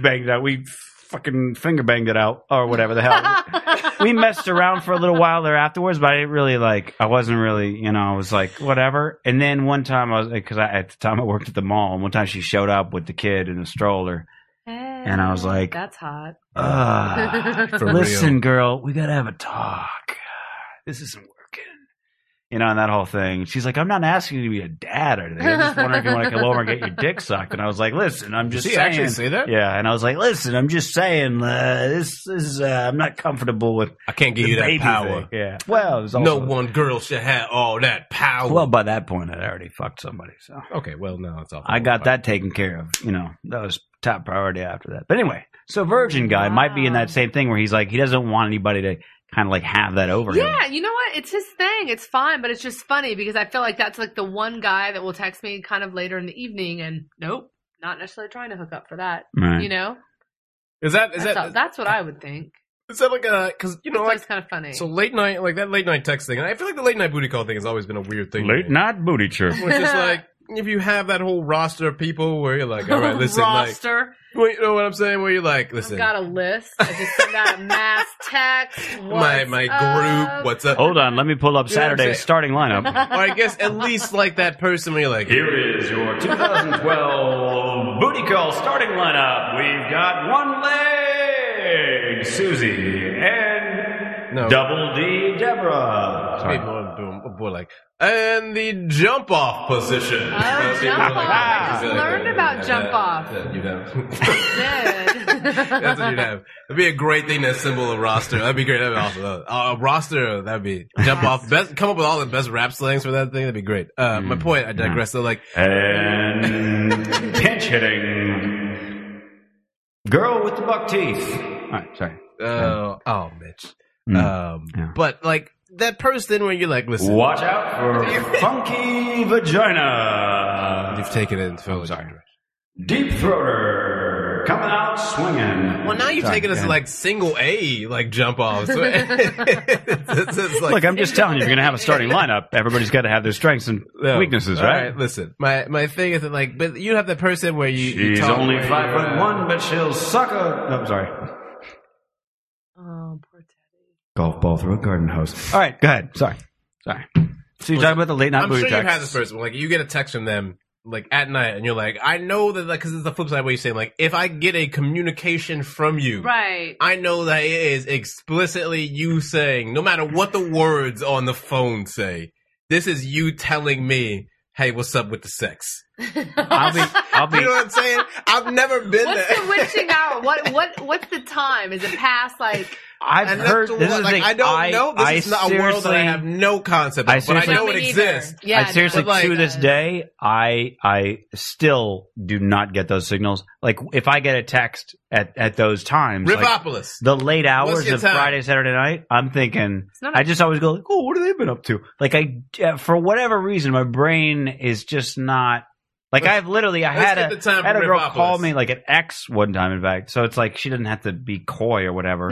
banged it out. We fucking finger banged it out, or whatever the
[LAUGHS]
hell.
[LAUGHS]
we messed around for a little while there afterwards, but I didn't really like. I wasn't really, you know. I was like, whatever. And then one time I was because I, at the time I worked at the mall, and one time she showed up with the kid in a stroller, and I was like,
that's hot.
Ugh.
Ah,
[LAUGHS]
For
listen, girl, we gotta have a talk. This isn't working. You know, and that whole thing. She's like, I'm not asking you to be a dad or anything. I just wondering if you want to come over and get your dick sucked. And I was like, listen, I'm
Did
just
she
saying.
actually say that?
yeah, and I was like, listen, I'm just saying, uh, this is, uh, I'm not comfortable with
I can't give
the
you that
baby thing.
power.
Yeah. Well, it was also,
No one girl should have all that power.
Well, by that point, I'd already fucked somebody, so.
okay, well, no, it's all.
I got that taken care of. You know, that was top priority after that. But anyway, so Virgin guy might be in
Wow.
that same thing where he's like, he doesn't want anybody to kind of like have that over him.
Yeah, you know what? It's his thing. It's fine, but it's just funny because I feel like that's like the one guy that will text me kind of later in the evening, and nope, not necessarily trying to hook up for that.
Right.
You know,
Is that is
that's, all-
that
that's what I would think.
is that like a because you know
So
like
it's kind of funny.
so late night like that late night text thing. And I feel like the late night booty call thing has always been a weird thing. to
Late
me.
night booty chirp.
Where
[LAUGHS]
it's just like if you have that whole roster of people where you're like, all right, listen, like,
roster.
well, you know what I'm saying? Where you're like,
I've
listen,
got a list. I just send out a mass
[LAUGHS]
text.
my my
What's up?
group, what's up?
Hold on, let me [LAUGHS] pull up
You know what I'm
Saturday's
saying?
starting
[LAUGHS]
lineup.
Or I guess at least like that person where you're like,
Here is your 2012 booty call starting lineup. We've got one leg, Susie, and
No.
double D, Deborah.
Maybe more, more, more oh, like, and the jump off position.
Oh,
People
jump
are
off. I just learned about jump off.
[LAUGHS] Yeah, You'd have. [LAUGHS]
Dead.
That's what you'd have. That'd be a great thing to assemble a roster. That'd be great. That'd be awesome. Uh, a roster. That'd be jump off. Best, come up with all the best rap slangs for that thing. That'd be great. Uh, My
Mm.
point. I digress. So like,
[LAUGHS] And pinch hitting. Girl with the buck teeth. All right, sorry.
uh, oh, Mitch.
Mm.
Um,
Yeah.
but like that person where you're like, listen,
Watch out for funky vagina.
you've taken it. And I'm
Deep throater coming out swinging.
Well, now you've
Sorry,
taken us
go ahead.
like single A, like jump [LAUGHS] off. So it's, it's like,
Look, I'm just telling you, if you're gonna have a starting lineup, everybody's got to have their strengths and
No.
weaknesses,
Oh, All
right?
Listen, my my thing is that like, but you have that person where you. you talk where you, uh,
but she'll suck a. No, I'm sorry.
oh, poor Teddy.
Golf ball through a garden hose. All right, go ahead. Sorry, sorry. So you're talking about the late night
I'm
movie
sure you've
texts.
had this person. Like, you get a text from them like at night, and you're like, I know that like, because it's the flip side way you saying like, if I get a communication from you,
Right. [LAUGHS]
I know that it is explicitly you saying, no matter what the words on the phone say, this is you telling me, hey, what's up with the sex?
I'll be, I'll
You
be.
know what I'm saying? I've never been
[LAUGHS] What's
there.
the witching
[LAUGHS]
hour? What what what's the time? Is it past like
I've
[LAUGHS] And that's
heard.
the
This is
one-
the
like,
thing.
I don't know. This
I
is not a world that I
seriously-
have no concept
I
of, but I
seriously-
know it
Me neither.
exists.
Yeah,
I seriously,
but, like,
to this
uh,
day, I I still do not get those signals. Like if I get a text at at those times, like,
Ripopolis.
the late hours
your
of
time?
Friday, Saturday night, I'm thinking.
It's not a-
I just always go like, "Oh, what have they been up to?" Like I, uh, for whatever reason, my brain is just not. Like
Let's-
I've literally, I
let's
had
get
a
the time
had a
for
girl
Ripopolis.
call me like an ex one time, in fact. So it's like she didn't have to be coy or whatever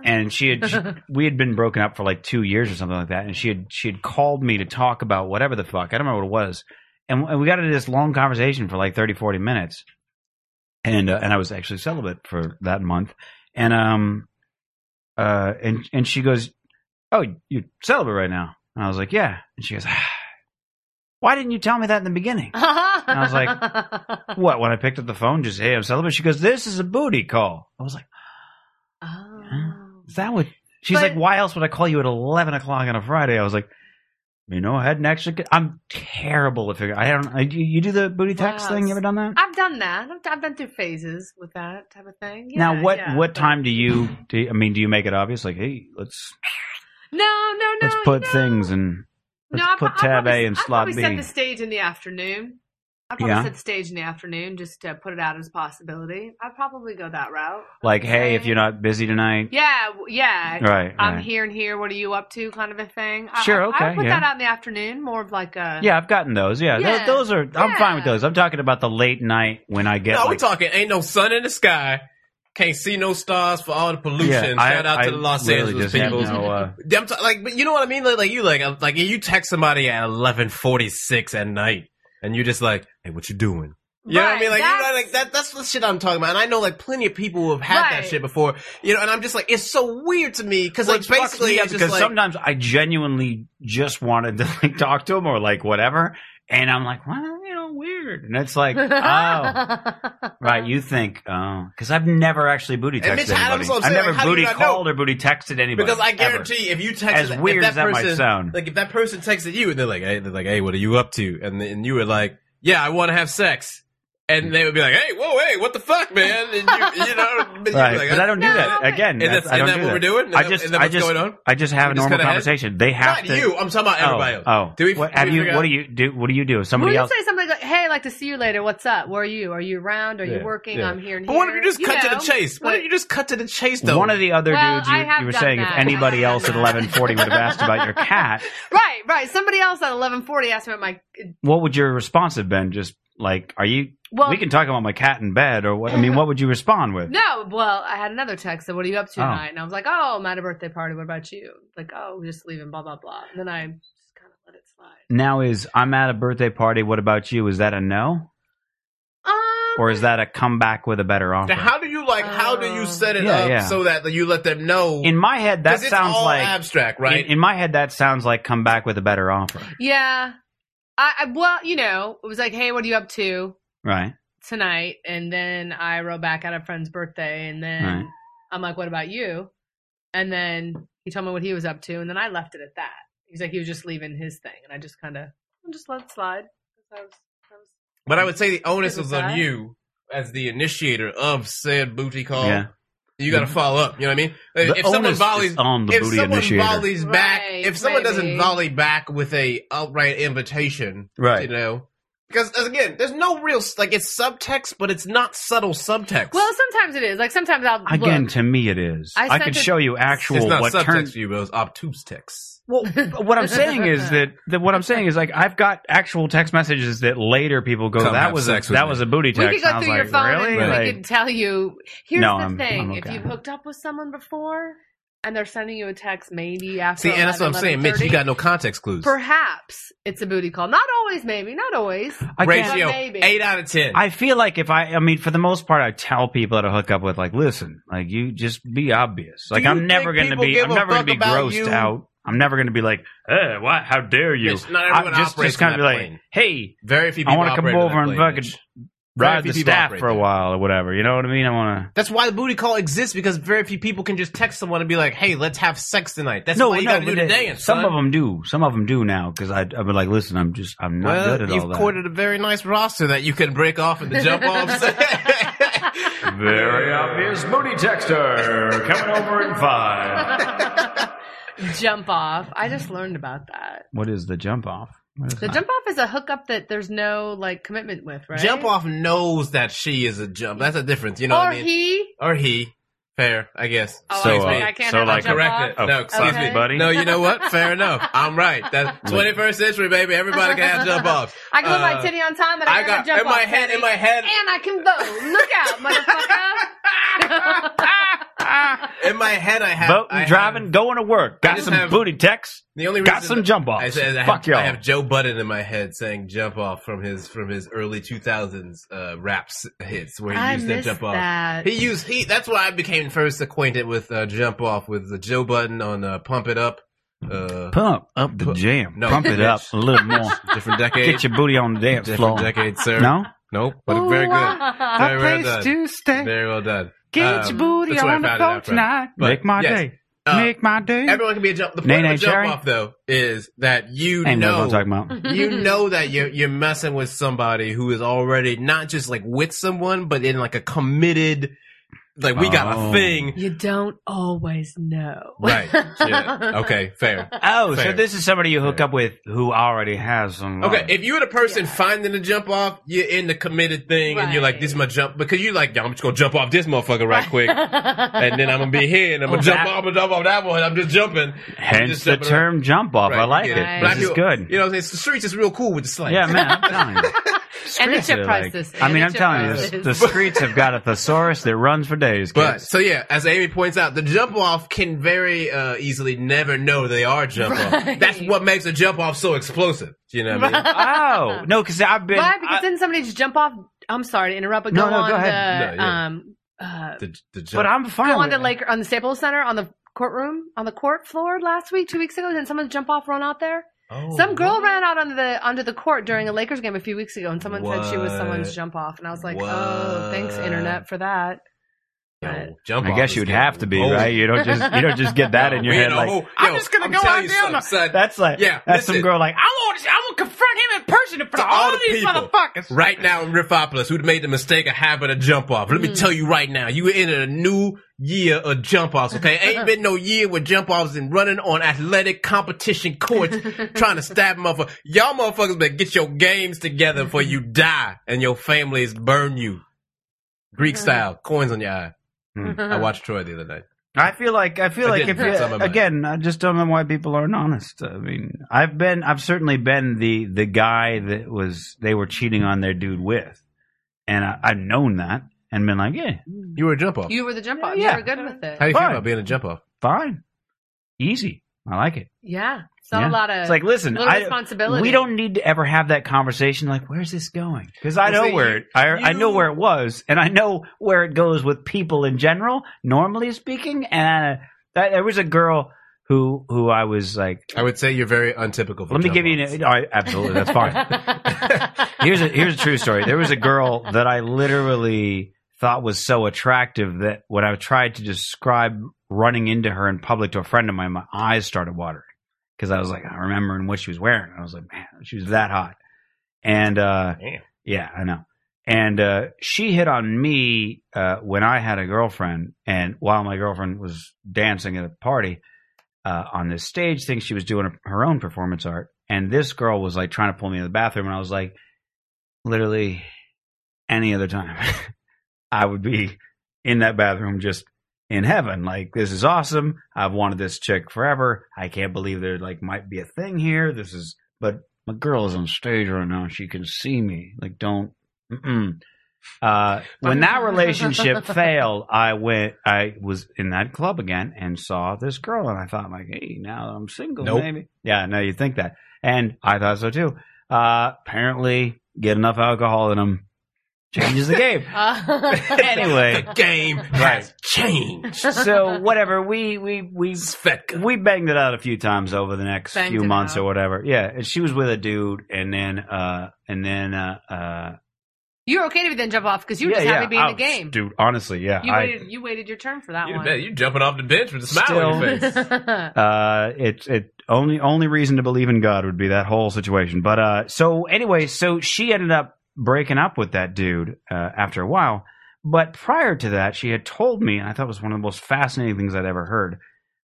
[LAUGHS]
and she had she- we had been broken up for like two years or something like that, and she had she had called me to talk about whatever the fuck I don't remember what it was, and, and we got into this long conversation for like 30, 40 minutes, and uh, and I was actually celibate for that month, and um, uh, and and she goes, "Oh, you're celibate right now," and I was like, "Yeah," and she goes, "Ah, "Why didn't you tell me that in the
[LAUGHS]
beginning?"
I
was
[LAUGHS] like
what when I picked up the phone, just hey, I'm celibate. She goes, "This is a booty call." I was like.
Oh.
Is that what she's
But-
like? Why else would I call you at eleven o'clock on a Friday? I was like, you know, I hadn't actually. I'm terrible at figuring. I don't. I, you you do the booty text
Wow.
thing? You ever done that?
I've done that. I've, I've been through phases with that type of thing. Yeah,
now, what
yeah,
what
but-
time do you? Do you- I mean, do you make it obvious? Like, hey, let's
No, no, no.
let's put
no.
things and let's
I pro-
put tab
I probably,
A and
I
slot B.
probably set the stage in the afternoon. I probably
Yeah.
set the stage in the afternoon just to put it out as a possibility. I'd probably go that route.
like, hey, if you're not busy tonight,
Yeah, w- yeah.
right?
I'm
right.
here and here. What are you up to? Kind of a thing. I-
Sure,
I, I,
okay,
put
yeah.
that out in the afternoon, more of like a.
Yeah, I've gotten those. Yeah, tho-
Yeah.
those, are. I'm fine with
Yeah.
those. I'm talking about the late night when I get.
no, we
like,
talking ain't no sun in the sky. Can't see no stars for all the pollution.
I-
Shout out
I
to the Los
really
Angeles
just have
people.
no, uh,
I'm t- like, but you know what I mean? Like, like you like uh, like you text somebody at eleven forty six at night, and you just like, hey, what you doing? You know what I
Right,
mean? Like, you know,
that's-
like that, that's the shit I'm talking about. And I know like plenty of people who have had that
Right.
shit before, you know, and I'm just like, it's so weird to me because like
Which fucks
basically
me up
it's just
because
like,
sometimes I genuinely just wanted to like talk to him or like whatever, and I'm like, well, you know, weird, and it's like, oh,
[LAUGHS]
right, you think, oh, because I've never actually booty
And Mitch
texted anybody.
Adams, I'm
I've
saying,
never
like, how do you
booty
not know?
called or booty texted anybody
Because I
ever.
guarantee, if you text
As
if
weird
that
as that might
person-
sound.
like if that person texted you and they're like, hey, they're like, hey, what are you up to? And then, and you were like, yeah, I want to have sex. And they would be like, hey, whoa, hey, what the fuck, man? And you, you know, but you'd be
Right,
like,
but I don't do
No,
that
okay.
again.
Is
that's-
that,
I
is
don't
that
do
what we're doing? Is
I
that-
just,
is that
I
what's
just,
going on?
I just have
We
a
just
normal
cut ahead?
conversation. They have
Not
to.
you. I'm talking about
Oh,
everybody else.
oh.
Do we-
What,
do
have
we
you?
figure
What
out-
do you do? What do you do? If
Will
somebody
you
else.
say something like, "Hey, like to see you later. What's up? Where are you? Are you around? Are
Yeah,
you working?
yeah.
I'm here." And
But
here.
why don't you just cut to
know?
the chase? Why
But-
don't you just cut to the chase, though?
One of the other
Well,
dudes you,
I have
you were
done
saying,
that.
if anybody
[LAUGHS] I have
else at
done that.
1140 would have asked about your cat,
Right, right. Somebody else at eleven forty asked me about my.
what would your response have been? Just like, are you?
Well,
we can talk about my cat in bed, or what? I mean, what would you respond with?
No, well, I had another text. So, what are you up to
Oh.
tonight? And I was like, "Oh, I'm at a birthday party. What about you?" Like, "Oh, we're just leaving." Blah blah blah. And then I just kind of let it slide.
Now is I'm at a birthday party. What about you? Is that a no,
Um,
or is that a comeback with a better offer?
Now, how do you like? How do you set it
Yeah,
up
yeah.
so that you let them know?
in my head, that
'Cause it's
sounds
all
like
abstract, right?
In, in my head, that sounds like come back with a better offer,
yeah. I, I well, you know, it was like, "Hey, what are you up to
right?
tonight?" And then I wrote back at a friend's birthday, and then
Right.
I'm like, "What about you?" And then he told me what he was up to, and then I left it at that. He's like, he was just leaving his thing, and I just kind of just let it slide. I was, I was
but I would say the onus
Good with
is on
that.
you as the initiator of said booty call.
Yeah.
You got to follow up. You know what I mean? If-
The
if someone
onus
volleys,
is on the
if
booty
someone
initiator,
volleys back,
Right,
if someone doesn't
maybe.
volley back with a outright invitation,
right?
you know, because as again, there's no real like it's subtext, but it's not subtle subtext.
Well, sometimes it is. Like sometimes I'll
Again,
Look.
to me, it is.
I
I,
sent
could
it-
show you actual
it's not
what
subtext
turns
for you, but it's obtuse text.
Well, what I'm saying
[LAUGHS]
is that, that what I'm saying is like I've got actual text messages that later people go
Come have
that was a,
sex with
that
me."
was a booty
we
text.
could go
And
through
I
your
was
phone
like, really?
and we
Like,
could tell you. Here's
No,
the
I'm-
thing:
I'm
if
okay.
you've hooked up with someone before and they're sending you a text, maybe after.
See, and that's what I'm saying, Mitch. You
[LAUGHS]
11:30,
got no context clues.
Perhaps it's a booty call. Not always, maybe. Not always.
I can't-
Ratio
Maybe.
eight out of ten.
I feel like if I, I mean, for the most part, I tell people that I hook up with, like, listen, like, you just be obvious. Like,
you
I'm never going
think
to
people
be,
give
I'm
a
never going
fuck
to be
about
grossed
you?
out. I'm never going to be like, eh, what? How dare you?
Mitch, not everyone
I'm just,
operates
just kind
on
of
that
be like,
plane.
hey,
Very few
I
people
wanna come
operate on
over
that
and
plane,
fucking-
Mitch. Very
ride
few
the
people
staff
operate
for a
that.
while or whatever. You know what I mean? I want
That's why the booty call exists because very few people can just text someone and be like, "Hey, let's have sex tonight." That's
to.
why you got to do the dance.
some
son.
of them do. Some of them do now because I I've been like, listen, I'm just I'm not
well,
good at all
you've
that. [LAUGHS]
courted a very nice roster that you can break off [LAUGHS] in the jump offs.
Very obvious booty texter coming over in five.
jump off. I just learned about that.
[LAUGHS] What is the jump off? What is
The
that?
jump off is a hookup that there's no like commitment with, right?
Jump off knows that she is a jump. That's a difference. You know what
or
I mean?
he.
Or he. Fair, I guess.
Oh,
So,
I was
uh,
like, I can't
so
have a
like
jump
correct
off.
it. No,
Oh,
excuse
Okay.
me,
buddy.
No, you know what? Fair enough. I'm right.
[LAUGHS]
That's
Wait.
21st century, baby. Everybody can have jump offs.
I can put
Uh,
my titty on time, and I,
I
can
got
jump
in my
off,
head.
baby.
In my head.
and I can go. Look
[LAUGHS]
out, motherfucker!
In my head, I have.
Voting,
I have-
driving, going to work. Got
just
some
have-
booty texts.
The only
Got
reason
some
that-
jump offs.
I said I
Fuck
have,
y'all.
I have Joe Budden in my head saying "jump off" from his from his early 2000s uh, raps hits where he
I
used that
missed
jump off.
that.
He used he. That's why I became first acquainted with uh, jump off with the Joe Budden on uh, "Pump It Up." Uh,
Pump up the
Pu-
jam.
no,
Pump it up a little
[LAUGHS]
more.
different decade.
Get your [LAUGHS] booty on the dance floor.
different decade, sir.
No?
nope. But very good.
Wow.
Very well done.
to stay.
Very well done.
Get
Um,
your booty
that's where I
on the
found it
floor
out from.
tonight.
But,
Make my
yes.
day.
Uh,
Make my day.
Everyone can be a jump. The
Nay,
point of
nay,
a jump
Sherry.
off though is that you
Ain't
know
what I'm talking about.
you know that you're you're messing with somebody who is already not just like with someone, but in like a committed, like we got
Oh.
a
[LAUGHS]
thing.
You don't always know.
Right.
[LAUGHS]
Yeah. Okay. Fair.
Oh,
Fair.
so this is somebody you hook
Fair.
up with who already has some. um, love.
Okay. If you're the person finding the jump off, you're in the committed thing, and you're like, "This is my jump," because you're like, "Yo, "I'm just gonna jump off this motherfucker right
[LAUGHS]
quick." And then I'm gonna be here, and I'm gonna jump
Oh, that-
off, I'm gonna jump off that one. I'm just jumping. I'm
Hence
just
the
jumping
term jump off. I
around. Right,
like
you
it.
get
Right.
This
Black
is
people-
good.
You know, what I'm saying? the streets is real cool with the slang.
Yeah,
[LAUGHS]
man, I'm telling you.
And the
Streets
chip
are
prices.
I mean,
And the
I'm
chip
telling you,
prices.
the, the streets have got a thesaurus that runs for days.
But
kids.
so yeah, as Amy points out, the jump off can very uh, easily never know they are jump off.
Right.
That's what makes a jump off so explosive. Do you know what I mean?
oh no, because I've been.
Why? Because
I-
then somebody just jump off. I'm sorry to interrupt, but
No,
go
no,
on
go
the
ahead.
No, yeah.
um uh,
The, the jump.
but I'm fine.
go on
with
the like on the Staples Center on the courtroom on the court floor last week, two weeks ago. Didn't someone jump off, run out there?
Oh,
Some girl ran out onto the onto the court during a Lakers game a few weeks ago, and someone said she was
What?
someone's jump off, and I was like,
What?
oh, thanks internet for that.
yo,
But-
jump
I
off
guess
is
you'd
getting
have to be
old.
right. You don't just you don't just get
[LAUGHS]
that in your
Oh. We
head.
a
Like
whole-
I'm
yo,
just gonna
I'm
go out
telling you
there. on the-
something, son.
That's like
Yeah,
that's
listen.
some girl like I want I will confront him in person in front of
all
all,
the
these
people.
motherfuckers.
Right now in Riffopolis, who'd made the mistake of having a jump off. Let me tell you right now, you in a new year of jump offs, okay? Ain't been no year with jump offs and running on athletic competition courts trying to stab motherfuckers. Y'all motherfuckers better get your games together before you die and your families burn you. Greek style, coins on your eye.
[LAUGHS] Uh-huh.
I watched Troy the other night.
I feel like I feel
I
like if
didn't. Some of
you,
mine.
again, I just don't know why people aren't honest. I mean, I've been, I've certainly been the the guy that was they were cheating on their dude with, and I, I've known that and been like, yeah,
You were a jump off.
You were the jump off.
Yeah.
You were good with it.
How do you
Fine.
feel about being a jump off?
fine, easy, I like it.
yeah, it's not
Yeah.
a lot of
It's like, listen,
little
I,
responsibility.
we
[LAUGHS]
don't need to ever have that conversation. Like, where's this going? Because I
Well,
know
see,
where it, I, I know
you-
where it was, and I know where it goes with people in general, normally speaking. And I, there was a girl who who I was like.
I would say you're very untypical for
Let me
jump
give you
offs.
an. All right, absolutely, that's fine. [LAUGHS] here's a here's a true story. There was a girl that I literally thought was so attractive that when I tried to describe running into her in public to a friend of mine, my eyes started watering because I was like, I remembering what she was wearing. I was like, man, she was that hot. And uh,
Damn.
yeah, I know. And uh, she hit on me uh, when I had a girlfriend, and while my girlfriend was dancing at a party uh, on this stage thing, she was doing her own performance art, and this girl was like trying to pull me in the bathroom, and I was like, literally any other time, [LAUGHS] I would be in that bathroom just in heaven. Like, this is awesome. I've wanted this chick forever. I can't believe there like might be a thing here. This is, but my girl is on stage right now. She can see me. Like, don't. Mm-mm. Uh, when that
[LAUGHS]
relationship failed, I went. I was in that club again and saw this girl, and I thought, like, hey, now that I'm single,
Nope.
maybe. Yeah, no, you think that, and I thought so too. Uh, apparently, get enough alcohol in them changes the
[LAUGHS]
game. [LAUGHS] anyway,
The game has
[LAUGHS]
changed.
so whatever we we we
Svetka.
we banged it out a few times over the next
Banged
few
it
months
out.
or whatever. Yeah, and she was with a dude, and then uh, and then uh, uh,
You're okay to then jump off because you were
yeah,
just happy
yeah.
to be in the
Ouch,
game.
dude. Honestly, yeah.
You
I-
waited, you waited your turn for that
You,
one.
man, you jumping off the bench with a smile on your face.
uh, it it only only reason to believe in God would be that whole situation. But uh, so anyway, so she ended up breaking up with that dude uh, after a while. But prior to that, she had told me, and I thought it was one of the most fascinating things I'd ever heard,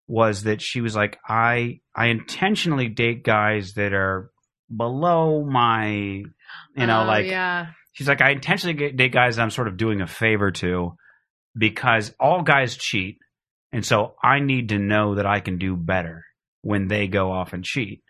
was that she was like, I I intentionally date guys that are below my, you know,
[LAUGHS] Oh,
like
yeah.
She's like, I intentionally get- date guys I'm sort of doing a favor to because all guys cheat. And so I need to know that I can do better when they go off and cheat.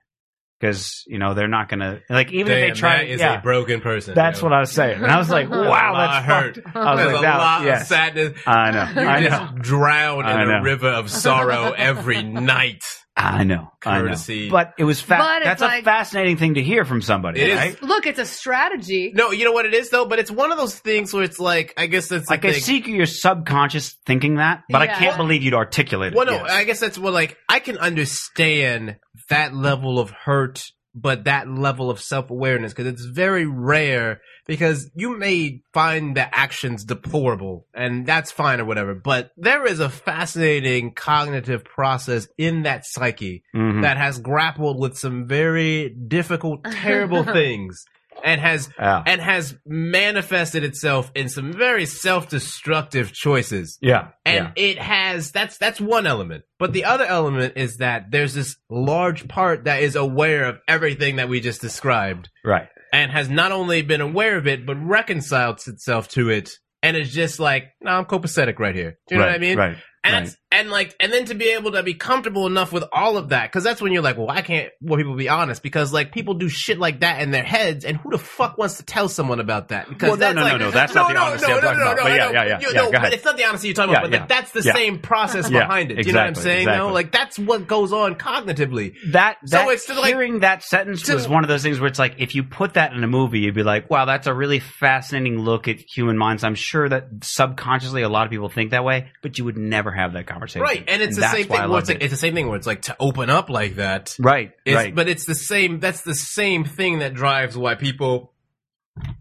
Because, you know, they're not going to, like, [LAUGHS] even
Damn,
if they try,
that is
yeah,
a broken person.
that's what I was saying. And I was like,
[LAUGHS] That's a
wow,
lot
that's
of hurt.
fucked. I was
There's
like,
a
that,
lot
yes.
of sadness.
I know.
You
I know.
You just drown
I
in
know.
a
[LAUGHS]
river of sorrow every night.
I know. I know.
Courtesy.
But it was
But
fa-
it's
That's a
like-
fascinating thing to hear from somebody,
It is.
right?
[LAUGHS] Look, it's a strategy.
No, you know what it is though, but it's one of those things where it's like I guess that's
Like,
the
I
thing.
see your subconscious thinking that, but I
Yeah.
can't believe you'd articulate it.
Well, no,
Yes.
I guess that's what like I can understand that level of hurt, but that level of self awareness because it's very rare. Because you may find the actions deplorable, and that's fine or whatever, but there is a fascinating cognitive process in that psyche
Mhm.
that has grappled with some very difficult, terrible things, and has
Yeah.
and has manifested itself in some very self-destructive choices
yeah.
and it has that's that's one element but the other element is that there's this large part that is aware of everything that we just described
yeah. Right.
and has not only been aware of it but reconciles itself to it and is just like no i'm copacetic right here do you know
Right,
what i mean
Right.
and
right.
it's- and like and then to be able to be comfortable enough with all of that because that's when you're like well why can't well people be honest because like people do shit like that in their heads and who the fuck wants to tell someone about that because
Well, no,
that's
no, no,
like,
no, that's not the honesty I'm talking about, but
I
yeah,
know,
yeah, yeah,
you-
yeah,
no,
go ahead.
but it's not the honesty you're talking
Yeah,
about but
yeah.
like, that's the
Yeah.
same process
Yeah,
behind it do you know what i'm
exactly,
saying
exactly.
though like that's what goes on cognitively
that,
So
that
it's like-
hearing that sentence
to-
was one of those things where it's like if you put that in a movie, you'd be like, "Wow, that's a really fascinating look at human minds." I'm sure that subconsciously a lot of people think that way, but you would never have that conversation,
right and it's the
that's
same
why I
thing where
loved
it's like
it.
it's the same thing where it's like to open up like that
right,
It's,
right,
But it's the same. That's the same thing that drives why people,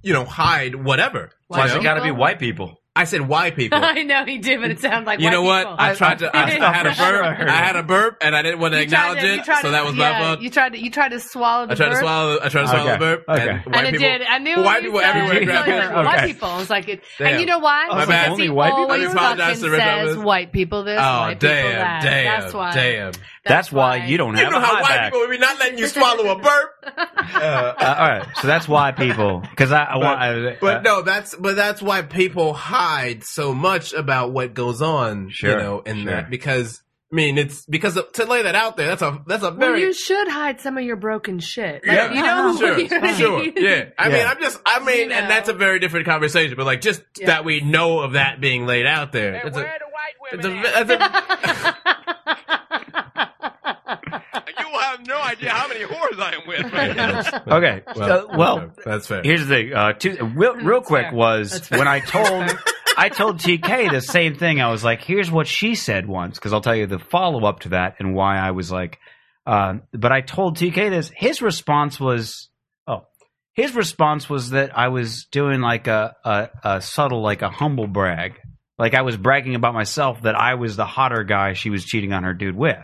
you know, hide whatever.
Why
you
is
know?
it gotta be white
people?
I said why
[LAUGHS]
people.
I know he did, but it sounds like
you
white
know what?
people.
I tried
[LAUGHS]
to. I, I had a
sure
burp.
I heard
I had a burp, and I didn't want to
You tried
acknowledge
to- you
it.
tried
So
to-
that was
yeah,
my fault.
You tried to you tried to swallow the
I tried to
birth,
swallow. the- I tried to swallow
Okay,
the burp.
okay.
And, white
and it
people,
did. I knew
White
what you
people
said.
everywhere
It's
grab
always
it.
like, White
Okay.
people. It's like it.
Damn.
And you know why?
Oh, my
Because
bad.
he
Only white people?
always
I apologize to
fucking
the rest of
says
us.
white people this,
Oh
white people
damn!
that.
Damn!
That's why.
Damn!
that's, why, you don't
You
have
know
a high
how white
back.
people would be not letting you swallow a
[LAUGHS]
burp. Uh,
Uh, all right, so that's why people. Because I, I want, I,
But no, that's but that's why people hide so much about what goes on,
Sure,
you know, in
sure.
that because I mean it's because of, to lay that out there, that's a that's a
Well,
very
you should hide some of your broken shit. Like,
Yeah.
you
[LAUGHS]
know,
sure, sure, yeah. I mean,
Yeah.
I'm just I mean,
You know.
and that's a very different conversation, but like just
Yeah.
that we know of that being laid out there.
Hey,
It's a-
where the white
it's a-
women at?
that's
eh?
[LAUGHS] a-
You have no idea how many whores I am with
[LAUGHS]
right now.
okay, well,
that's
well
fair. that's fair.
Here's the thing. Uh, two,
[LAUGHS]
real, real
That's
quick
fair. That's
was
fair.
when I told I told TK the same thing. I was like, "Here's what she said once," because I'll tell you the follow up to that and why I was like. Uh, but I told TK this. His response was, "Oh, his response was that I was doing like a a, a subtle, like a humble brag, like I was bragging about myself that I was the hotter guy she was cheating on her dude with."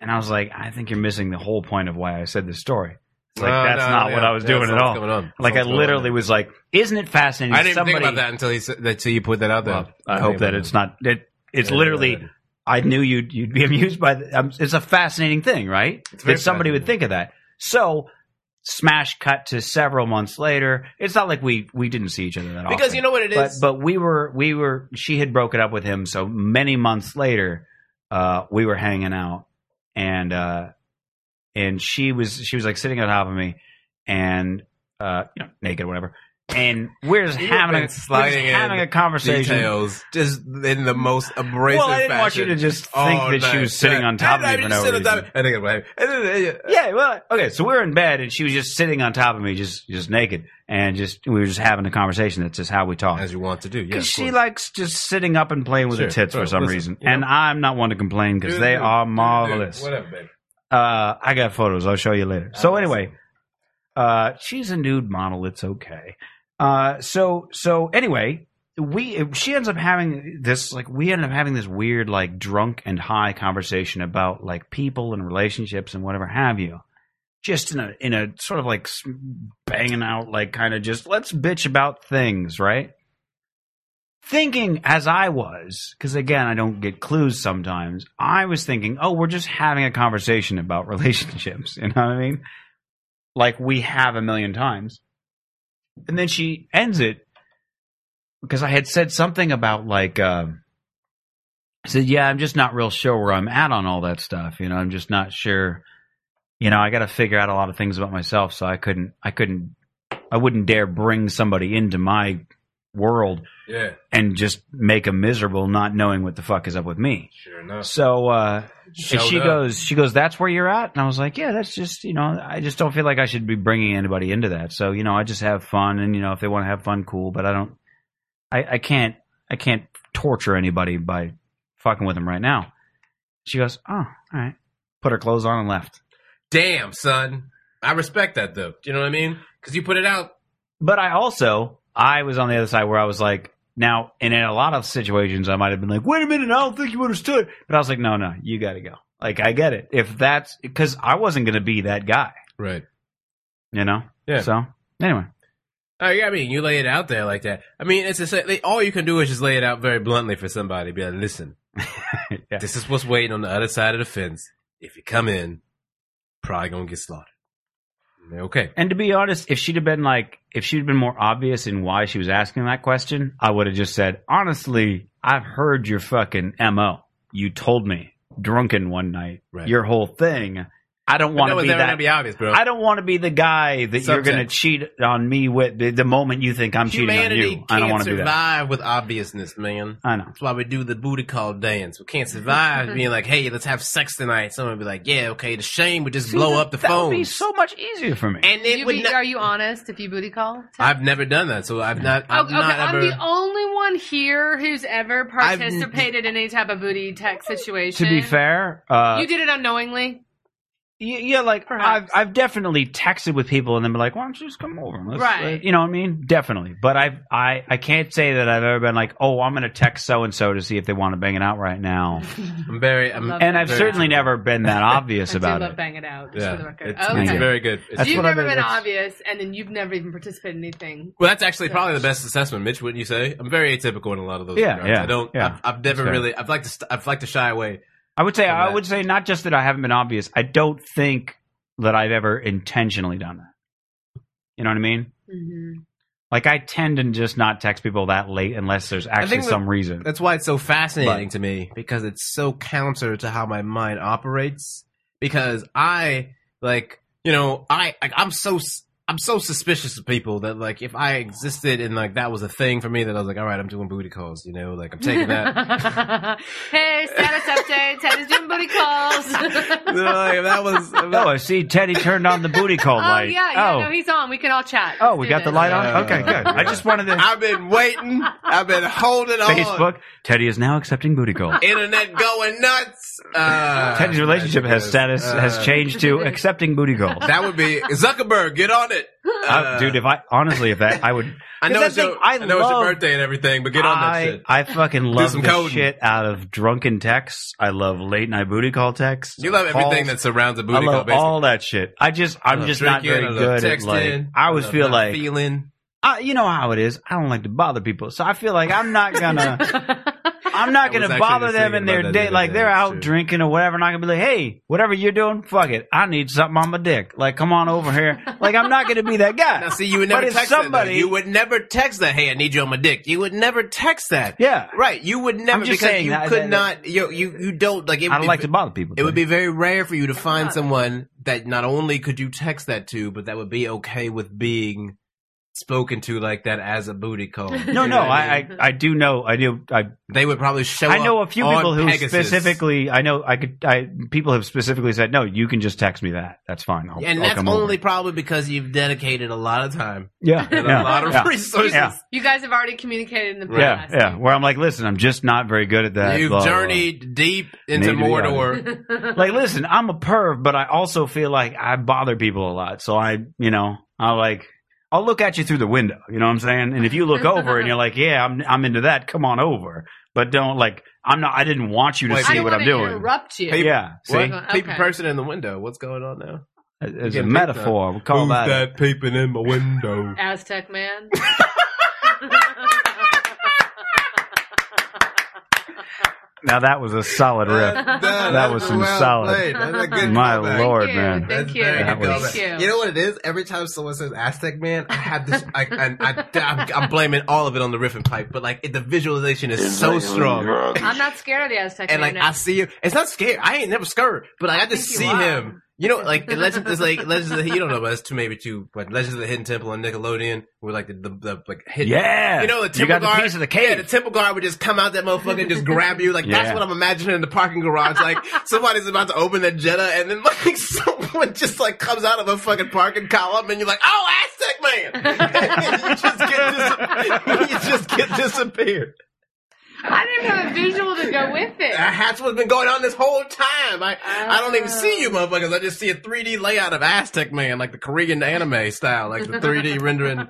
And I was like, "I think you're missing the whole point of why I said this story." It's like
No,
that's
no,
not
yeah,
what I was
yeah,
doing at
something's
all.
going on.
Like I
Something's going
literally
on.
was like, "Isn't it fascinating?"
I didn't
somebody,
think about that until you s- until you put that out there.
Well, I hope that it's not. It, it's
Yeah,
literally.
yeah.
I knew you'd you'd be [LAUGHS] amused by. The, um, it's a fascinating thing, right?
very
That somebody would
fascinating.
think of that. So, smash cut to several months later. It's not like we we didn't see each other that often.
because you know what it is.
but but we were we were. She had broken up with him, so many months later, uh, we were hanging out, and uh, and she was she was like sitting on top of me, and uh, you know, naked, or whatever. And we're just
[LAUGHS] You've
having
been
a, we're just
sliding in
having a conversation.
details just in the most abrasive
Well, I didn't
fashion. Oh,
want you to just think that she was sitting on top of me for no reason.
I think it was.
Yeah, well, okay. So we're in bed, and she was just sitting on top of me, just just naked, and just we were just having a conversation. That's just how we talk.
As you want to do, yeah.
Because she likes just sitting up and playing with her
Sure.
tits for
Well,
some
listen,
reason,
you know-
and I'm not one to complain because they are marvelous.
whatever, baby.
Uh, I got photos. I'll show you later. So
Awesome.
anyway, uh, she's a nude model. It's okay. Uh, so so anyway, we she ends up having this like we end up having this weird like drunk and high conversation about like people and relationships and whatever have you. Just in a in a sort of like s- banging out like kind of just let's bitch about things, right? Thinking as I was, because again, I don't get clues sometimes. I was thinking, oh, we're just having a conversation about [LAUGHS] relationships. You know what I mean? Like we have a million times. And then she ends it because I had said something about like um I said, yeah, I'm just not real sure where I'm at on all that stuff. You know, I'm just not sure. You know, I got to figure out a lot of things about myself, so I couldn't, I couldn't, I wouldn't dare bring somebody into my world
Yeah,
and just make them miserable, not knowing what the fuck is up with me.
sure enough.
So, uh, and
Showed
she
up.
goes, she goes, that's where you're at. And I was like, yeah, that's just, you know, I just don't feel like I should be bringing anybody into that. So, you know, I just have fun. And, you know, if they want to have fun, cool. But I don't, I, I can't, I can't torture anybody by fucking with them right now. She goes, oh, all right. Put her clothes on and left.
Damn, son. I respect that though. Do you know what I mean? Because you put it out.
But I also, I was on the other side where I was like, now, and in a lot of situations, I might have been like, wait a minute, I don't think you understood. But I was like, no, no, you got to go. Like, I get it. If that's, because I wasn't going to be that guy.
Right.
you know.
Yeah.
So anyway, [LAUGHS]
Oh, yeah, I mean, you lay it out there like that. I mean, it's the same. They, all you can do is just lay it out very bluntly for somebody. Be like, listen,
Yeah.
this is what's waiting on the other side of the fence. If you come in, probably gonna get slaughtered. And they're, Okay.
and to be honest, if she'd have been like, if she'd been more obvious in why she was asking that question, I would have just said, honestly, I've heard your fucking mo. You told me drunken one night,
Right.
your whole thing. I don't want
that
to
was
be
never gonna
that.
be obvious, bro.
I don't want to be the guy that you're going to
Subtext.
cheat on me with the, the moment you think I'm
Humanity
cheating on you.
can't
I don't want to do
survive
that.
with obviousness, man.
I know.
That's why we do the booty call dance. We can't survive being like, "Hey, let's have sex tonight." Someone would be like, "Yeah, okay." The shame would just blow up the
that
phone.
would be so much easier for me.
and
Do
it
you
would
be-
not-
are you honest if you booty call?
I've never done that, so I've not.
Oh,
I've
okay,
not
I'm
ever,
the only one here who's ever
I've-
participated in any type of booty tech situation.
to be fair, uh,
you did it unknowingly.
Y- Yeah, like
Perhaps.
I've I've definitely texted with people and then been like, "Why don't you just come over?" and let's- uh,
Right.
You know what I mean? Definitely. But I've I I can't say that I've ever been like, "Oh, I'm going to text so and so to see if they want to bang it out right now."
I'm very. I'm,
Love
and I've
Very
certainly
true.
never been
[LAUGHS]
that
I
obvious
do
about
love
it.
bang it out, just
yeah,
for the record.
It's, it's
okay.
very good. It's-
That's
you've
what I've
never
been-
been
that's-
obvious, and then you've never even participated in anything.
well, that's actually probably the best assessment, Mitch. Wouldn't you say? I'm very atypical in a lot of those.
Yeah,
regards.
yeah,
I don't.
yeah.
I've, I've never
fair.
really. I've like to. St- I've like to shy away.
I would say
From
I
that.
would say not just that I haven't been obvious. I don't think that I've ever intentionally done that. You know what I mean?
Mm-hmm.
Like I tend to just not text people that late unless there's actually
that-
some reason.
That's why it's so fascinating to me because it's so counter to how my mind operates. Because I like, you know, I like, I'm so s- I'm so suspicious of people that like if I existed and like that was a thing for me that I was like, all right, I'm doing booty calls. You know, like I'm
[LAUGHS]
taking that.
[LAUGHS] hey, status update. Ted is doing booty calls.
[LAUGHS]
You know, like, if that was. if that-
Oh, I see Teddy turned on the booty call
[LAUGHS] oh
light.
yeah, yeah.
oh.
No, he's on. We can all chat.
Oh,
Let's
we
do
got the
this.
light on.
Yeah.
okay, good. I just
[LAUGHS]
wanted to
I've been waiting. I've been holding on.
Facebook. Teddy is now accepting booty
[LAUGHS]
calls.
Internet going nuts. Uh,
Teddy's relationship has
goodness.
status has
Uh,
changed
[LAUGHS]
to accepting booty calls.
That would be Zuckerberg. Get on it, Uh,
I- Uh, dude, if I honestly, if that I would,
I know,
That's
it's
the thing,
your,
I
I know it's your
love-
birthday and everything, but get on that
I
shit.
I fucking love
some
the
coding.
shit out of drunken texts. I love late night booty call texts.
You love everything
calls.
that surrounds a
I
booty call,
love
basically.
all that shit. I just I'm
love
just not
drinking,
very
I love
good at like
texting,
I always
love
feel
not
like
feeling.
I, you know how it is. I don't like to bother people, so I feel like I'm not
[LAUGHS]
gonna. I'm
I
not
was
going to
actually
bother
just
them in
thinking about
their
that the
day.
other
Like
day.
they're
It's
out
true.
drinking or whatever, and I can be like, "Hey, whatever you're doing, fuck it. I need something on my dick. Like, come on over here. Like, I'm not going to be that
[LAUGHS]
guy.
Now, see, you would
But
never
if
text that, though.
somebody-
You would never text that. Hey, I need you on my dick. You would never text that.
yeah,
Right. You would never
just
because
saying
you
that-
could
that-
not. You, you you don't like. It
I
would
don't
be-
like to bother people.
It would
Tony.
be very rare for you to find someone that not only could you text that to, but that would be okay with being spoken to like that as a booty call.
no,
You
no.
know what I mean? [LAUGHS]
I, I, I do know. I do. I,
they would probably show.
I know a
up
few
on
people who
Pegasus.
specifically. I know. I could. I people have specifically said, "No, you can just text me that. That's fine. I'll,
and
I'll
that's
come over."
only probably because you've dedicated a lot of time [LAUGHS]
Yeah,
and
yeah,
a lot of
yeah.
resources.
Yeah.
You guys have already communicated in the
Yeah,
past.
yeah. Where I'm like, listen, I'm just not very good at that.
You've
blah, blah, blah."
journeyed deep into
Need to be [LAUGHS]
Mordor.
like listen i'm a perv but i also feel like i bother people a lot so i you know i like I'll look at you through the window. You know what I'm saying? And if you look over and you're like, yeah, I'm I'm into that. Come on over, but don't like I'm not. I didn't want you to
Wait,
I
see
don't
what
want
I'm
to
doing.
interrupt you.
Yeah, see,
What? [LAUGHS]
Okay.
Peeping person in the window. What's going on now?
as
You
a
can pick
metaphor, we call that.
peeping in
[LAUGHS]
my window?
Aztec man.
Now that was a solid riff. That was some solid-
[LAUGHS]
My
callback.
Lord,
Thank you.
man.
Thank
That's
you.
very
That
Thank
good
was-
callback.
you.
You know what it is? Every time someone says Aztec Man, I have this. I, I, I, I'm, I'm blaming all of it on the riff and pipe, but like it, the visualization is so strong.
I'm not scared of the Aztec
And
man.
like I see him, it's not scary. I ain't never scared, but like, I just
think
see
you are.
him. You know, like in Legends, it's like Legends of the you don't know, but it's too maybe too. But Legends of the Hidden Temple on Nickelodeon, where like the, the, the like hidden,
Yeah,
You know, the
you
temple
got the
guard-
piece of the
Yeah,
cake.
the temple guard would just come out that motherfucker and just grab you. Like that's
Yeah.
what I'm imagining in the parking garage. Like somebody's about to open the Jetta, and then like [LAUGHS] someone just like comes out of a fucking parking column, and you're like, "Oh, Aztec man!" [LAUGHS] And you just get dis- [LAUGHS] you just get disappeared.
I didn't have a visual to go with
[LAUGHS]
it.
That's what's been going on this whole time. I I don't even see you motherfuckers. I just see a 3D layout of Aztec man, like the Korean anime style, like the 3D rendering. [LAUGHS]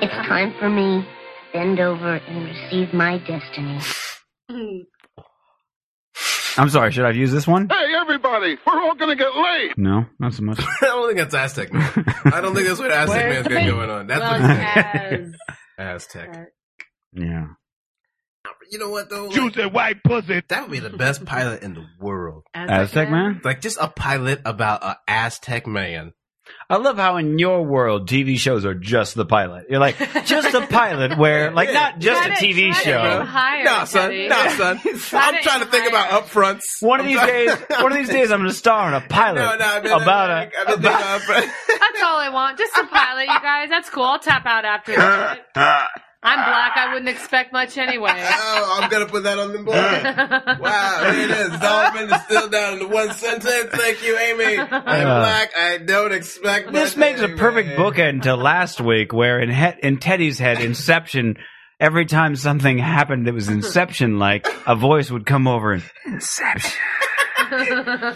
It's time for me. Bend over and receive my destiny.
Mm,
I'm sorry. Should I use this one?
Hey, everybody, we're all gonna get laid.
No, not so much.
I don't think that's Aztec man. I don't think that's what Aztec
Where's
man's
the
got
big-
going on. That's
Well,
what it's like.
as-
Aztec.
yeah.
You know what though? Like,
Juicy white pussy.
that would be the best pilot in the world.
Aztec man.
Like just a pilot about a Aztec man.
I love how in your world TV shows are just the pilot. You're like just a pilot
[LAUGHS]
where like not [LAUGHS] just a
Try to-
TV
try to aim
show.
higher,
Nah, son.
Teddy.
Nah, son.
Try
I'm
to
trying to think
aim
about
higher.
upfronts.
One of
I'm
these
trying-
days, one of these days, I'm going to star in
[LAUGHS]
a pilot
No, no, I've been
about
I've been
a.
thinking about upfronts.
[LAUGHS] That's all I want. Just a pilot, you guys. That's cool. I'll tap out after
[LAUGHS]
that.
[LAUGHS]
I'm black. I wouldn't expect much anyway. [LAUGHS]
Oh, I'm gonna put that on the board. Wow, there it is. Dolphin is still down in the one sentence. Thank you, Amy. I'm black. I don't expect
This
much
makes a perfect
anyway.
bookend to last week, where in he- in Teddy's
[LAUGHS]
head, Inception. Every time something happened that was Inception like, a voice would come over and Inception.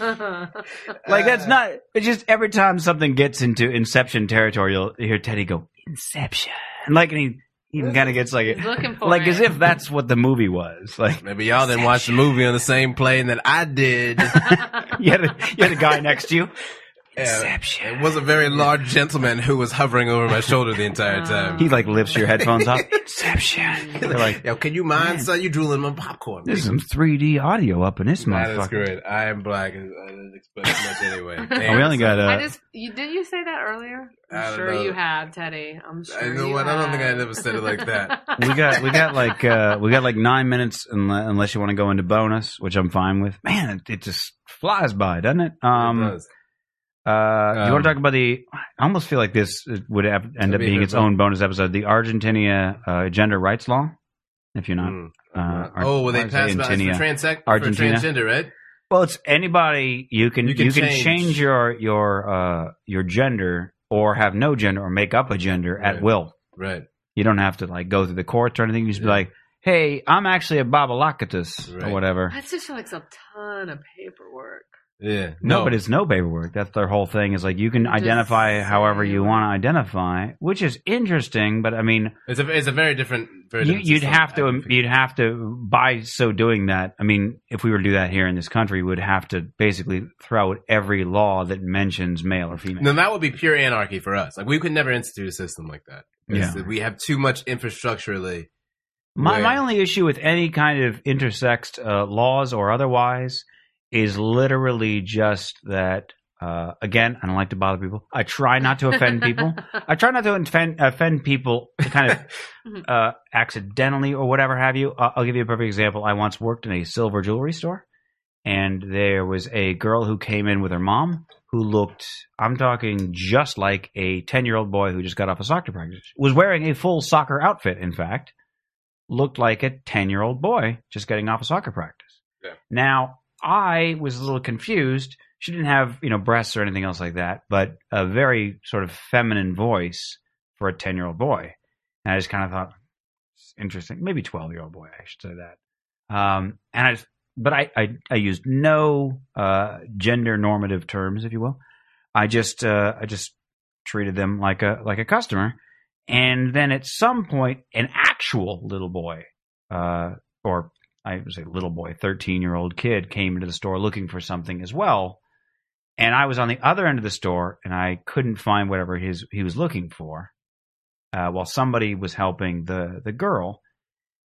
Like
Uh.
that's not. It's just every time something gets into Inception territory, you'll hear Teddy go Inception, and like and he even kind of gets like
He's looking for
like
it.
as if that's what the movie was. Like
Maybe y'all didn't watch the movie on the same plane that I [LAUGHS] did.
you had a, you had a guy next to you.
Yeah.
Inception.
It was a very large gentleman who was hovering over my shoulder the entire time.
He like lifts your headphones
[LAUGHS]
off. Uh-huh. Inception. You're like,
Yo, can you mind, son? You drooling my popcorn.
there's some 3D audio up in this
That is
motherfucker.
great. I am black. I didn't expect much [LAUGHS] anyway.
And
Damn,
we only got
I
uh,
just you didn't you say that earlier?
I
I'm
don't
sure
know.
you have, Teddy. I'm sure.
I know
you
what. I don't think I
have.
never said it like
[LAUGHS]
that.
we got we got like uh, we got like nine minutes unle- unless you want to go into bonus, which I'm fine with. Man, it, it just flies by, doesn't it? Um,
It does.
Uh, you want
Um,
to talk about the? I almost feel like this uh, would have, end
That'd
up
be
being
good
its
one.
own bonus episode. The Argentina uh, gender rights law. If you're not,
Mm.
uh, Ar-
oh, well, they
why is it
passed about for,
Argentina?
transac- for
Argentina.
transgender, right?
well, it's anybody you can you can, change.
change
your your uh, your gender or have no gender or make up a gender
Right.
at will.
Right.
You don't have to like go through the courts or anything. You just be
Yeah.
like, hey, I'm actually a babalakatus
Right.
or whatever.
That just like a ton of paperwork. [LAUGHS]
Yeah.
No, but it's no paperwork. That's their whole thing. Is like you can
Just
identify however
say
you
what-
want to identify, which is interesting. But I mean,
it's a it's a very different. Very
you,
different
you'd
system.
have to you'd have to by so doing that. I mean, if we were to do that here in this country, we would have to basically throw out every law that mentions male or female.
Then that would be pure anarchy for us. Like we could never institute a system like that. It's- We have too much infrastructurally.
My
Where-
my only issue with any kind of intersexed uh, laws or otherwise is literally just that. Uh, again, I don't like to bother people. I try not to offend people. I try not to offend, offend people, kind of uh, accidentally or whatever have you. Uh, I'll give you a perfect example. I once worked in a silver jewelry store, and there was a girl who came in with her mom who looked, I'm talking just like a 10 year old boy who just got off a soccer practice, was wearing a full soccer outfit, in fact, looked like a 10 year old boy just getting off a soccer practice.
Yeah.
Now, I was a little confused. She didn't have, you know, breasts or anything else like that, but a very sort of feminine voice for a 10 year old boy. And I just kind of thought, "It's interesting. Maybe 12 year old boy, I should say that. Um, and I just, but I, I, I used no uh, gender normative terms, if you will. I just, uh, I just treated them like a, like a customer. And then at some point, an actual little boy, uh, or I would say little boy, 13 year old kid came into the store looking for something as well. And I was on the other end of the store and I couldn't find whatever his, he was looking for uh, while somebody was helping the, the girl.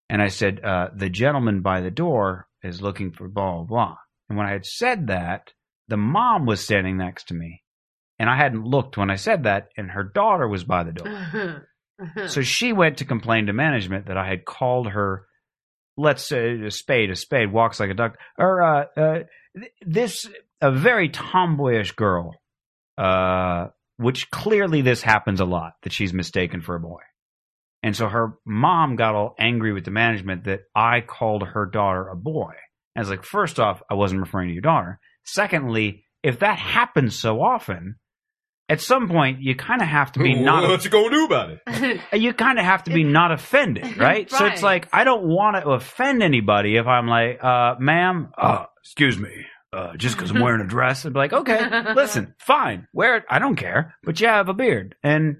And I said, uh, the gentleman by the door is looking for blah, blah, blah. And when I had said that, the mom was standing next to me. And I hadn't looked when I said that, and her daughter was by the door. So she went to complain to management that I had called her, let's say a spade, a spade walks like a duck, or uh, uh, th- this a very tomboyish girl, uh, which clearly this happens a lot that she's mistaken for a boy. And so her mom got all angry with the management that I called her daughter a boy. And I was like, first off, I wasn't referring to your daughter. Secondly, if that happens so often, at some point you kind of have to be not
what you gonna do about it?
you kind of have to be not
[LAUGHS]
offended, right? So it's
Right.
like I don't want to offend anybody if I'm like, uh, "Ma'am, uh, excuse me, uh, just because I'm wearing a dress," I'd be like,
[LAUGHS]
"Okay, listen, fine, wear it. I don't care, but you have a beard, and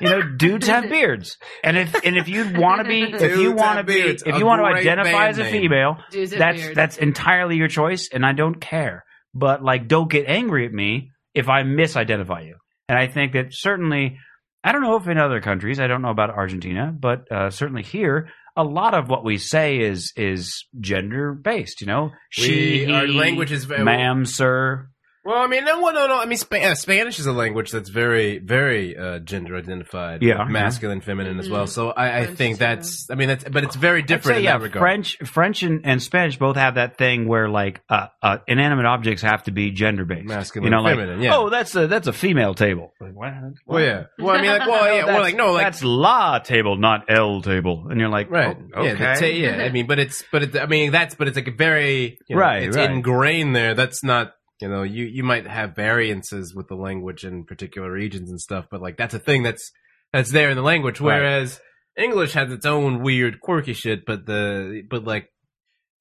you know, dudes have beards, and if and if you want to be, if you
Dudes
want to
have
be,
beards.
if
A
you want to
great
identify
band
as a
name.
female,
Dudes have
that's
beards.
that's entirely your choice, and I don't care. But like, don't get angry at me if I misidentify you. And I think that certainly, I don't know if in other countries, I don't know about Argentina, but uh, certainly here, a lot of what we say is is gender based. You know, she,
We- our
he,
language is very-
ma'am, sir.
Well, I mean, no, no, no. I mean, Spa- uh, Spanish is a language that's very, very uh, gender identified,
Yeah. uh-huh.
masculine, feminine as well.
Mhm.
So I, I
French
think
too.
that's, I mean, that's, but it's very different
I'd say,
in
yeah,
that regard.
French, French, and, and Spanish both have that thing where like uh, uh, inanimate objects have to be gender based,
Masculine,
you know, like
feminine, yeah.
oh, that's a that's a female table. Like, what?
Well, yeah. Well, I mean,
[LAUGHS]
like, well, Oh, yeah. Well, like, no, like,
that's la table, not L table, and you're like,
right.
oh, okay,
Yeah, the ta- yeah. I mean, but it's, but it, I mean, that's, but it's like a very, you know,
Right,
It's
right.
ingrained there. That's not, you know, you you might have variances with the language in particular regions and stuff, but like that's a thing that's that's there in the language.
Right.
Whereas English has its own weird, quirky shit, but the but like.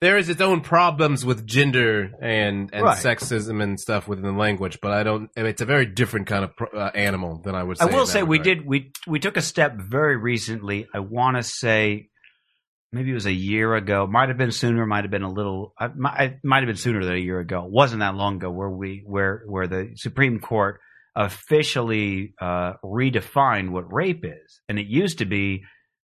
There is its own problems with gender and, and
Right.
sexism and stuff within the language, but I don't. It's a very different kind of pro- uh, animal than I would. say
I
in
will
that
say we
regard.
did we we took a step very recently. I want to say maybe it was a year ago. Might have been sooner. Might have been a little. I, mi- I might have been sooner than a year ago. It wasn't that long ago where we where where the Supreme Court officially uh, redefined what rape is, and it used to be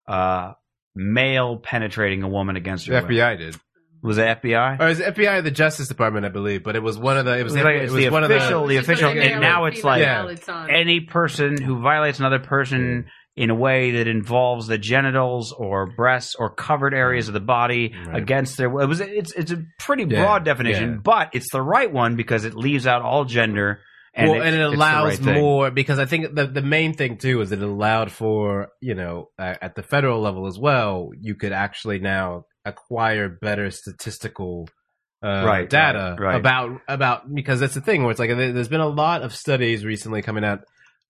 uh, male penetrating a woman against
The
her. will.
FBI did.
was it FBI?
or it was FBI or the Justice Department, I believe. But it was one of the. It
it
was,
was, like,
it
it's
was
the
one
official,
of
the
It's just
official,
like a
and
male
now
and
it's like
female, it's on.
any person who violates another person in a way that involves the genitals or breasts or covered areas of the body
Right.
against their it was it's it's a pretty
Yeah,
broad definition,
yeah.
but it's the right one because it leaves out all gender
the.
and,
well, and it
it's the right
allows
thing.
more because I think the the main thing too is that it allowed for you know uh, at the federal level as well you could actually now acquire better statistical uh,
right,
data
right.
about about because that's the thing where it's like there- there's been a lot of studies recently coming out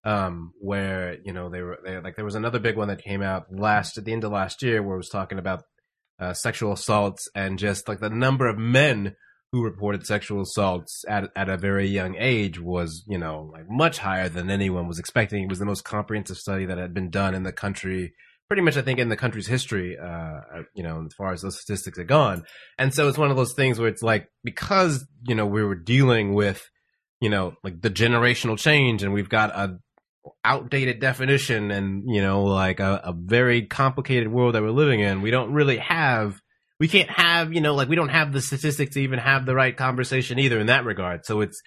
um where you know they were they, like there was another big one that came out last at the end of last year where it was talking about uh, sexual assaults and just like the number of men who reported sexual assaults at at a very young age was you know like much higher than anyone was expecting it was the most comprehensive study that had been done in the country pretty much i think in the country's history uh you know as far as those statistics are gone and so it's one of those things where it's like because you know we were dealing with you know like the generational change and we've got a outdated definition and you know like a, a very complicated world that we're living in we don't really have we can't have you know like we don't have the statistics to even have the right conversation either in that regard so it's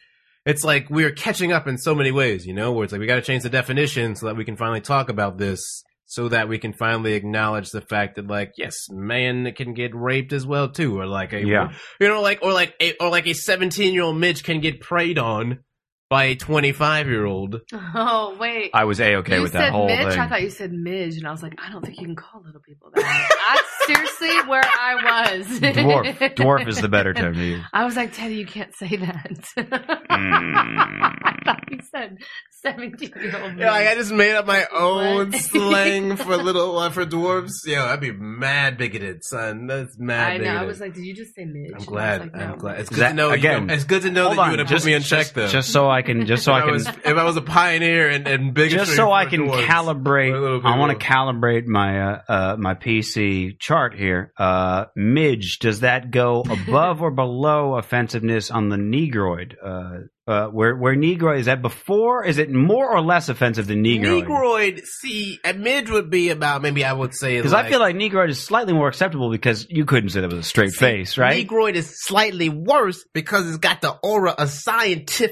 it's like we're catching up in so many ways you know where it's like we got to change the definition so that we can finally talk about this so that we can finally acknowledge the fact that like yes man can get raped as well too or like a,
Yeah.
you know like or like a, or like a 17 year old midge can get preyed on by a 25 year old
Oh wait.
I was a okay
you
with
said
that whole
Mitch.
thing.
I thought you said Midge, and I was like, I don't think you can call little people that. That's seriously where I was.
dwarf,
[LAUGHS]
dwarf is the better term
[LAUGHS]
to use.
[LAUGHS] I was like, Teddy, you can't say that. I
Mm.
thought you said
Seventeen year old.
Yeah, like I just made up my
[LAUGHS]
own
What?
slang for little uh, for dwarves. Yo, that'd be mad bigoted, son. That's mad.
I know.
Bigoted.
I was like, did you just say Midge?
I'm glad.
And I was like,
I'm
no.
glad.
[LAUGHS]
It's
Is
good
that-
to know.
again,
you, it's good to know that you would have put me in check, though.
Just so I can, just so
if
I
I,
can,
was, if I was a pioneer and, and bigotry
just so I
for
can
dwarves. We're a little
calibrate.
bit
I want
old.
to calibrate my uh, uh, my PC chart here. Uh, Midge, does that
[LAUGHS]
go above or below offensiveness on the negroid? Uh, uh, where where negroid is that before? Is it more or less offensive than negroid?
Negroid, see, a midge would be about maybe I would say
Because I feel like negroid is slightly more acceptable because you couldn't say that with a straight face, right?
Negroid is slightly worse because it's got the aura of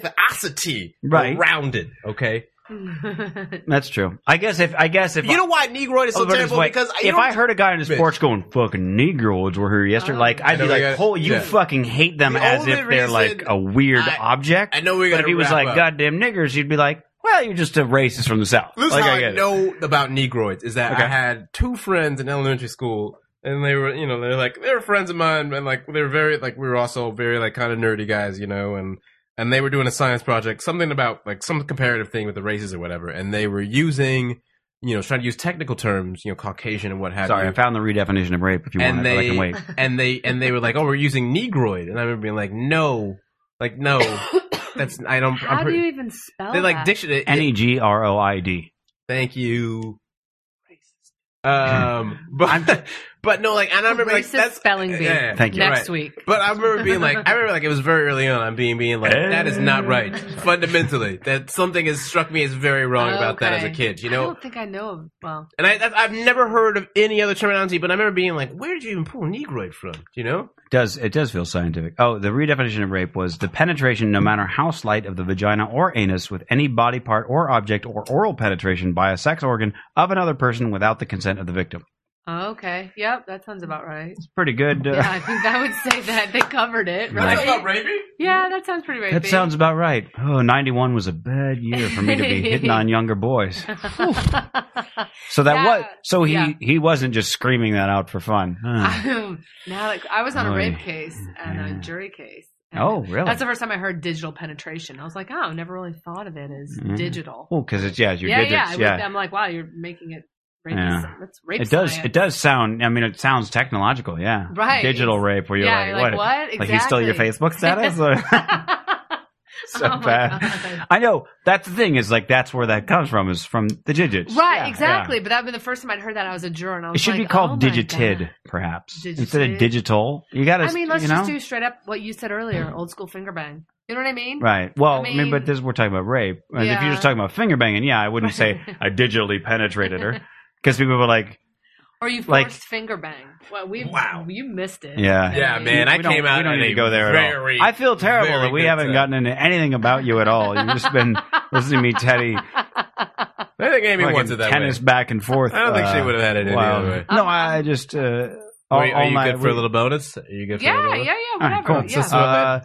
scientificity
Right.
around it. Okay,
That's true. I guess if I guess if
you know why Negroid is so
I'll put it this
terrible
way.
because you
if
don't-
I heard a guy in his
Bitch.
porch going "fucking Negroids were here yesterday," like I'd
I
be
know we
like,
got-
"Holy, you
yeah.
fucking hate them
The
as
only
if they're like
reason
a weird
I-
object."
I know we
but
got
if he was like "goddamn niggers," you'd be like, "Well, you're just a racist from the south."
This is
like,
how I,
get it.
know about Negroids is that
Okay.
I had two friends in elementary school, and they were, you know, they're like they were friends of mine, and like they were very like we were also very like kind of nerdy guys, you know, and and they were doing a science project, something about like some comparative thing with the races or whatever, and they were using, you know, trying to use technical terms, you know, Caucasian and what have
Sorry,
you
I found the redefinition of rape. If you
And
want, it, but I can
they- [LAUGHS]
wait.
and they and they were like, "Oh, we're using Negroid," and I remember being like, "No, like
[LAUGHS]
no, that's I don't."
How
I'm
do you
pretty,
even spell
they like
that?
dictionary.
N e g r o i d.
Thank you.
[LAUGHS]
Um, but [LAUGHS] but no, like, and I remember like
Racist
that's
spelling bee.
yeah, yeah.
Thank you.
You're
Next
right.
week.
But I remember being like, I remember like it was very early on. I'm being being like, that is not right
Eh.
fundamentally. That something has struck me as very wrong about that as a
Okay.
kid. You
I
know,
don't think I know. Of, well,
and I that's, I've never heard of any other terminology, but I remember being like, where did you even pull Negroid from? You know,
does it does feel scientific? Oh, the redefinition of rape was the penetration, no matter how slight, of the vagina or anus with any body part or object or oral penetration by a sex organ of another person without the consent of the victim.
okay. Yep, that sounds about right.
It's pretty good. Uh,
Yeah, I think that would say that they covered it,
Right.
right?
rapey.
Yeah, that sounds pretty rapey.
that
[LAUGHS]
sounds about right. Oh, 91 was a bad year for me to be hitting
[LAUGHS]
on younger boys. So that
Yeah.
was so he
Yeah.
he wasn't just screaming that out for fun. Huh.
[LAUGHS] Um, now, like, I was on a
Oy.
rape case and
Yeah.
a jury case. and
Oh, really?
That's the first time I heard digital penetration. I was like, oh, I never really thought of it as
Yeah.
digital.
Oh, because it's yeah, it's your
yeah,
digits.
yeah. I
Yeah,
was- I'm like, wow, you're making it rape.
Yeah.
That's rape.
it does.
science.
It does sound. I mean, it sounds technological. Yeah,
Right.
Digital rape where you're
yeah,
like,
you're like,
what?
what? [LAUGHS]
Like you still your
Exactly.
Facebook status? Or- [LAUGHS] so
Oh my
bad.
God.
I know that's the thing is like that's where that comes from is from the digits.
[LAUGHS] Right,
Yeah,
exactly. But that would be the first time I'd heard that. I was a juror, and I
It
was
should
like,
be called
oh my
digitid,
God.
perhaps
Digitid?
instead of digital. You got to.
I mean, let's
you know?
just do straight up what you said earlier, old school finger bang. You know what I mean?
Right. Well, I mean,
mean-
but this we're talking about rape. And if
Yeah.
you're just talking about finger banging, yeah, I wouldn't
[LAUGHS]
say I digitally penetrated her because people were like,
Or you forced
Like-
finger bang. Well, we
Wow.
you missed it.
Yeah.
Yeah,
mean,
man, I
we don't-
came out.
We don't
at
need
a
to go there at
very-
all. I feel terrible
very
that we
good
haven't
time.
gotten into anything about you at all. You've just
[LAUGHS]
been listening to me, Teddy,
I think Amy
fucking
wants it that
tennis
way.
back and forth.
I don't think she
uh,
would have had it any
wow.
other way.
No, I
Um,
just. Uh, all,
Wait, are
all
you
night
good for
we-
a little bonus? Are you good for a little
Yeah,
bonus?
yeah,
All
yeah,
right,
whatever.
cool.
Yeah.
So-
Uh,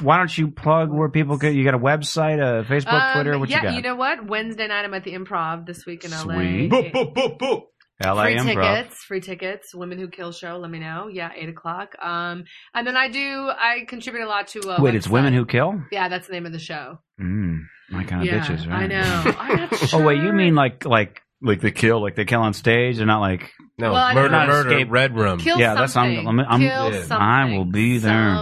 why don't you plug where people can? You got a website, a Facebook,
Um,
Twitter, what
yeah,
you got?
know what? Wednesday night I'm at the improv this week in LA.
Sweet.
Boop, boop, boop, boop.
LA
free
Improv.
tickets, free tickets. Women Who Kill show. Let me know. Yeah, eight o'clock. Um, and then I do. I contribute a lot to. Uh,
Wait, it's
website.
women who kill.
Yeah, that's the name of the show.
Mm, my kind of
yeah,
bitches, right? [LAUGHS]
I know. I'm not
oh wait, you
sure.
mean like like like they kill, like they kill on stage, and not like
No,
Well, I
murder,
don't-
murder,
Escape.
red room.
kill
Yeah, that's- I'm- I'm-
something?
I'm-
kill
yeah.
something.
I will be there.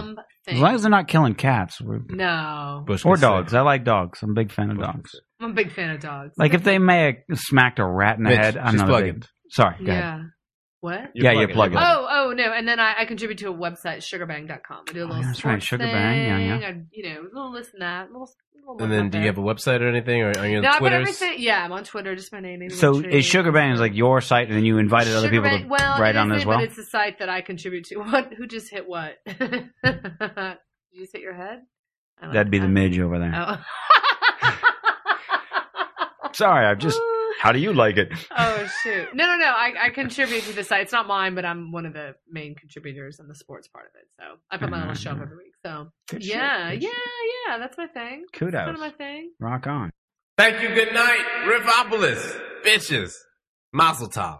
Something.
as long as they're not killing cats we're,
no,
Bush
or
was sick.
dogs. I like dogs. I'm a big fan of dogs.
I'm a big fan of dogs.
Like if they may have smacked a rat in the
Mitch,
head, I'm
she's
not a big.
plugging.
Sorry, go ahead.
yeah. What?
Yeah, you plug it.
Oh, oh no! And then I, I contribute to a website, sugarbang.com. I do a little
Oh, yeah, that's right,
sports
Sugarbang, yeah, yeah.
thing. I, you know, a little this and that. A little, a little
And then, do you have a website or anything, or are you on
no? I put
Twitter?
everything. Yeah, I'm on Twitter. Just my name. Amy
So
Lynch Tree.
is Sugar Bang is like your site, and then you invited other people to
Sugarbang- well,
write
it
on it
isn't,
as well.
But it's a site that I contribute to. [LAUGHS] What? Who just hit what? [LAUGHS] Did you just hit your head? I don't-
That'd be the
I-
midge over there.
Oh.
Sorry, I've just. How do you like it?
[LAUGHS] oh shoot! No, no, no. I, I contribute to the site. It's not mine, but I'm one of the main contributors on the sports part of it. So I put my little show up every week. So
Good Mm-hmm. shit,
yeah,
good
yeah,
shit.
yeah. That's my thing. That's
Kudos.
kind of my thing.
Rock on.
Thank you. Good night, Riffopolis, bitches, Mazel Tov.